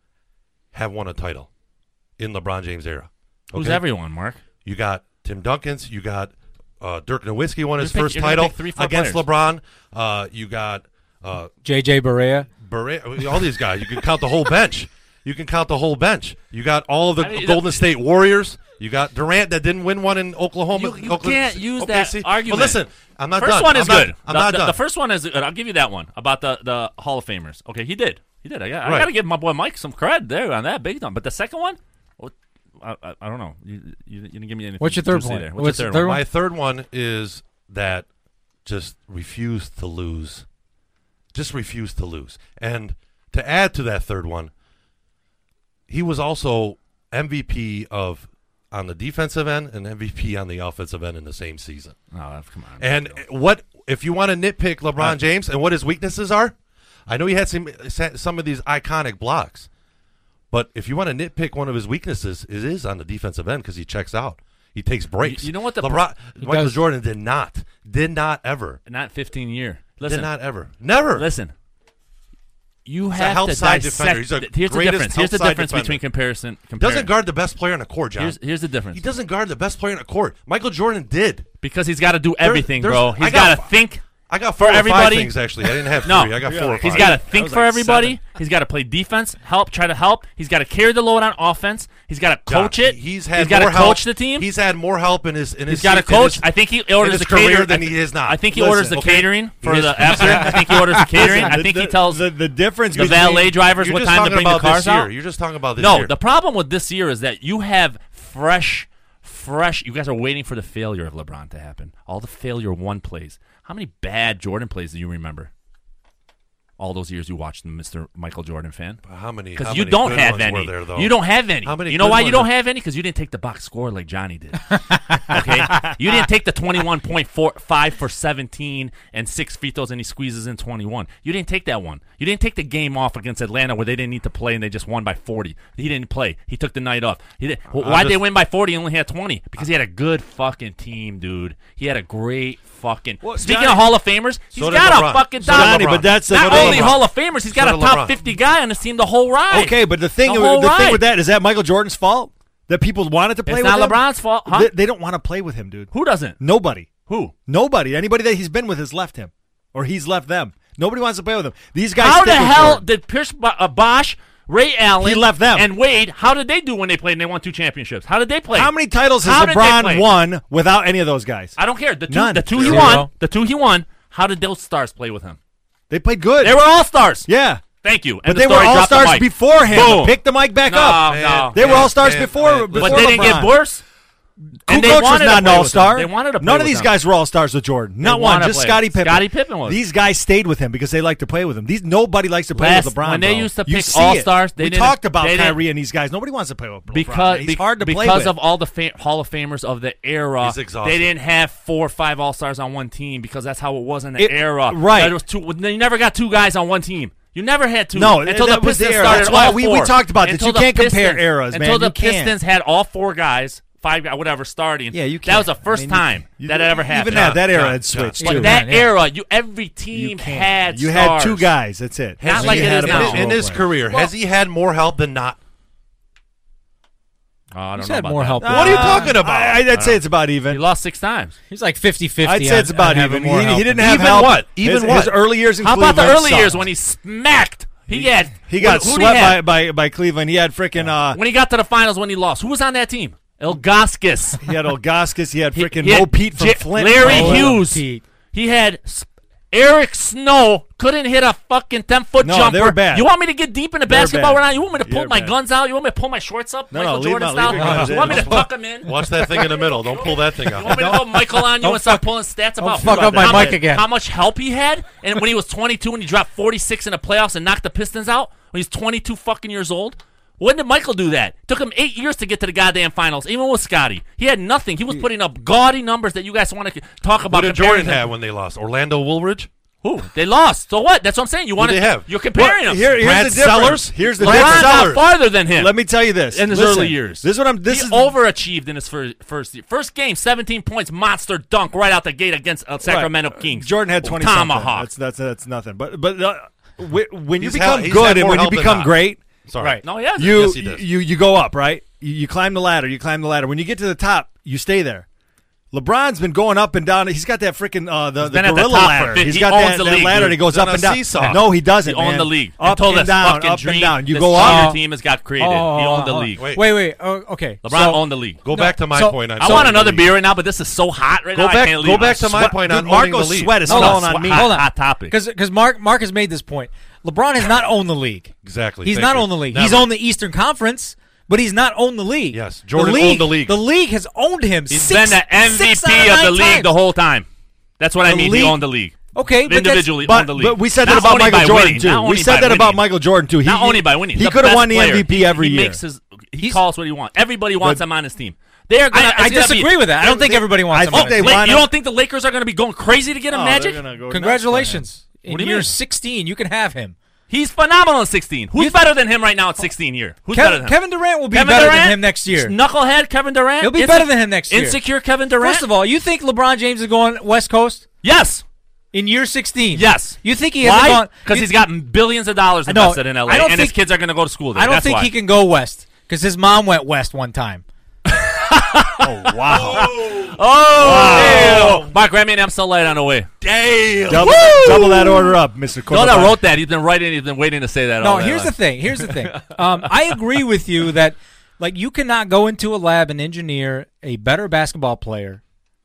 Speaker 4: have won a title in LeBron James era. Okay?
Speaker 3: Who's everyone, Mark?
Speaker 4: You got Tim Duncan's. You got uh, Dirk Nowitzki won his
Speaker 3: You're pick-
Speaker 4: first
Speaker 3: you're gonna
Speaker 4: title
Speaker 3: pick three, four
Speaker 4: against
Speaker 3: players.
Speaker 4: LeBron. Uh, you got uh,
Speaker 2: JJ Barea.
Speaker 4: Barea, I mean, all these guys. You can count the whole bench. You can count the whole bench. You got all of the
Speaker 3: I mean,
Speaker 4: Golden State Warriors. You got Durant that didn't win one in Oklahoma.
Speaker 3: You- you
Speaker 4: Oakland-
Speaker 3: can't use
Speaker 4: OKC.
Speaker 3: that argument.
Speaker 4: But listen, I'm not
Speaker 3: first
Speaker 4: done.
Speaker 3: one is
Speaker 4: I'm not-
Speaker 3: good.
Speaker 4: I'm
Speaker 3: the,
Speaker 4: not
Speaker 3: the,
Speaker 4: done.
Speaker 3: the first one is good. I'll give you that one about the, the Hall of Famers. Okay, he did. He did. I got,
Speaker 4: Right.
Speaker 3: to give my boy Mike some cred there on that big time. But the second one, what- I, I, I don't know. You, you, you didn't give me anything.
Speaker 2: What's your third
Speaker 3: juicy
Speaker 2: point?
Speaker 3: there. What's,
Speaker 2: What's
Speaker 3: your
Speaker 2: the
Speaker 3: third
Speaker 2: third
Speaker 3: one?
Speaker 4: My third one is that just refuse to lose. Just refuse to lose. And to add to that third one, he was also MVP of on the defensive end and MVP on the offensive end in the same season.
Speaker 3: Oh, come on.
Speaker 4: And what if you want to nitpick LeBron
Speaker 3: Uh,
Speaker 4: James and what his weaknesses are? I know he had some some of these iconic blocks, but if you want to nitpick one of his weaknesses, it is on the defensive end because he checks out. He takes breaks.
Speaker 3: You- you know what the-
Speaker 4: LeBron, Michael
Speaker 2: does.
Speaker 4: Jordan did not, did not ever,
Speaker 3: Not 15 year.
Speaker 4: did
Speaker 3: Listen,
Speaker 4: not ever, never.
Speaker 3: listen. You
Speaker 4: He's a
Speaker 3: have
Speaker 4: help
Speaker 3: to
Speaker 4: side
Speaker 3: dissect.
Speaker 4: defender. He's our
Speaker 3: the- here's the
Speaker 4: greatest
Speaker 3: difference. Here's the
Speaker 4: help side
Speaker 3: difference
Speaker 4: defender.
Speaker 3: between comparison. Compare.
Speaker 4: doesn't guard the best player on the court, John.
Speaker 3: Here's, here's the difference.
Speaker 4: he doesn't guard the best player on the court. Michael Jordan did.
Speaker 3: because he's got to do everything,
Speaker 4: there's-
Speaker 3: bro.
Speaker 4: I
Speaker 3: He's
Speaker 4: got
Speaker 3: got
Speaker 4: f-
Speaker 3: to think.
Speaker 4: I got four
Speaker 3: For
Speaker 4: or five
Speaker 3: everybody-
Speaker 4: things actually. I didn't have
Speaker 3: No,
Speaker 4: three. I got four or five.
Speaker 3: He's got to
Speaker 5: That
Speaker 3: think
Speaker 5: was
Speaker 3: for
Speaker 5: like
Speaker 3: everybody.
Speaker 5: seven.
Speaker 3: He's got to play defense, help, try to help. He's got to carry the load on offense. He's got to
Speaker 4: John,
Speaker 3: coach it.
Speaker 4: He's had
Speaker 3: got to
Speaker 4: more
Speaker 3: coach
Speaker 4: help.
Speaker 3: the team.
Speaker 4: He's had more help in his. In
Speaker 3: He's
Speaker 4: his
Speaker 3: got to
Speaker 4: in
Speaker 3: coach.
Speaker 4: his-
Speaker 3: I think he
Speaker 4: in
Speaker 3: orders
Speaker 4: his
Speaker 3: the
Speaker 4: career
Speaker 3: catering.
Speaker 4: than
Speaker 3: I thi-
Speaker 4: he is now.
Speaker 3: I think he
Speaker 4: Listen,
Speaker 3: orders the
Speaker 4: okay?
Speaker 3: catering for
Speaker 4: He is-
Speaker 3: the after. I think he orders the catering.
Speaker 5: Listen,
Speaker 3: I
Speaker 5: the-
Speaker 3: think he
Speaker 5: the-
Speaker 3: tells
Speaker 5: the, the difference
Speaker 3: the
Speaker 5: between
Speaker 3: valet drivers
Speaker 4: You're
Speaker 3: what
Speaker 4: just
Speaker 3: time to
Speaker 4: talking
Speaker 3: bring the
Speaker 4: about
Speaker 3: cars
Speaker 4: this year.
Speaker 3: out.
Speaker 4: You're just talking about this
Speaker 3: No,
Speaker 4: year.
Speaker 3: the problem with this year is that you have fresh, fresh. You guys are waiting for the failure of LeBron to happen. All the failure one plays. How many bad Jordan plays do you remember? All those years you watched the Mr. Michael Jordan fan.
Speaker 4: how many? how
Speaker 3: Because you
Speaker 4: many
Speaker 3: don't
Speaker 4: good
Speaker 3: have
Speaker 4: ones were
Speaker 3: any.
Speaker 4: There, though?
Speaker 3: you don't have any.
Speaker 4: How many
Speaker 3: you know
Speaker 4: good
Speaker 3: why
Speaker 4: ones
Speaker 3: you don't
Speaker 4: are-
Speaker 3: have any? Because you didn't take the box score like Johnny did. okay, you didn't take the twenty-one point four five for seventeen and six free throws, and he squeezes in twenty-one. You didn't take that one. You didn't take the game off against Atlanta where they didn't need to play and they just won by forty. He didn't play. He took the night off. He did. Well,
Speaker 4: I'm
Speaker 3: why would they
Speaker 4: just-
Speaker 3: win by forty? He only had twenty because he had a good fucking team, dude. He had a great fucking.
Speaker 5: Well,
Speaker 3: Speaking
Speaker 5: Johnny-
Speaker 3: of Hall of Famers, he's
Speaker 4: did
Speaker 3: got
Speaker 4: LeBron.
Speaker 3: a fucking
Speaker 4: So
Speaker 3: top.
Speaker 4: did
Speaker 5: Johnny,
Speaker 4: LeBron.
Speaker 5: but that's the-
Speaker 3: not
Speaker 5: what about
Speaker 3: only
Speaker 5: LeBron?
Speaker 3: Hall of Famers, he's got
Speaker 4: So
Speaker 3: a
Speaker 4: did
Speaker 3: top
Speaker 4: LeBron.
Speaker 3: fifty guy on his team the whole ride.
Speaker 5: Okay, but the thing,
Speaker 3: The
Speaker 5: with,
Speaker 3: whole
Speaker 5: the thing
Speaker 3: ride.
Speaker 5: with that is that Michael Jordan's fault that people wanted to play
Speaker 3: It's
Speaker 5: with
Speaker 3: not
Speaker 5: him?
Speaker 3: LeBron's fault, huh?
Speaker 5: They, they don't want to play with him, dude.
Speaker 3: Who doesn't?
Speaker 5: Nobody.
Speaker 3: Who?
Speaker 5: Nobody. Anybody that he's been with has left him, or he's left them. Nobody wants to play with him. These guys.
Speaker 3: How the
Speaker 5: stick with
Speaker 3: hell
Speaker 5: Jordan.
Speaker 3: did Pierce Bo- uh, Bosch, Ray Allen,
Speaker 5: He left them.
Speaker 3: and Wade? How did they do when they played and they won two championships? How did they play?
Speaker 5: How many titles
Speaker 3: How
Speaker 5: has
Speaker 3: did they play?
Speaker 5: LeBron won without any of those guys?
Speaker 3: I don't care. The two,
Speaker 5: None.
Speaker 3: the two he
Speaker 5: Zero.
Speaker 3: won, the two he won. How did those stars play with him?
Speaker 5: They played good.
Speaker 3: They were all stars.
Speaker 5: yeah,
Speaker 3: Thank you.
Speaker 5: but
Speaker 3: End of
Speaker 5: they were
Speaker 3: story. Drop
Speaker 5: all
Speaker 3: the
Speaker 5: stars
Speaker 3: mic.
Speaker 5: beforehand.
Speaker 3: Boom.
Speaker 5: Pick the mic back
Speaker 3: no,
Speaker 5: up.
Speaker 3: No,
Speaker 5: They were all stars
Speaker 4: man,
Speaker 5: before.
Speaker 4: man.
Speaker 5: before
Speaker 3: but they didn't get
Speaker 5: LeBron.
Speaker 3: worse. And they
Speaker 5: Kukoc was
Speaker 3: wanted to
Speaker 5: not an
Speaker 3: play with
Speaker 5: all star.
Speaker 3: him. They wanted to play
Speaker 5: None of
Speaker 3: with
Speaker 5: these
Speaker 3: him.
Speaker 5: guys were all stars with Jordan. Not one.
Speaker 3: wanted to
Speaker 5: Just
Speaker 3: play.
Speaker 5: Scottie Pippen.
Speaker 3: Scottie Pippen was.
Speaker 5: These guys stayed with him because they like to play with him. These nobody likes to play
Speaker 3: Last-
Speaker 5: with LeBron.
Speaker 3: when they
Speaker 5: bro.
Speaker 3: used to
Speaker 5: You
Speaker 3: pick
Speaker 5: see
Speaker 3: all-stars,
Speaker 5: it.
Speaker 3: they
Speaker 5: we
Speaker 3: didn't-
Speaker 5: talked about
Speaker 3: they didn't-
Speaker 5: Kyrie and these guys. Nobody wants to play with LeBron.
Speaker 3: because
Speaker 5: he's
Speaker 3: be-
Speaker 5: hard to play
Speaker 3: because
Speaker 5: with.
Speaker 3: of all the fa- Hall of Famers of the era.
Speaker 4: He's exhausted.
Speaker 3: They didn't have four or five All Stars on one team because that's how it was in the
Speaker 5: It-
Speaker 3: era.
Speaker 5: right.
Speaker 3: There was two. You never got two guys on one team. You never had two.
Speaker 5: No,
Speaker 3: until
Speaker 5: that
Speaker 3: the
Speaker 5: was the
Speaker 3: Pistons
Speaker 5: era.
Speaker 3: started
Speaker 5: That's why
Speaker 3: all
Speaker 5: we-
Speaker 3: four.
Speaker 5: we talked about this.
Speaker 3: Until
Speaker 5: You
Speaker 3: the
Speaker 5: can't compare
Speaker 3: Pistons-
Speaker 5: eras, man.
Speaker 3: Until the
Speaker 5: You can't.
Speaker 3: Pistons had all four guys, five guys, whatever, starting.
Speaker 5: Yeah, you
Speaker 3: That was
Speaker 5: can't.
Speaker 3: the first
Speaker 5: I mean,
Speaker 3: time
Speaker 5: you-
Speaker 3: that it ever happened.
Speaker 5: Even that, that era
Speaker 4: John,
Speaker 5: had switched
Speaker 3: but
Speaker 5: too.
Speaker 3: that
Speaker 2: Yeah.
Speaker 3: era, you every team
Speaker 2: can't.
Speaker 3: had
Speaker 5: You had two
Speaker 3: stars.
Speaker 5: guys. That's it.
Speaker 3: Not
Speaker 5: And
Speaker 3: like
Speaker 5: you
Speaker 3: it
Speaker 5: had
Speaker 3: is
Speaker 5: a bunch
Speaker 3: now.
Speaker 5: of
Speaker 4: in, in
Speaker 5: role
Speaker 4: his
Speaker 5: players.
Speaker 4: career, has he had more help than not?
Speaker 3: Oh, I don't
Speaker 2: He's
Speaker 3: know
Speaker 2: had
Speaker 3: about
Speaker 2: more
Speaker 3: that.
Speaker 2: help.
Speaker 5: Uh,
Speaker 4: What are you talking about?
Speaker 5: I, would say it's about
Speaker 3: He
Speaker 5: even.
Speaker 3: lost six times.
Speaker 2: He's like 50-50.
Speaker 5: I'd say it's
Speaker 2: on-
Speaker 5: about
Speaker 2: on having
Speaker 5: even.
Speaker 2: more
Speaker 5: He,
Speaker 2: help
Speaker 5: he
Speaker 2: than
Speaker 5: didn't
Speaker 2: me.
Speaker 5: have
Speaker 4: Even
Speaker 5: help.
Speaker 4: what? Even
Speaker 5: his,
Speaker 4: what?
Speaker 5: His early years in
Speaker 3: How about
Speaker 5: Cleveland
Speaker 3: the early
Speaker 5: sucked.
Speaker 3: years when he smacked? He, had
Speaker 5: he got
Speaker 3: who- who'd
Speaker 5: swept
Speaker 3: he have?
Speaker 5: by, by by Cleveland? He had freaking uh,
Speaker 3: when he got to the finals when he lost. Who was on that team? Elgoskis.
Speaker 5: He had Olgaskis. He had
Speaker 3: He-
Speaker 5: freaking
Speaker 3: he had
Speaker 5: Mo Pete from
Speaker 3: J-
Speaker 5: Flint. Oh,
Speaker 3: Larry
Speaker 5: bro.
Speaker 2: Hugh-
Speaker 3: Hughes.
Speaker 2: Pete.
Speaker 3: He had s- Eric Snow. Couldn't hit a fucking ten foot
Speaker 5: No,
Speaker 3: jumper.
Speaker 5: they were bad.
Speaker 3: You want me to get deep into
Speaker 5: They were
Speaker 3: basketball
Speaker 5: bad.
Speaker 3: right now? You want me to pull
Speaker 5: were
Speaker 3: my
Speaker 5: bad.
Speaker 3: guns out? You want me to pull my shorts up,
Speaker 5: No, no,
Speaker 3: Michael
Speaker 5: leave
Speaker 3: Jordan
Speaker 5: them out,
Speaker 3: style?
Speaker 5: leave your guns
Speaker 3: you
Speaker 5: in.
Speaker 3: want me to
Speaker 5: Don't
Speaker 3: tuck them in? You
Speaker 4: Watch that thing in the middle. Don't pull that thing out.
Speaker 3: want me to go Michael on you and start pulling stats about
Speaker 2: fuck up my
Speaker 3: how
Speaker 2: mic
Speaker 3: much-
Speaker 2: again.
Speaker 3: How much help he had, and when he was 22 and he dropped 46 in the playoffs and knocked the Pistons out when he's 22 fucking years old. When did Michael do that? Took him eight years to get to the goddamn finals, even with Scotty. He had nothing. He was putting up gaudy numbers that you guys want to talk
Speaker 4: What
Speaker 3: about. comparing
Speaker 4: did Jordan
Speaker 3: him-
Speaker 4: have when they lost? Orlando Woolridge?
Speaker 3: Who? They lost. So what? That's what I'm saying. You want
Speaker 4: they have?
Speaker 3: You're comparing
Speaker 5: Well,
Speaker 3: him.
Speaker 5: here- here's
Speaker 4: Brad
Speaker 5: the difference.
Speaker 4: Sellers?
Speaker 5: Here's the
Speaker 3: LeBron
Speaker 5: difference.
Speaker 3: got farther than him.
Speaker 5: Let me tell you this.
Speaker 3: in his
Speaker 5: Listen,
Speaker 3: early years.
Speaker 5: This is what I'm. This
Speaker 3: he
Speaker 5: is
Speaker 3: overachieved in his first first year. first game. 17 points, monster dunk right out the gate against uh, Sacramento
Speaker 5: Right.
Speaker 3: Kings.
Speaker 5: Jordan had twenty. something.
Speaker 3: tomahawk.
Speaker 5: That's that's that's nothing. But but uh, wh- when you
Speaker 4: He's hel-
Speaker 5: become
Speaker 4: he's had
Speaker 5: good and
Speaker 4: more
Speaker 5: when you
Speaker 4: help than
Speaker 5: become
Speaker 4: not.
Speaker 5: great,
Speaker 4: Sorry.
Speaker 5: Right.
Speaker 3: no, he hasn't.
Speaker 5: you
Speaker 4: Yes, he does.
Speaker 5: you you go up right. You, you climb the ladder. You climb the ladder. When you get to the top, you stay there. LeBron's been going up and down. He's got that freaking uh, the, the
Speaker 3: been at the
Speaker 5: gorilla
Speaker 3: top for
Speaker 5: ladder.
Speaker 3: fif-
Speaker 5: He's
Speaker 3: he
Speaker 5: got
Speaker 3: owns
Speaker 5: that,
Speaker 3: the
Speaker 5: that
Speaker 3: league,
Speaker 5: ladder.
Speaker 3: dude.
Speaker 5: He goes
Speaker 4: He's
Speaker 5: up
Speaker 4: on
Speaker 5: and
Speaker 4: a
Speaker 5: down.
Speaker 4: seesaw.
Speaker 5: No, he doesn't.
Speaker 3: He owned
Speaker 5: man.
Speaker 3: the league
Speaker 5: Up
Speaker 3: until
Speaker 5: and
Speaker 3: this
Speaker 5: down,
Speaker 3: fucking
Speaker 5: up
Speaker 3: dream.
Speaker 5: and down. You
Speaker 3: this
Speaker 5: go
Speaker 3: Charger
Speaker 5: up. Uh,
Speaker 3: team has got created.
Speaker 2: Oh,
Speaker 3: he
Speaker 2: oh,
Speaker 3: owned the
Speaker 2: oh,
Speaker 3: league.
Speaker 4: Wait.
Speaker 2: Wait, wait. Oh, okay.
Speaker 3: LeBron
Speaker 2: So-
Speaker 3: owned the league.
Speaker 4: Go
Speaker 2: No,
Speaker 4: back to my
Speaker 2: so-
Speaker 4: point. On
Speaker 3: I want
Speaker 4: owning
Speaker 3: another
Speaker 4: the league.
Speaker 3: beer right now, but this is so hot right
Speaker 4: Go
Speaker 3: now. I
Speaker 4: back-
Speaker 3: can't
Speaker 4: go
Speaker 3: leave.
Speaker 4: back to my
Speaker 3: Sweat-
Speaker 4: point
Speaker 5: Dude,
Speaker 4: on owning the
Speaker 5: Marco's
Speaker 4: league.
Speaker 5: sweat is
Speaker 3: Hold
Speaker 5: falling
Speaker 3: on,
Speaker 5: on me.
Speaker 3: hot-
Speaker 2: Hold on.
Speaker 3: topic.
Speaker 2: Because Mark, Mark has made this point. LeBron has not owned the league.
Speaker 4: Exactly.
Speaker 2: He's
Speaker 4: Thank
Speaker 2: not
Speaker 4: you.
Speaker 2: owned the league.
Speaker 4: Never.
Speaker 2: He's owned the Eastern Conference, but he's not owned the league.
Speaker 4: Yes, Jordan owned the league.
Speaker 2: The league has owned him.
Speaker 3: He's
Speaker 2: six,
Speaker 3: been the
Speaker 2: six out
Speaker 3: MVP of the
Speaker 2: nine
Speaker 3: league
Speaker 2: times.
Speaker 3: the whole time. That's what I
Speaker 5: The
Speaker 3: mean.
Speaker 5: league-
Speaker 3: He owned the league.
Speaker 2: Okay, but that's-
Speaker 3: individually
Speaker 5: But,
Speaker 3: owned the league.
Speaker 5: but we said
Speaker 3: Not
Speaker 5: that about
Speaker 3: only
Speaker 5: Michael
Speaker 3: by
Speaker 5: Jordan
Speaker 3: winning,
Speaker 5: too.
Speaker 3: not
Speaker 5: We
Speaker 3: only
Speaker 5: said
Speaker 3: by
Speaker 5: that about
Speaker 3: winning.
Speaker 5: Michael Jordan too. He,
Speaker 3: not only by winning,
Speaker 5: he
Speaker 3: the
Speaker 5: could have
Speaker 3: best
Speaker 5: won the
Speaker 3: player.
Speaker 5: MVP every
Speaker 3: he
Speaker 5: year.
Speaker 3: Makes his, he calls what he wants. Everybody wants
Speaker 5: But-
Speaker 3: him on his team. They're gonna.
Speaker 2: I, I
Speaker 3: it's gonna be- Oh,
Speaker 2: disagree with that. I don't
Speaker 5: they-
Speaker 2: think everybody wants
Speaker 5: I
Speaker 2: him.
Speaker 5: think
Speaker 2: on
Speaker 5: they
Speaker 2: it.
Speaker 3: La-
Speaker 5: wanna-
Speaker 3: you don't think the Oh, Lakers are going to be going crazy to get him? Magic.
Speaker 2: Congratulations.
Speaker 5: What
Speaker 2: In
Speaker 5: do you
Speaker 2: year
Speaker 5: mean?
Speaker 2: 16, you can have him.
Speaker 3: He's phenomenal at 16. Who's better than him right now at 16 year? Who's better
Speaker 2: Kevin,
Speaker 3: than him?
Speaker 2: Kevin Durant will be
Speaker 3: Kevin
Speaker 2: better
Speaker 3: Durant?
Speaker 2: than him next year.
Speaker 3: Knucklehead Kevin Durant.
Speaker 2: He'll be better than him next year.
Speaker 3: Insecure Kevin Durant.
Speaker 2: First of all, you think LeBron James is going West Coast
Speaker 3: yes,
Speaker 2: in year 16?
Speaker 3: yes.
Speaker 2: You think he hasn't
Speaker 3: Why?
Speaker 2: gone?
Speaker 3: Because
Speaker 2: you-
Speaker 3: he's got billions of dollars
Speaker 2: I know.
Speaker 3: invested in LA,
Speaker 2: I don't
Speaker 3: and his
Speaker 2: think-
Speaker 3: kids are going to go to school there.
Speaker 2: I don't
Speaker 3: That's
Speaker 2: think
Speaker 3: why.
Speaker 2: he can go west because his mom went west one time.
Speaker 5: Oh wow!
Speaker 3: Oh, damn. Mark, grab me an Amstel Light on the way.
Speaker 4: Damn.
Speaker 5: double, double that order up, Mister.
Speaker 3: No, that wrote that. He's been writing. He's been waiting to say that. all
Speaker 2: No,
Speaker 3: day
Speaker 2: here's
Speaker 3: long.
Speaker 2: the thing. Here's the thing. Um, I agree with you that like you cannot go into a lab and engineer a better basketball player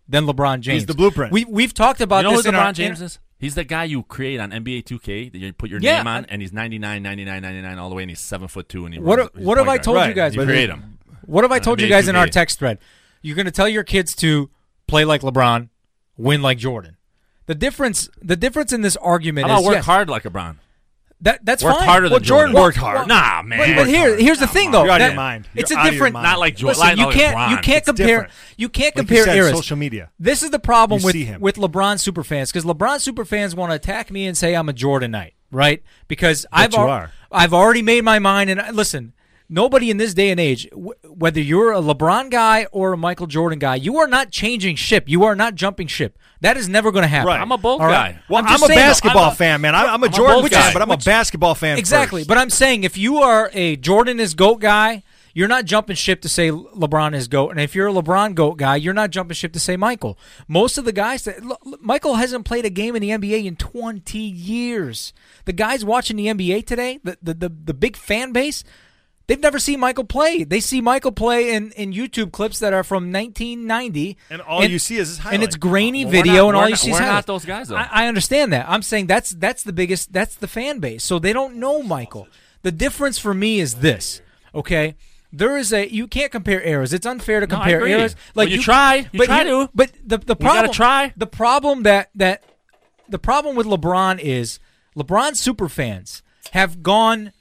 Speaker 2: than LeBron James.
Speaker 5: the blueprint.
Speaker 2: We we've talked about
Speaker 3: You know who
Speaker 2: this in
Speaker 3: LeBron
Speaker 2: our,
Speaker 3: James
Speaker 2: in-
Speaker 3: is? He's the guy you create on NBA 2K that you put your
Speaker 2: Yeah,
Speaker 3: name on,
Speaker 2: I-
Speaker 3: and he's 99, 99, 99 all the way, and he's seven foot two, and he
Speaker 2: What
Speaker 3: runs-
Speaker 2: a-
Speaker 3: he's
Speaker 2: what
Speaker 3: a
Speaker 2: have
Speaker 3: point
Speaker 2: I
Speaker 3: guard.
Speaker 2: told you guys?
Speaker 3: You create him.
Speaker 2: What have I told you
Speaker 3: NBA
Speaker 2: guys in our
Speaker 3: 2K.
Speaker 2: text thread? You're going to tell your kids to play like LeBron, win like Jordan. The difference, the difference in this argument
Speaker 3: How about
Speaker 2: is
Speaker 3: work
Speaker 2: yes,
Speaker 3: hard like LeBron?
Speaker 2: That, that's
Speaker 3: Work
Speaker 2: fine.
Speaker 3: harder than
Speaker 2: well, Jordan.
Speaker 3: Jordan.
Speaker 2: worked
Speaker 3: Work
Speaker 2: hard.
Speaker 3: Nah,
Speaker 2: But,
Speaker 3: man.
Speaker 2: but here, here's the thing, though.
Speaker 5: You're out of
Speaker 2: that-
Speaker 5: your mind.
Speaker 2: It's
Speaker 5: You're
Speaker 2: a
Speaker 5: out of your
Speaker 2: different.
Speaker 5: mind.
Speaker 3: Not like Jordan.
Speaker 2: Listen, you
Speaker 3: like
Speaker 2: can't you
Speaker 3: LeBron.
Speaker 2: can't
Speaker 5: It's
Speaker 2: compare
Speaker 5: different.
Speaker 2: you can't
Speaker 5: Like you
Speaker 2: compare
Speaker 5: said,
Speaker 2: eras.
Speaker 5: social media.
Speaker 2: This is the problem
Speaker 5: You
Speaker 2: with
Speaker 5: see him.
Speaker 2: with LeBron superfans because LeBron superfans want to attack me and say I'm a Jordanite, right? Because I've
Speaker 5: you
Speaker 2: al-
Speaker 5: are.
Speaker 2: I've already made my mind. And I, listen, nobody in this day and age, w- whether you're a LeBron guy or a Michael Jordan guy, you are not changing ship. You are not jumping ship. That is never going to happen.
Speaker 5: Right.
Speaker 3: I'm a bold
Speaker 2: All
Speaker 3: guy.
Speaker 2: right.
Speaker 5: Well, I'm,
Speaker 2: I'm just
Speaker 5: a
Speaker 2: saying, though,
Speaker 5: basketball
Speaker 2: I'm a-
Speaker 5: fan, man. I'm, I'm a
Speaker 3: I'm a
Speaker 5: Jordan
Speaker 3: both
Speaker 5: fan,
Speaker 3: guy.
Speaker 5: but I'm a basketball fan.
Speaker 2: Exactly.
Speaker 5: first.
Speaker 2: But I'm saying if you are a Jordan is GOAT guy, you're not jumping ship to say LeBron is GOAT. And if you're a LeBron GOAT guy, you're not jumping ship to say Michael. Most of the guys that look, look, Michael hasn't played a game in the NBA in 20 years. The guys watching the NBA today, the, the, the, the big fan base, they've never seen Michael play. They see Michael play in, in YouTube clips that are from 1990.
Speaker 5: And all you see is his
Speaker 2: And it's
Speaker 5: highlight.
Speaker 2: grainy
Speaker 3: Well, we're
Speaker 2: video
Speaker 3: not-
Speaker 2: and
Speaker 3: we're
Speaker 2: all you
Speaker 3: not-
Speaker 2: see is
Speaker 3: we're not
Speaker 2: highlights.
Speaker 3: those guys, though.
Speaker 2: I, I understand that. I'm saying that's that's the biggest that's the fan base. So they don't know Michael. The difference for me is this. Okay? There is a you can't compare eras. It's unfair to
Speaker 3: No, I
Speaker 2: compare
Speaker 3: agree.
Speaker 2: eras.
Speaker 3: Well, you try. You
Speaker 2: but
Speaker 3: try to.
Speaker 2: But the the
Speaker 3: gotta
Speaker 2: problem
Speaker 3: try.
Speaker 2: the problem that that the problem with LeBron is LeBron superfans have gone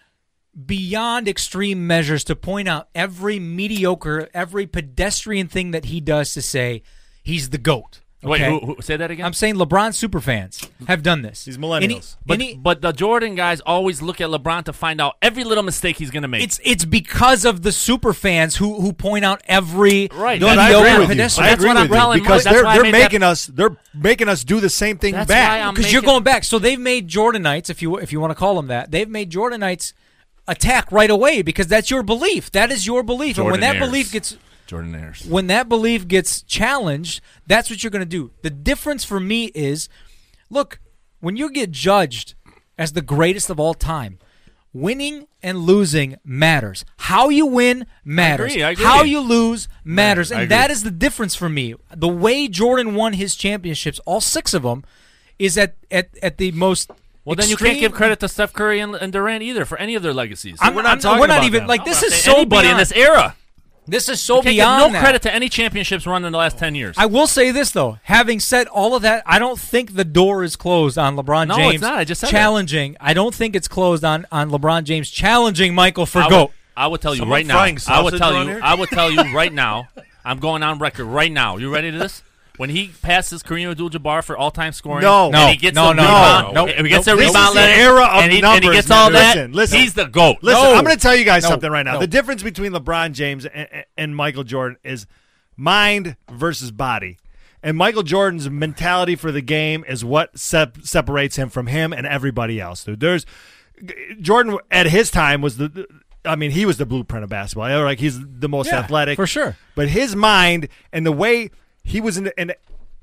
Speaker 2: beyond extreme measures to point out every mediocre, every pedestrian thing that he does to say he's the goat.
Speaker 3: Wait,
Speaker 2: okay?
Speaker 3: who, who, say that again?
Speaker 2: I'm saying LeBron superfans have done this.
Speaker 5: These millennials.
Speaker 2: Any-
Speaker 3: but,
Speaker 2: any-
Speaker 3: but the Jordan guys always look at LeBron to find out every little mistake he's going to make.
Speaker 2: it's it's because of the superfans who who point out every
Speaker 3: Right,
Speaker 5: But
Speaker 3: Don't
Speaker 5: I
Speaker 3: you
Speaker 2: mediocre
Speaker 5: agree with you.
Speaker 2: pedestrian.
Speaker 5: I
Speaker 3: That's
Speaker 5: agree
Speaker 3: what I'm
Speaker 5: with you,
Speaker 3: telling Mike.
Speaker 5: because
Speaker 3: That's
Speaker 5: they're
Speaker 3: why I
Speaker 5: they're
Speaker 3: made that-
Speaker 5: making us they're making us do the same thing
Speaker 3: That's
Speaker 5: back.
Speaker 3: why I'm
Speaker 2: because you're
Speaker 3: making-
Speaker 2: going back. So they've made Jordanites, if you if you want to call them that, they've made Jordanites attack right away because that's your belief. That is your belief, and when that
Speaker 3: Jordanaires.
Speaker 2: belief gets
Speaker 3: Jordan Ayers.
Speaker 2: when that belief gets challenged, that's what you're going to do. The difference for me is, look, when you get judged as the greatest of all time. Winning and losing matters. How you win matters.
Speaker 3: agree, I agree.
Speaker 2: How you lose matters.
Speaker 3: I
Speaker 2: And
Speaker 3: agree.
Speaker 2: that is the difference for me. The way Jordan won his championships, all six of them, is at at, at the most.
Speaker 3: Well, then you
Speaker 2: extreme-
Speaker 3: can't give credit to Steph Curry and, and Durant either for any of their legacies.
Speaker 2: I'm,
Speaker 5: we're not
Speaker 2: I'm-
Speaker 5: talking
Speaker 2: we're not
Speaker 5: about
Speaker 2: even
Speaker 5: them.
Speaker 2: like
Speaker 3: I'm
Speaker 2: this
Speaker 3: not
Speaker 2: is
Speaker 3: saying
Speaker 2: so
Speaker 3: anybody
Speaker 2: beyond.
Speaker 3: in this era.
Speaker 2: this is so
Speaker 3: Can't give
Speaker 2: beyond
Speaker 3: no
Speaker 2: that.
Speaker 3: credit to any championships run in the last ten years.
Speaker 2: I will say this though, having said all of that, I don't think the door is closed on LeBron
Speaker 3: No, it's
Speaker 2: James
Speaker 3: not. I just said that.
Speaker 2: challenging. I don't think it's closed on on LeBron James challenging Michael for
Speaker 3: I
Speaker 2: goat.
Speaker 3: would, I would tell you
Speaker 4: Someone
Speaker 3: right now.
Speaker 4: frying
Speaker 3: I would
Speaker 4: sausage
Speaker 3: tell
Speaker 4: around
Speaker 3: you.
Speaker 4: here?
Speaker 3: I would tell you right now. I'm going on record right now. You ready to this? When he passes Kareem Abdul-Jabbar for all-time scoring,
Speaker 5: No.
Speaker 3: and
Speaker 5: No.
Speaker 3: he gets
Speaker 2: No,
Speaker 3: the
Speaker 2: no,
Speaker 3: rebound,
Speaker 2: no, no.
Speaker 3: and he gets
Speaker 2: Nope.
Speaker 3: the
Speaker 5: This
Speaker 3: rebound
Speaker 5: is the
Speaker 3: letter,
Speaker 5: era of
Speaker 3: and he, and he
Speaker 5: numbers,
Speaker 3: gets all
Speaker 5: man.
Speaker 3: that.
Speaker 5: Listen, listen.
Speaker 3: he's the goat.
Speaker 5: Listen, I'm going to tell you guys
Speaker 2: No.
Speaker 5: something right now.
Speaker 2: No.
Speaker 5: The difference between LeBron James and, and- and Michael Jordan is mind versus body. And Michael Jordan's mentality for the game is what sep- separates him from him and everybody else. Dude, there's Jordan at his time was the I mean, he was the blueprint of basketball. Yeah, Like he's the most
Speaker 2: Yeah,
Speaker 5: athletic
Speaker 2: for sure.
Speaker 5: But his mind and the way he was in in,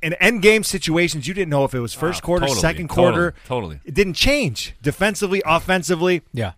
Speaker 5: in end game situations, you didn't know if it was first
Speaker 2: Ah,
Speaker 3: Wow,
Speaker 5: quarter,
Speaker 3: totally,
Speaker 5: second
Speaker 3: totally,
Speaker 5: quarter.
Speaker 3: totally.
Speaker 5: It didn't change defensively, offensively.
Speaker 2: Yeah.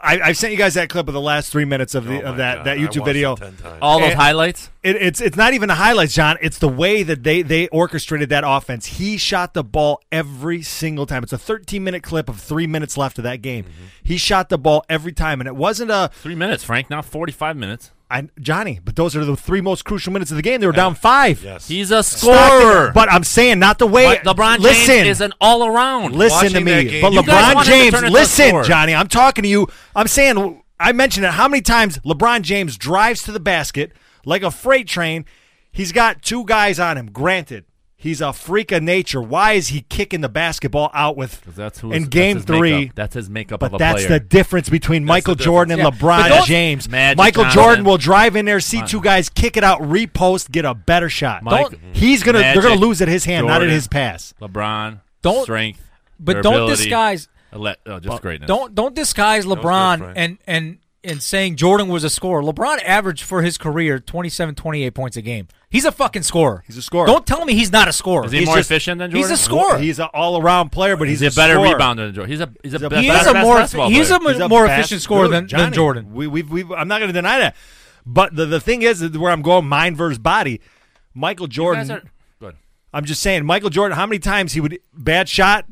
Speaker 5: I, I've sent you guys that clip of the last three minutes of the
Speaker 4: Oh
Speaker 5: of
Speaker 4: my
Speaker 5: that
Speaker 4: God,
Speaker 5: that
Speaker 4: I
Speaker 5: YouTube
Speaker 4: watched
Speaker 5: video.
Speaker 4: it 10 times.
Speaker 3: all those
Speaker 5: Eh.
Speaker 3: highlights.
Speaker 5: It, it's it's not even the highlights, John. It's the way that they they orchestrated that offense. He shot the ball every single time. It's a 13 minute clip of three minutes left of that game.
Speaker 4: Mm-hmm.
Speaker 5: He shot the ball every time, and it wasn't a
Speaker 3: Three minutes, Frank. Now 45 minutes.
Speaker 5: I, Johnny. But those are the three most crucial minutes of the game. They were down five.
Speaker 4: Yes.
Speaker 3: He's a scorer.
Speaker 5: Scorer, but I'm saying not the way.
Speaker 3: But LeBron James
Speaker 5: listen,
Speaker 3: is an all-around.
Speaker 5: Listen to
Speaker 4: Watching that
Speaker 5: me.
Speaker 4: game-
Speaker 5: But
Speaker 4: You
Speaker 3: guys
Speaker 5: LeBron
Speaker 3: want him to
Speaker 5: James,
Speaker 3: turn into a
Speaker 5: listen,
Speaker 3: scorer.
Speaker 5: Johnny, I'm talking to you. I'm saying, I mentioned it. How many times LeBron James drives to the basket like a freight train? He's got two guys on him. Granted, He's a freak of nature. Why is he kicking the basketball out with?
Speaker 3: 'Cause that's who
Speaker 5: in
Speaker 3: that's
Speaker 5: game
Speaker 3: his
Speaker 5: three.
Speaker 3: makeup. That's his makeup of
Speaker 5: But
Speaker 3: a
Speaker 5: that's
Speaker 3: player.
Speaker 5: the difference between Michael
Speaker 4: the
Speaker 5: Jordan and
Speaker 2: But don't-
Speaker 5: LeBron James.
Speaker 3: Magic
Speaker 5: Michael
Speaker 3: Johnson.
Speaker 5: Jordan will drive in there, see two guys, kick it out, repost, get a better shot.
Speaker 3: Mike-
Speaker 5: Don't- he's gonna they're gonna
Speaker 3: Magic
Speaker 5: lose at his hand, not at
Speaker 3: Jordan.
Speaker 5: his pass.
Speaker 3: LeBron.
Speaker 2: Don't-
Speaker 3: strength,
Speaker 2: But
Speaker 3: their
Speaker 2: don't
Speaker 3: ability,
Speaker 2: disguise
Speaker 3: ele- oh, just greatness.
Speaker 2: don't don't disguise LeBron
Speaker 4: Frank.
Speaker 2: and and and saying Jordan was a scorer. LeBron averaged for his career 27 28 points a game. He's a fucking scorer.
Speaker 5: He's a scorer.
Speaker 2: Don't tell me he's not a scorer.
Speaker 3: Is he
Speaker 2: He's
Speaker 3: more
Speaker 2: just-
Speaker 3: efficient than
Speaker 2: He's
Speaker 3: Jordan?
Speaker 2: a scorer.
Speaker 5: He's an all around player, but he's,
Speaker 3: He's a better
Speaker 5: scorer.
Speaker 3: rebounder than Jordan. He's a he's a,
Speaker 5: He's a-
Speaker 3: be-
Speaker 2: he
Speaker 3: better
Speaker 2: is a more
Speaker 3: basketball
Speaker 2: he's a
Speaker 3: player.
Speaker 5: He's a
Speaker 2: more
Speaker 5: fast-
Speaker 2: efficient scorer
Speaker 5: Dude,
Speaker 2: than, than
Speaker 5: Johnny,
Speaker 2: Jordan.
Speaker 5: We, we've, we've, I'm not going to deny that. But the, the thing is, is where I'm going, mind versus body. Michael
Speaker 3: You
Speaker 5: Jordan.
Speaker 3: guys are- good.
Speaker 5: I'm just saying, Michael Jordan. How many times he would bad shot?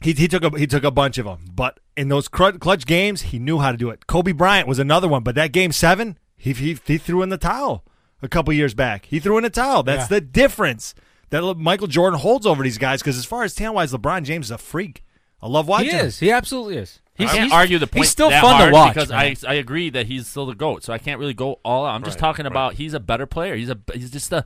Speaker 5: He, he took a he took a bunch of them, but in those cru- clutch games, he knew how to do it. Kobe Bryant was another one, but that game seven, he he, he threw in the towel a couple years back. He threw in a towel. That's the difference that Le- Michael Jordan holds over these guys. Because as far as talent wise, LeBron James is a freak. I love watching.
Speaker 2: He
Speaker 5: him.
Speaker 2: is. He absolutely is. He's,
Speaker 3: I can't
Speaker 2: he's-
Speaker 3: argue the point.
Speaker 2: He's still
Speaker 3: that
Speaker 2: fun
Speaker 3: hard
Speaker 2: to watch
Speaker 3: because
Speaker 2: man.
Speaker 3: I I agree that he's still the goat. So I can't really go all out. I'm just talking about he's a better player. He's a he's just a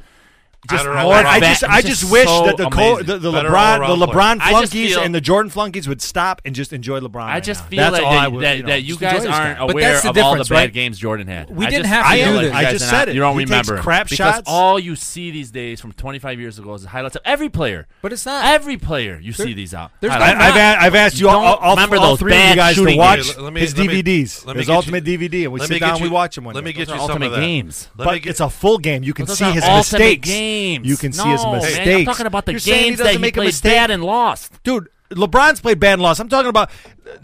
Speaker 3: just
Speaker 4: don't know
Speaker 3: more.
Speaker 4: about
Speaker 5: I
Speaker 4: that.
Speaker 5: just,
Speaker 3: he's
Speaker 5: I just, wish
Speaker 3: so
Speaker 5: that the co-
Speaker 3: amazing.
Speaker 5: the, the
Speaker 4: Better
Speaker 5: LeBron,
Speaker 4: all-around
Speaker 5: the LeBron
Speaker 3: player. I just
Speaker 5: flunkies
Speaker 3: feel-
Speaker 5: and the Jordan flunkies would stop and just enjoy LeBron.
Speaker 3: I just feel
Speaker 5: that's
Speaker 3: like
Speaker 5: all
Speaker 3: that,
Speaker 5: I would,
Speaker 3: that,
Speaker 5: you know,
Speaker 3: that you
Speaker 5: just enjoy
Speaker 3: guys
Speaker 5: this guy.
Speaker 3: aren't
Speaker 2: But
Speaker 3: aware
Speaker 2: that's the
Speaker 3: of all the
Speaker 2: difference,
Speaker 3: bad
Speaker 2: right?
Speaker 3: games Jordan had.
Speaker 2: We
Speaker 3: I
Speaker 2: didn't
Speaker 3: just
Speaker 2: have to
Speaker 3: feel
Speaker 2: do
Speaker 3: like you
Speaker 2: this.
Speaker 5: I
Speaker 3: guys
Speaker 5: just
Speaker 3: are
Speaker 5: said
Speaker 3: not-
Speaker 5: it.
Speaker 3: You don't
Speaker 5: He takes
Speaker 3: remember him.
Speaker 5: crap
Speaker 3: because
Speaker 5: shots.
Speaker 3: all you see these days from 25 years ago is the highlights of every player.
Speaker 2: But it's not-
Speaker 3: every player you see these out.
Speaker 2: there's
Speaker 3: highlights.
Speaker 5: I,
Speaker 2: no I'm
Speaker 5: I've,
Speaker 2: not-
Speaker 5: a, I've asked you,
Speaker 3: you
Speaker 5: all, all,
Speaker 3: don't
Speaker 5: all,
Speaker 3: remember
Speaker 5: all
Speaker 3: those
Speaker 5: three of you
Speaker 3: bad
Speaker 5: guys to
Speaker 3: shooting
Speaker 5: watch
Speaker 4: games. Let me-
Speaker 5: his
Speaker 4: let me-
Speaker 5: DVDs,
Speaker 4: let me
Speaker 5: his
Speaker 4: get
Speaker 5: ultimate
Speaker 4: you-
Speaker 5: DVD, and we
Speaker 4: let
Speaker 5: sit
Speaker 4: me get
Speaker 5: down, we
Speaker 4: you-
Speaker 5: watch him. One
Speaker 4: Let me
Speaker 5: day.
Speaker 4: get
Speaker 3: Those
Speaker 4: you
Speaker 3: are
Speaker 4: some of
Speaker 3: ultimate
Speaker 4: that.
Speaker 3: games.
Speaker 4: Let me
Speaker 5: But
Speaker 4: get-
Speaker 5: it's a full game. You can
Speaker 3: Those
Speaker 5: see
Speaker 3: are
Speaker 5: his
Speaker 3: ultimate
Speaker 5: mistakes.
Speaker 3: Games.
Speaker 5: You can see
Speaker 3: no,
Speaker 5: his
Speaker 3: man,
Speaker 5: mistakes.
Speaker 3: I'm talking about the
Speaker 5: You're saying he
Speaker 3: games that
Speaker 5: doesn't
Speaker 3: he
Speaker 5: make a
Speaker 3: played
Speaker 5: mistake?
Speaker 3: bad and lost.
Speaker 5: dude. LeBron's played bad and lost. I'm talking about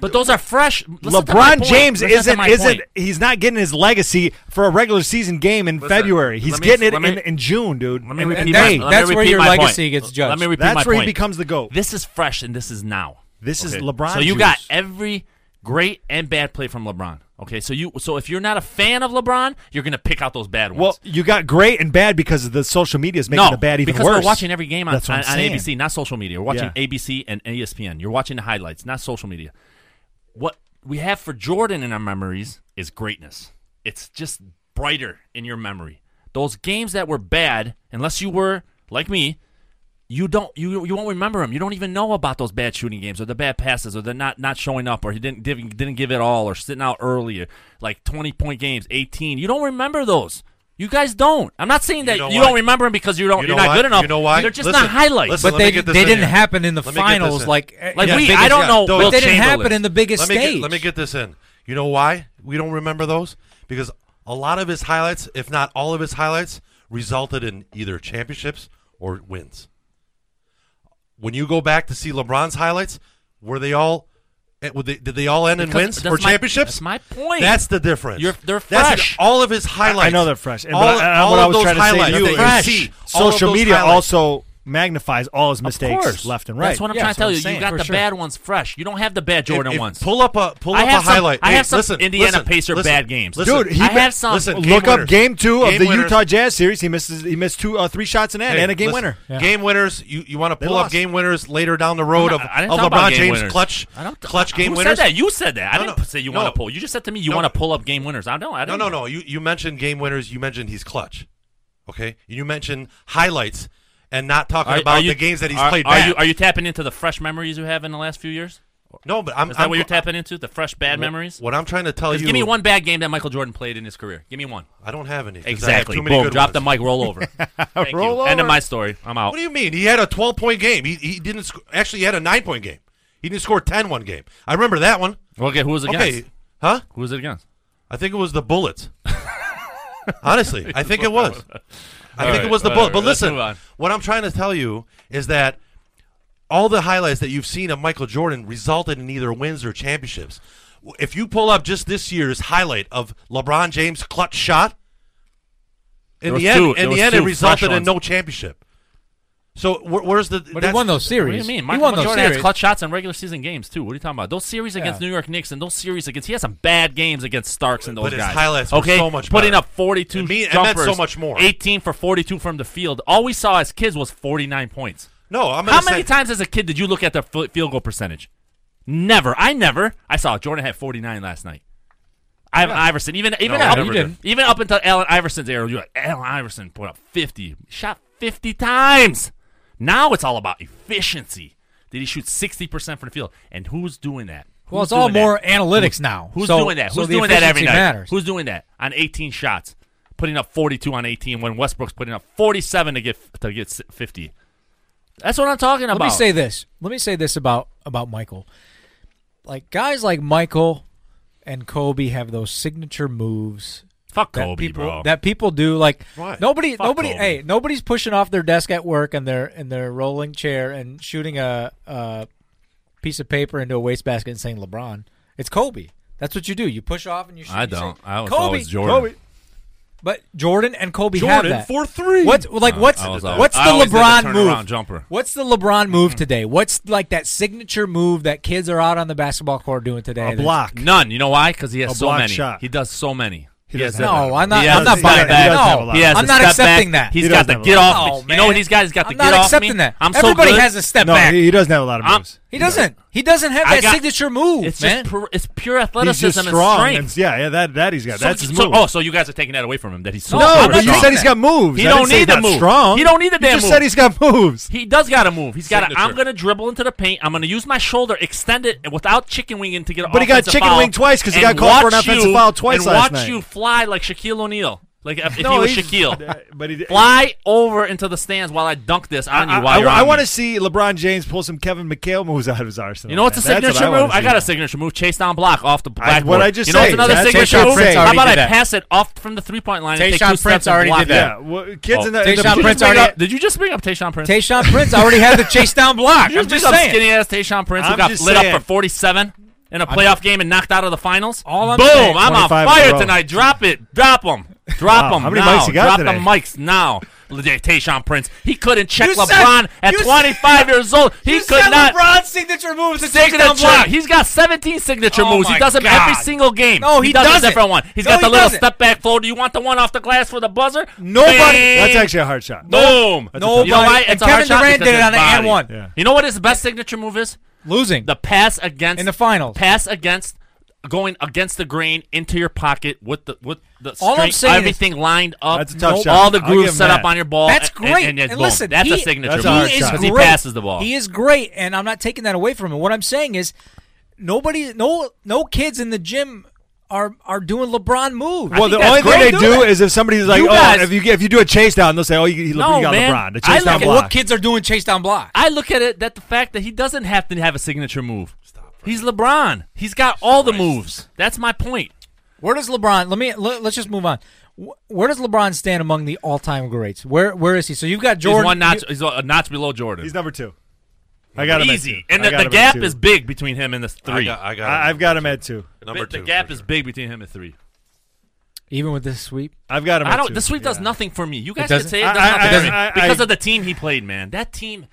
Speaker 3: But those are fresh. Listen to my
Speaker 5: LeBron
Speaker 3: point.
Speaker 5: James
Speaker 3: Listen to
Speaker 5: isn't
Speaker 3: my
Speaker 5: isn't
Speaker 3: point.
Speaker 5: he's not getting his legacy for a regular season game in February. He's
Speaker 3: let me-
Speaker 5: getting it
Speaker 3: let me-
Speaker 5: in, in June, dude.
Speaker 3: Let me
Speaker 5: And-
Speaker 3: repeat
Speaker 5: and
Speaker 3: my-
Speaker 5: hey,
Speaker 2: hey,
Speaker 3: let me
Speaker 2: that's where
Speaker 3: repeat
Speaker 2: your
Speaker 3: my point.
Speaker 2: legacy gets judged.
Speaker 3: Let me repeat my
Speaker 5: that's where he
Speaker 3: point.
Speaker 5: becomes the goat.
Speaker 3: This is fresh and this is now.
Speaker 5: This is
Speaker 4: Okay.
Speaker 5: LeBron.
Speaker 3: so you
Speaker 5: juice.
Speaker 3: got every great and bad play from LeBron. Okay, so you so if you're not a fan of LeBron, you're gonna pick out those bad ones.
Speaker 5: well, you got great and bad because of the social media is making
Speaker 3: no,
Speaker 5: the bad even
Speaker 3: because
Speaker 5: worse.
Speaker 3: we're watching every game on,
Speaker 5: That's what
Speaker 3: on,
Speaker 5: I'm
Speaker 3: on
Speaker 5: saying.
Speaker 3: ABC, not social media. We're watching
Speaker 5: Yeah.
Speaker 3: ABC and E ESPN. You're watching the highlights, not social media. What we have for Jordan in our memories is greatness. It's just brighter in your memory. Those games that were bad, unless you were like me, you don't you you won't remember him. You don't even know about those bad shooting games or the bad passes or the not not showing up or he didn't didn't, didn't give it all or sitting out early or like twenty point games, eighteen. You don't remember those. You guys don't. I'm not saying that you,
Speaker 4: know
Speaker 3: don't
Speaker 4: what?
Speaker 3: remember him because you don't.
Speaker 4: You
Speaker 3: You are
Speaker 4: know
Speaker 3: not
Speaker 4: what?
Speaker 3: good enough.
Speaker 4: You know why?
Speaker 3: They're just
Speaker 4: Listen,
Speaker 3: not highlights.
Speaker 4: listen,
Speaker 2: but
Speaker 4: let me
Speaker 2: they,
Speaker 4: get this
Speaker 2: they
Speaker 4: in
Speaker 2: didn't
Speaker 4: here.
Speaker 2: happen in the
Speaker 4: Let me get this
Speaker 2: finals.
Speaker 4: in.
Speaker 2: Like,
Speaker 3: Like
Speaker 2: in the
Speaker 3: we- I
Speaker 2: biggest-
Speaker 3: don't know
Speaker 2: But
Speaker 3: Wilt
Speaker 2: they didn't happen
Speaker 3: Chamberlain.
Speaker 2: in the biggest
Speaker 4: let me
Speaker 2: stage.
Speaker 4: Get, let me get this in. You know why we don't remember those? Because a lot of his highlights, if not all of his highlights, resulted in either championships or wins. When you go back to see LeBron's highlights, were they all? eh, were they- Did they all end in
Speaker 3: Because
Speaker 4: wins
Speaker 3: that's
Speaker 4: or
Speaker 3: my-
Speaker 4: championships?
Speaker 3: that's my point.
Speaker 4: That's the difference.
Speaker 3: You're- they're
Speaker 4: That's
Speaker 3: fresh.
Speaker 4: in all of his highlights.
Speaker 5: I know they're fresh. And
Speaker 4: all
Speaker 5: but I- I-
Speaker 4: all
Speaker 5: what
Speaker 4: of
Speaker 5: I was
Speaker 4: those
Speaker 5: trying to say
Speaker 4: highlights
Speaker 5: to you
Speaker 4: that
Speaker 5: is
Speaker 4: you
Speaker 3: fresh.
Speaker 4: see, all of
Speaker 5: social
Speaker 4: those
Speaker 5: media
Speaker 4: highlights.
Speaker 5: also magnifies all his mistakes left and right.
Speaker 3: That's what I'm
Speaker 2: Yeah,
Speaker 3: trying
Speaker 2: that's
Speaker 3: to tell
Speaker 2: what
Speaker 3: you.
Speaker 2: I'm
Speaker 3: you
Speaker 2: saying,
Speaker 3: got
Speaker 2: for
Speaker 3: the
Speaker 2: sure.
Speaker 3: bad ones fresh. You don't have the bad Jordan
Speaker 4: If- if-
Speaker 3: ones.
Speaker 4: Pull up a pull
Speaker 3: I
Speaker 4: up
Speaker 3: have
Speaker 4: a
Speaker 3: some-
Speaker 4: highlight.
Speaker 3: I
Speaker 4: Hey,
Speaker 3: have some
Speaker 4: listen,
Speaker 3: Indiana
Speaker 4: listen,
Speaker 3: Pacer
Speaker 4: listen,
Speaker 3: bad games.
Speaker 4: listen.
Speaker 5: Dude, he-
Speaker 3: I have some-
Speaker 4: Listen,
Speaker 5: Look up
Speaker 4: winners.
Speaker 5: game two of
Speaker 4: Game
Speaker 5: the
Speaker 4: winners.
Speaker 5: Utah Jazz series. He misses. He missed two, uh, three shots in end
Speaker 4: Hey,
Speaker 5: and a game
Speaker 4: listen,
Speaker 5: winner.
Speaker 4: Game winners. You, you want to pull up
Speaker 5: lost.
Speaker 4: game winners later down the road of,
Speaker 3: I didn't
Speaker 4: of
Speaker 3: talk about
Speaker 4: LeBron
Speaker 3: game
Speaker 4: James
Speaker 3: winners.
Speaker 4: clutch
Speaker 3: I don't
Speaker 4: clutch game
Speaker 3: Who
Speaker 4: winners.
Speaker 3: said that? You said that. I
Speaker 4: No,
Speaker 3: didn't
Speaker 4: no.
Speaker 3: say you
Speaker 4: No.
Speaker 3: want to pull. You just said to me you
Speaker 4: No.
Speaker 3: want to pull up game winners. I don't. I
Speaker 4: No,
Speaker 3: don't.
Speaker 4: no, no. You you mentioned game winners. You mentioned he's clutch. Okay. You mentioned highlights and not talking about the games that he's
Speaker 3: are,
Speaker 4: played.
Speaker 3: Are
Speaker 4: bad.
Speaker 3: you are you tapping into the fresh memories you have in the last few years?
Speaker 4: no, but I'm.
Speaker 3: Is that
Speaker 4: I'm
Speaker 3: what you're tapping into? The fresh bad memories?
Speaker 4: What I'm trying to tell you.
Speaker 3: Just give me one bad game that Michael Jordan played in his career. Give me one.
Speaker 4: I don't have any. 'cause I have
Speaker 3: Exactly.
Speaker 4: too many
Speaker 3: Boom.
Speaker 4: good
Speaker 3: Drop
Speaker 4: ones.
Speaker 3: the mic. Roll over. Thank
Speaker 5: Roll
Speaker 3: you. End
Speaker 5: over.
Speaker 3: of my story. I'm out.
Speaker 4: What do you mean? He had a 12 point game. He he didn't sc- actually he had a nine point game. He didn't score 10 one game. I remember that one.
Speaker 3: okay. Who was it
Speaker 4: Okay.
Speaker 3: against?
Speaker 4: Huh?
Speaker 3: Who was it against?
Speaker 4: I think it was the Bullets. Honestly, I think it was. I think it
Speaker 3: right,
Speaker 4: was the
Speaker 3: all right,
Speaker 4: Bullets. But
Speaker 3: let's
Speaker 4: listen,
Speaker 3: move on.
Speaker 4: what I'm trying to tell you is that all the highlights that you've seen of Michael Jordan resulted in either wins or championships. W- If you pull up just this year's highlight of LeBron James' clutch shot, in
Speaker 3: was
Speaker 4: the end,
Speaker 3: two- there
Speaker 4: in
Speaker 3: was
Speaker 4: the end, it
Speaker 3: two fresh
Speaker 4: resulted in
Speaker 3: ones.
Speaker 4: no championship. So wh- where's the?
Speaker 2: But he
Speaker 4: that's-
Speaker 2: won those series.
Speaker 3: What do you mean?
Speaker 2: He
Speaker 3: Michael
Speaker 2: won those
Speaker 3: Jordan
Speaker 2: series.
Speaker 3: has clutch shots in regular season games too. What are you talking about? Those series against New York Knicks and those series against he has some bad games against Starks and those
Speaker 4: But his
Speaker 3: guys.
Speaker 4: highlights were
Speaker 3: okay,
Speaker 4: so much
Speaker 3: putting
Speaker 4: better.
Speaker 3: up forty-two
Speaker 4: It mean- it meant
Speaker 3: jumpers,
Speaker 4: so much more.
Speaker 3: Eighteen for forty-two from the field. All we saw as kids was forty-nine points.
Speaker 4: No, I'm.
Speaker 3: How
Speaker 4: gonna
Speaker 3: many
Speaker 4: say-
Speaker 3: times as a kid did you look at the fi- field goal percentage? Never. I never. I saw Jordan had 49 last night. I have Iverson. Even even
Speaker 4: No, I
Speaker 3: up,
Speaker 4: never did.
Speaker 3: even up until Allen Iverson's era, you're like Allen Iverson put up 50, shot 50 times. Now it's all about efficiency. Did he shoot 60% from the field? And who's doing that?
Speaker 2: Well,
Speaker 3: Who's
Speaker 2: it's all
Speaker 3: doing that?
Speaker 2: more analytics now.
Speaker 3: Who's
Speaker 2: So-
Speaker 3: doing that?
Speaker 2: so
Speaker 3: Who's
Speaker 2: the
Speaker 3: doing that every
Speaker 2: efficiency
Speaker 3: night?
Speaker 2: matters.
Speaker 3: Who's doing that on 18 shots, putting up 42 on 18 when Westbrook's putting up 47 to get to get s- 50? That's what I'm talking about.
Speaker 2: Let me say this. Let me say this about about Michael. Like guys like Michael and Kobe have those signature moves
Speaker 3: fuck
Speaker 2: that
Speaker 3: Kobe,
Speaker 2: people
Speaker 3: bro.
Speaker 2: that people do. Like
Speaker 4: Right.
Speaker 2: nobody,
Speaker 3: Fuck
Speaker 2: nobody,
Speaker 3: Kobe.
Speaker 2: hey, nobody's pushing off their desk at work and their in their rolling chair and shooting a, a piece of paper into a wastebasket and saying LeBron. It's Kobe. That's what you do. You push off and you shoot.
Speaker 3: I
Speaker 2: You say,
Speaker 3: don't. I was
Speaker 2: Kobe.
Speaker 3: always Jordan.
Speaker 5: Kobe.
Speaker 2: But Jordan and Kobe have
Speaker 4: Jordan
Speaker 2: that.
Speaker 4: for three.
Speaker 2: What's like what's
Speaker 3: Uh, I was always-
Speaker 2: what's the
Speaker 3: I always did the
Speaker 2: LeBron
Speaker 3: turnaround
Speaker 2: move?
Speaker 3: jumper.
Speaker 2: What's the LeBron move today? What's like that signature move that kids are out on the basketball court doing today?
Speaker 5: A
Speaker 2: that's-
Speaker 5: block.
Speaker 3: None. You know why? Because he has
Speaker 5: A
Speaker 3: so
Speaker 5: block
Speaker 3: many.
Speaker 5: shot.
Speaker 3: He does so many. He,
Speaker 5: doesn't have
Speaker 2: No, I'm not.
Speaker 3: He has
Speaker 2: I'm not
Speaker 3: the
Speaker 2: buying
Speaker 3: step
Speaker 5: he doesn't
Speaker 2: that.
Speaker 5: have a
Speaker 2: No,
Speaker 5: lot.
Speaker 3: He has
Speaker 2: I'm
Speaker 3: the
Speaker 2: not
Speaker 3: step
Speaker 2: accepting
Speaker 3: back.
Speaker 2: that.
Speaker 3: He's
Speaker 5: He
Speaker 3: got
Speaker 5: doesn't
Speaker 3: the
Speaker 5: have a
Speaker 3: get
Speaker 5: lot.
Speaker 2: No,
Speaker 3: off. me. You know
Speaker 2: Oh, man.
Speaker 3: what he's got? He's got the
Speaker 2: I'm
Speaker 3: get
Speaker 2: not
Speaker 3: off
Speaker 2: accepting
Speaker 3: me.
Speaker 2: that.
Speaker 3: I'm so
Speaker 2: Everybody
Speaker 3: good.
Speaker 2: has a step
Speaker 5: No,
Speaker 2: back.
Speaker 5: he, he doesn't have a lot of
Speaker 3: I'm-
Speaker 5: moves.
Speaker 2: He doesn't. He doesn't have
Speaker 3: I
Speaker 2: that
Speaker 3: got-
Speaker 2: signature move,
Speaker 3: It's
Speaker 2: man.
Speaker 3: just pure, it's pure athleticism
Speaker 5: He's just
Speaker 3: and
Speaker 5: strong.
Speaker 3: strength.
Speaker 5: and- yeah, yeah, that that he's got.
Speaker 3: So-
Speaker 5: That's his
Speaker 3: so-
Speaker 5: move.
Speaker 3: Oh, so you guys are taking that away from him that he's so
Speaker 5: no,
Speaker 2: I'm
Speaker 5: but
Speaker 2: not
Speaker 5: you
Speaker 2: saying
Speaker 5: said he's
Speaker 2: that.
Speaker 5: got moves.
Speaker 3: He
Speaker 5: I
Speaker 3: don't
Speaker 5: didn't say
Speaker 3: need
Speaker 5: he's
Speaker 3: the
Speaker 5: not
Speaker 3: move.
Speaker 5: Strong.
Speaker 3: He don't need the
Speaker 5: You
Speaker 3: damn
Speaker 5: just
Speaker 3: move.
Speaker 5: said he's got moves.
Speaker 3: He does got to move. He's got.
Speaker 4: Signature.
Speaker 3: I'm going to dribble into the paint. I'm going to use my shoulder, extend it and without chicken winging to get an
Speaker 5: But he got
Speaker 3: offensive
Speaker 5: chicken
Speaker 3: foul,
Speaker 5: winged twice 'cause he
Speaker 3: and
Speaker 5: got called for an
Speaker 3: watch
Speaker 5: offensive
Speaker 3: you-
Speaker 5: foul twice
Speaker 3: And
Speaker 5: last
Speaker 3: watch
Speaker 5: night.
Speaker 3: you fly like Shaquille O'Neal, like if, if he was
Speaker 5: he's-
Speaker 3: Shaquille.
Speaker 5: uh, But he did-
Speaker 3: Fly over into the stands while I dunk this on you. While
Speaker 5: I,
Speaker 3: you're on
Speaker 5: want
Speaker 3: me.
Speaker 5: to see LeBron James pull some Kevin McHale moves out of his arsenal.
Speaker 3: You know what's a
Speaker 5: man. That's what
Speaker 3: signature
Speaker 5: wanna
Speaker 3: move? I
Speaker 5: see.
Speaker 3: got a signature move. Chase down block off the blackboard.
Speaker 5: what I just
Speaker 3: you know what's
Speaker 5: said.
Speaker 3: another
Speaker 5: That's
Speaker 3: signature
Speaker 5: Tayshaun
Speaker 3: move?
Speaker 5: Prince
Speaker 3: How
Speaker 2: already
Speaker 3: about
Speaker 2: did
Speaker 3: I
Speaker 2: that.
Speaker 3: pass it off from the three point line? and
Speaker 2: Tayshaun
Speaker 3: take two
Speaker 2: Prince
Speaker 3: steps and
Speaker 2: already
Speaker 3: block
Speaker 2: did
Speaker 3: it?
Speaker 2: that.
Speaker 5: Yeah, well,
Speaker 3: Oh.
Speaker 5: kids in the, in
Speaker 2: Tayshaun
Speaker 5: the
Speaker 3: Did you,
Speaker 2: Prince
Speaker 3: just bring
Speaker 2: already-
Speaker 3: up, did you just bring up Tayshawn Prince?
Speaker 2: Tayshawn Prince already had the chase down block.
Speaker 3: You
Speaker 2: I'm
Speaker 3: just bring
Speaker 2: just
Speaker 3: up
Speaker 2: saying.
Speaker 3: skinny ass Tayshawn Prince who
Speaker 5: I'm
Speaker 3: got
Speaker 5: just
Speaker 3: lit
Speaker 5: saying.
Speaker 3: up for 47 in a playoff game and knocked out of the finals.
Speaker 2: All I'm
Speaker 3: Boom!
Speaker 2: saying-
Speaker 3: I'm on
Speaker 5: 25 in a
Speaker 3: fire
Speaker 5: row.
Speaker 3: tonight. Drop it. Drop him. Drop
Speaker 5: Wow,
Speaker 3: him.
Speaker 5: how many
Speaker 3: now.
Speaker 5: mics you got
Speaker 3: Drop
Speaker 5: today?
Speaker 3: the mics now. Legit, Tayshawn Prince. He couldn't check
Speaker 2: You said-
Speaker 3: LeBron at
Speaker 2: you said-
Speaker 3: 25 years old. He
Speaker 2: You
Speaker 3: could
Speaker 2: said
Speaker 3: not.
Speaker 2: LeBron's signature move is a
Speaker 3: Take
Speaker 2: takedown block.
Speaker 3: He's got 17 signature
Speaker 2: Oh
Speaker 3: moves. He
Speaker 2: my
Speaker 3: does them
Speaker 2: God.
Speaker 3: every single game.
Speaker 2: No, he
Speaker 3: does a
Speaker 2: doesn't.
Speaker 3: different one. He's
Speaker 2: No,
Speaker 3: got the
Speaker 2: he
Speaker 3: little
Speaker 2: doesn't.
Speaker 3: step back flow. Do you want the one off the glass for the buzzer?
Speaker 2: Nobody-
Speaker 3: Bang.
Speaker 5: That's actually a hard shot.
Speaker 3: Boom.
Speaker 5: That's a tough
Speaker 3: You know
Speaker 2: one.
Speaker 3: why?
Speaker 2: And
Speaker 3: It's a hard
Speaker 2: Kevin
Speaker 3: shot
Speaker 2: Durant
Speaker 3: because
Speaker 2: did it
Speaker 3: his
Speaker 2: on an and
Speaker 3: body.
Speaker 2: one.
Speaker 5: Yeah.
Speaker 3: You know what his best signature move is?
Speaker 2: Losing
Speaker 3: The pass against
Speaker 2: in the finals.
Speaker 3: pass against going against the grain into your pocket with the with the
Speaker 2: All I'm
Speaker 3: string,
Speaker 2: saying is-
Speaker 3: everything lined up.
Speaker 5: That's a tough shot.
Speaker 3: All the
Speaker 5: I'll give
Speaker 3: grooves
Speaker 5: him
Speaker 3: set
Speaker 5: that.
Speaker 3: up on your ball.
Speaker 2: That's
Speaker 3: and- and-
Speaker 2: great.
Speaker 3: and it's boom.
Speaker 2: listen,
Speaker 3: that's
Speaker 2: he,
Speaker 3: a signature
Speaker 5: That's a
Speaker 3: move
Speaker 5: hard
Speaker 2: he is
Speaker 5: shot.
Speaker 3: because
Speaker 2: great.
Speaker 3: he passes the ball.
Speaker 2: He is great, and I'm not taking that away from him. What I'm saying is, nobody, no, no kids in the gym are are doing LeBron moves.
Speaker 5: Well, the
Speaker 3: that's
Speaker 5: only thing
Speaker 3: great.
Speaker 5: they
Speaker 3: Do
Speaker 5: do
Speaker 2: that.
Speaker 5: is if somebody's like,
Speaker 3: You
Speaker 5: "Oh,
Speaker 3: guys-
Speaker 5: if you get, if you do a chase down, they'll say, "Oh, you, you
Speaker 3: No,
Speaker 5: got
Speaker 3: man.
Speaker 5: LeBron." The
Speaker 3: I
Speaker 5: chase down
Speaker 3: look at
Speaker 5: block.
Speaker 2: what kids are doing chase down block.
Speaker 3: I look at it that the fact that he doesn't have to have a signature move. He's LeBron. He's got all the moves. That's my point.
Speaker 2: Where does LeBron? Let me let, us just move on. Wh- Where does LeBron stand among the all-time greats? Where where is he? So you've got Jordan.
Speaker 3: he's one notch.
Speaker 2: you-
Speaker 3: He's a notch below Jordan.
Speaker 5: He's number two. I got him at
Speaker 3: easy,
Speaker 5: two.
Speaker 3: and
Speaker 5: I
Speaker 3: the,
Speaker 5: got
Speaker 3: the
Speaker 5: him at
Speaker 3: gap
Speaker 5: two.
Speaker 3: is big between him and the
Speaker 4: I
Speaker 3: three.
Speaker 4: got, I got
Speaker 5: I, I've got him at two.
Speaker 4: number
Speaker 3: the
Speaker 4: two.
Speaker 3: gap
Speaker 4: for
Speaker 3: is
Speaker 4: sure.
Speaker 3: big between him and three.
Speaker 2: even with this sweep,
Speaker 5: I've got him.
Speaker 3: I
Speaker 5: at
Speaker 3: don't.
Speaker 5: two.
Speaker 3: The sweep does
Speaker 5: Yeah.
Speaker 3: nothing for me. You guys
Speaker 2: doesn't?
Speaker 3: could say it
Speaker 5: I-
Speaker 3: does
Speaker 5: I-
Speaker 3: nothing
Speaker 5: I-
Speaker 3: for me
Speaker 5: I- I-
Speaker 3: because of the team he played, man. That team,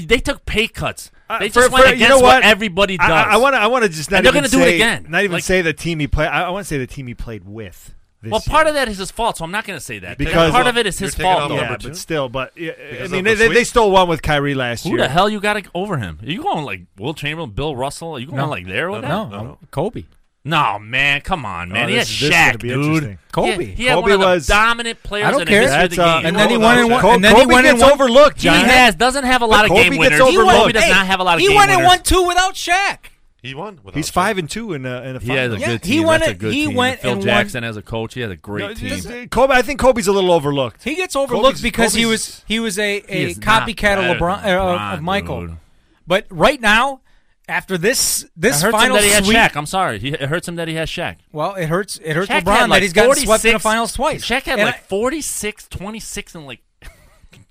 Speaker 3: they took pay cuts.
Speaker 5: Uh,
Speaker 3: They
Speaker 5: for-
Speaker 3: just went
Speaker 5: for- you
Speaker 3: against
Speaker 5: know
Speaker 3: what?
Speaker 5: what?
Speaker 3: everybody does.
Speaker 5: I want to. I want to just not
Speaker 3: And they're
Speaker 5: even
Speaker 3: gonna do it
Speaker 5: say-
Speaker 3: again.
Speaker 5: Not even
Speaker 3: Like-
Speaker 5: say the team he played. I, I want to say the team he played with. This
Speaker 3: well, part
Speaker 5: year.
Speaker 3: of that is his fault, so I'm not going to say that
Speaker 5: Because-
Speaker 3: part of it is his
Speaker 4: You're taking
Speaker 3: fault.
Speaker 4: off
Speaker 3: though.
Speaker 5: yeah,
Speaker 4: number
Speaker 5: but
Speaker 4: two?
Speaker 5: still, but yeah, I
Speaker 4: Because
Speaker 5: mean,
Speaker 4: of
Speaker 5: they,
Speaker 4: the
Speaker 5: they, they
Speaker 4: sweep?
Speaker 5: still won with Kyrie last
Speaker 3: Who
Speaker 5: year.
Speaker 3: the hell you got over him? Are you going like Will Chamberlain, Bill Russell? Are you going
Speaker 2: No.
Speaker 3: like there with
Speaker 2: no,
Speaker 3: that?
Speaker 4: no.
Speaker 2: Kobe.
Speaker 3: No, man, come on, man.
Speaker 5: Oh,
Speaker 3: he had
Speaker 5: this is- this is gonna
Speaker 3: Shaq,
Speaker 5: be
Speaker 3: dude.
Speaker 5: interesting.
Speaker 2: Kobe.
Speaker 3: he, he had
Speaker 5: Kobe
Speaker 3: one of
Speaker 5: was-
Speaker 3: the dominant players
Speaker 2: I don't
Speaker 3: in
Speaker 2: care.
Speaker 3: the history of
Speaker 5: That's
Speaker 3: the
Speaker 5: uh,
Speaker 3: game.
Speaker 2: And then he
Speaker 4: Hold
Speaker 2: won
Speaker 4: on
Speaker 2: and
Speaker 4: a
Speaker 2: one.
Speaker 5: Ko-
Speaker 2: And then he
Speaker 5: Kobe
Speaker 2: went and
Speaker 5: gets
Speaker 2: won.
Speaker 5: overlooked.
Speaker 3: he
Speaker 5: John.
Speaker 3: has doesn't have a lot of
Speaker 5: Kobe
Speaker 3: game
Speaker 5: gets
Speaker 3: winners.
Speaker 5: overlooked.
Speaker 3: Kobe does
Speaker 2: Hey,
Speaker 3: not have a lot of
Speaker 2: He
Speaker 3: game
Speaker 2: went
Speaker 3: winners.
Speaker 2: and won two without Shaq.
Speaker 4: He won. without
Speaker 5: He's
Speaker 4: Shaq.
Speaker 5: five and two in a in a
Speaker 3: He has
Speaker 5: final.
Speaker 3: a
Speaker 2: Yeah,
Speaker 3: good
Speaker 2: he
Speaker 3: team.
Speaker 2: went
Speaker 3: That's a
Speaker 2: and-
Speaker 3: good
Speaker 2: he
Speaker 3: team.
Speaker 2: went
Speaker 3: Phil
Speaker 2: and won-
Speaker 3: Jackson as a coach, he has a great
Speaker 5: No,
Speaker 3: team.
Speaker 5: just- uh, Kobe, I think Kobe's a little overlooked.
Speaker 2: He gets overlooked
Speaker 5: Kobe's-
Speaker 2: because he
Speaker 5: Kobe's-
Speaker 2: was he was a,
Speaker 3: He
Speaker 2: a
Speaker 3: is not
Speaker 2: copycat
Speaker 3: better
Speaker 2: of
Speaker 3: than
Speaker 2: LeBron, uh, of,
Speaker 3: LeBron,
Speaker 2: of Michael.
Speaker 3: dude.
Speaker 2: But right now, after this
Speaker 3: It
Speaker 2: this
Speaker 3: hurts him
Speaker 2: final
Speaker 3: that he has
Speaker 2: sweep,
Speaker 3: Shaq. I'm sorry. He, it hurts him that he has Shaq.
Speaker 2: well, it hurts it hurts
Speaker 3: Shaq
Speaker 2: LeBron
Speaker 3: had like
Speaker 2: that he's gotten
Speaker 3: 46,
Speaker 2: swept in the finals twice.
Speaker 3: Shaq had
Speaker 2: And
Speaker 3: like
Speaker 2: I-
Speaker 3: 46, 26, and like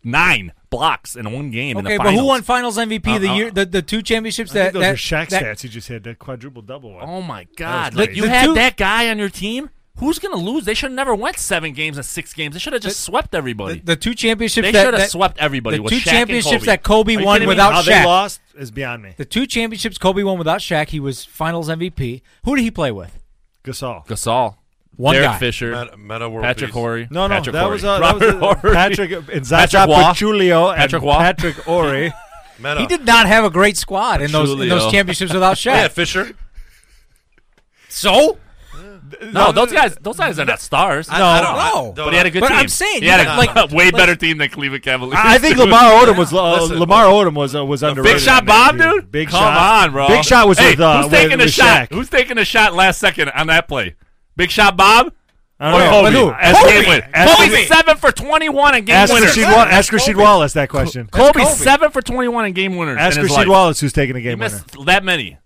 Speaker 3: nine blocks in one game in
Speaker 2: okay,
Speaker 3: the
Speaker 2: but
Speaker 3: finals.
Speaker 2: who won Finals MVP the
Speaker 3: Uh, uh,
Speaker 2: year the, the two championships
Speaker 5: I think
Speaker 2: that
Speaker 5: those
Speaker 2: that,
Speaker 5: are Shaq
Speaker 2: that-
Speaker 5: stats he just had. That quadruple double one.
Speaker 3: Oh my God!
Speaker 5: That was
Speaker 3: Like
Speaker 5: crazy.
Speaker 3: you
Speaker 2: The
Speaker 3: had
Speaker 2: two-
Speaker 3: that guy on your team. Who's gonna lose? They should have never went seven games and six games. They should have just swept
Speaker 2: the,
Speaker 3: everybody.
Speaker 2: the two championships
Speaker 3: they
Speaker 2: that,
Speaker 3: should have
Speaker 2: that-
Speaker 3: swept everybody.
Speaker 2: the
Speaker 3: with
Speaker 2: two
Speaker 3: Shaq and
Speaker 2: championships
Speaker 3: Kobe.
Speaker 2: that Kobe
Speaker 3: Are you
Speaker 2: won
Speaker 3: kidding me?
Speaker 2: without
Speaker 5: How
Speaker 2: Shaq.
Speaker 5: they lost is beyond me.
Speaker 2: the two championships Kobe won without Shaq, he was Finals MVP. Who did he play with?
Speaker 5: Gasol.
Speaker 3: Gasol,
Speaker 2: One
Speaker 3: Derek
Speaker 2: guy.
Speaker 3: Fisher,
Speaker 4: Meta, meta world
Speaker 3: Patrick
Speaker 4: peace.
Speaker 3: Horry.
Speaker 5: No, no,
Speaker 3: Patrick
Speaker 5: that
Speaker 3: Horry.
Speaker 5: was uh,
Speaker 3: Robert
Speaker 5: that was uh,
Speaker 3: Horry.
Speaker 5: Patrick and Zaza
Speaker 3: Patrick Waugh.
Speaker 5: Pachulia and
Speaker 3: Patrick Waugh.
Speaker 5: Patrick Ori.
Speaker 4: Meta.
Speaker 2: He did not have a great squad in those in those
Speaker 3: Julio.
Speaker 2: championships without Shaq.
Speaker 4: Yeah, Fisher.
Speaker 2: So
Speaker 3: No, those guys, those guys are not stars.
Speaker 4: I-
Speaker 3: no,
Speaker 4: I don't- Oh, I-
Speaker 2: no.
Speaker 4: don't-
Speaker 3: but he had a good
Speaker 2: But
Speaker 3: team.
Speaker 2: I'm saying,
Speaker 3: he had a
Speaker 4: like-
Speaker 3: way better team than Cleveland Cavaliers.
Speaker 5: I I think Lamar Odom was uh,
Speaker 4: Listen.
Speaker 5: Lamar Odom was uh, was underrated.
Speaker 3: Big shot,
Speaker 5: on that,
Speaker 3: Bob, dude.
Speaker 5: Big
Speaker 3: Come
Speaker 5: shot,
Speaker 3: on, bro.
Speaker 5: Big shot was
Speaker 3: hey,
Speaker 5: with uh,
Speaker 3: who's taking
Speaker 5: with,
Speaker 3: a
Speaker 5: with
Speaker 3: shot?
Speaker 5: Shaq.
Speaker 3: Who's taking a shot last second on that play? Big shot, Bob.
Speaker 5: I
Speaker 3: Or
Speaker 5: don't know.
Speaker 3: Kobe?
Speaker 5: But who?
Speaker 3: As
Speaker 5: Kobe.
Speaker 3: game winner.
Speaker 5: Ask
Speaker 3: Kobe
Speaker 5: Rasheed-
Speaker 3: seven for twenty-one and game
Speaker 5: Ask
Speaker 3: winner.
Speaker 5: Rasheed Wa- ask Rasheed Wallace that question.
Speaker 3: Kobe seven for twenty-one and game winners.
Speaker 5: Ask
Speaker 3: in his
Speaker 5: Rasheed
Speaker 3: life.
Speaker 5: Wallace who's taking a
Speaker 3: He
Speaker 5: game winner.
Speaker 3: missed that many.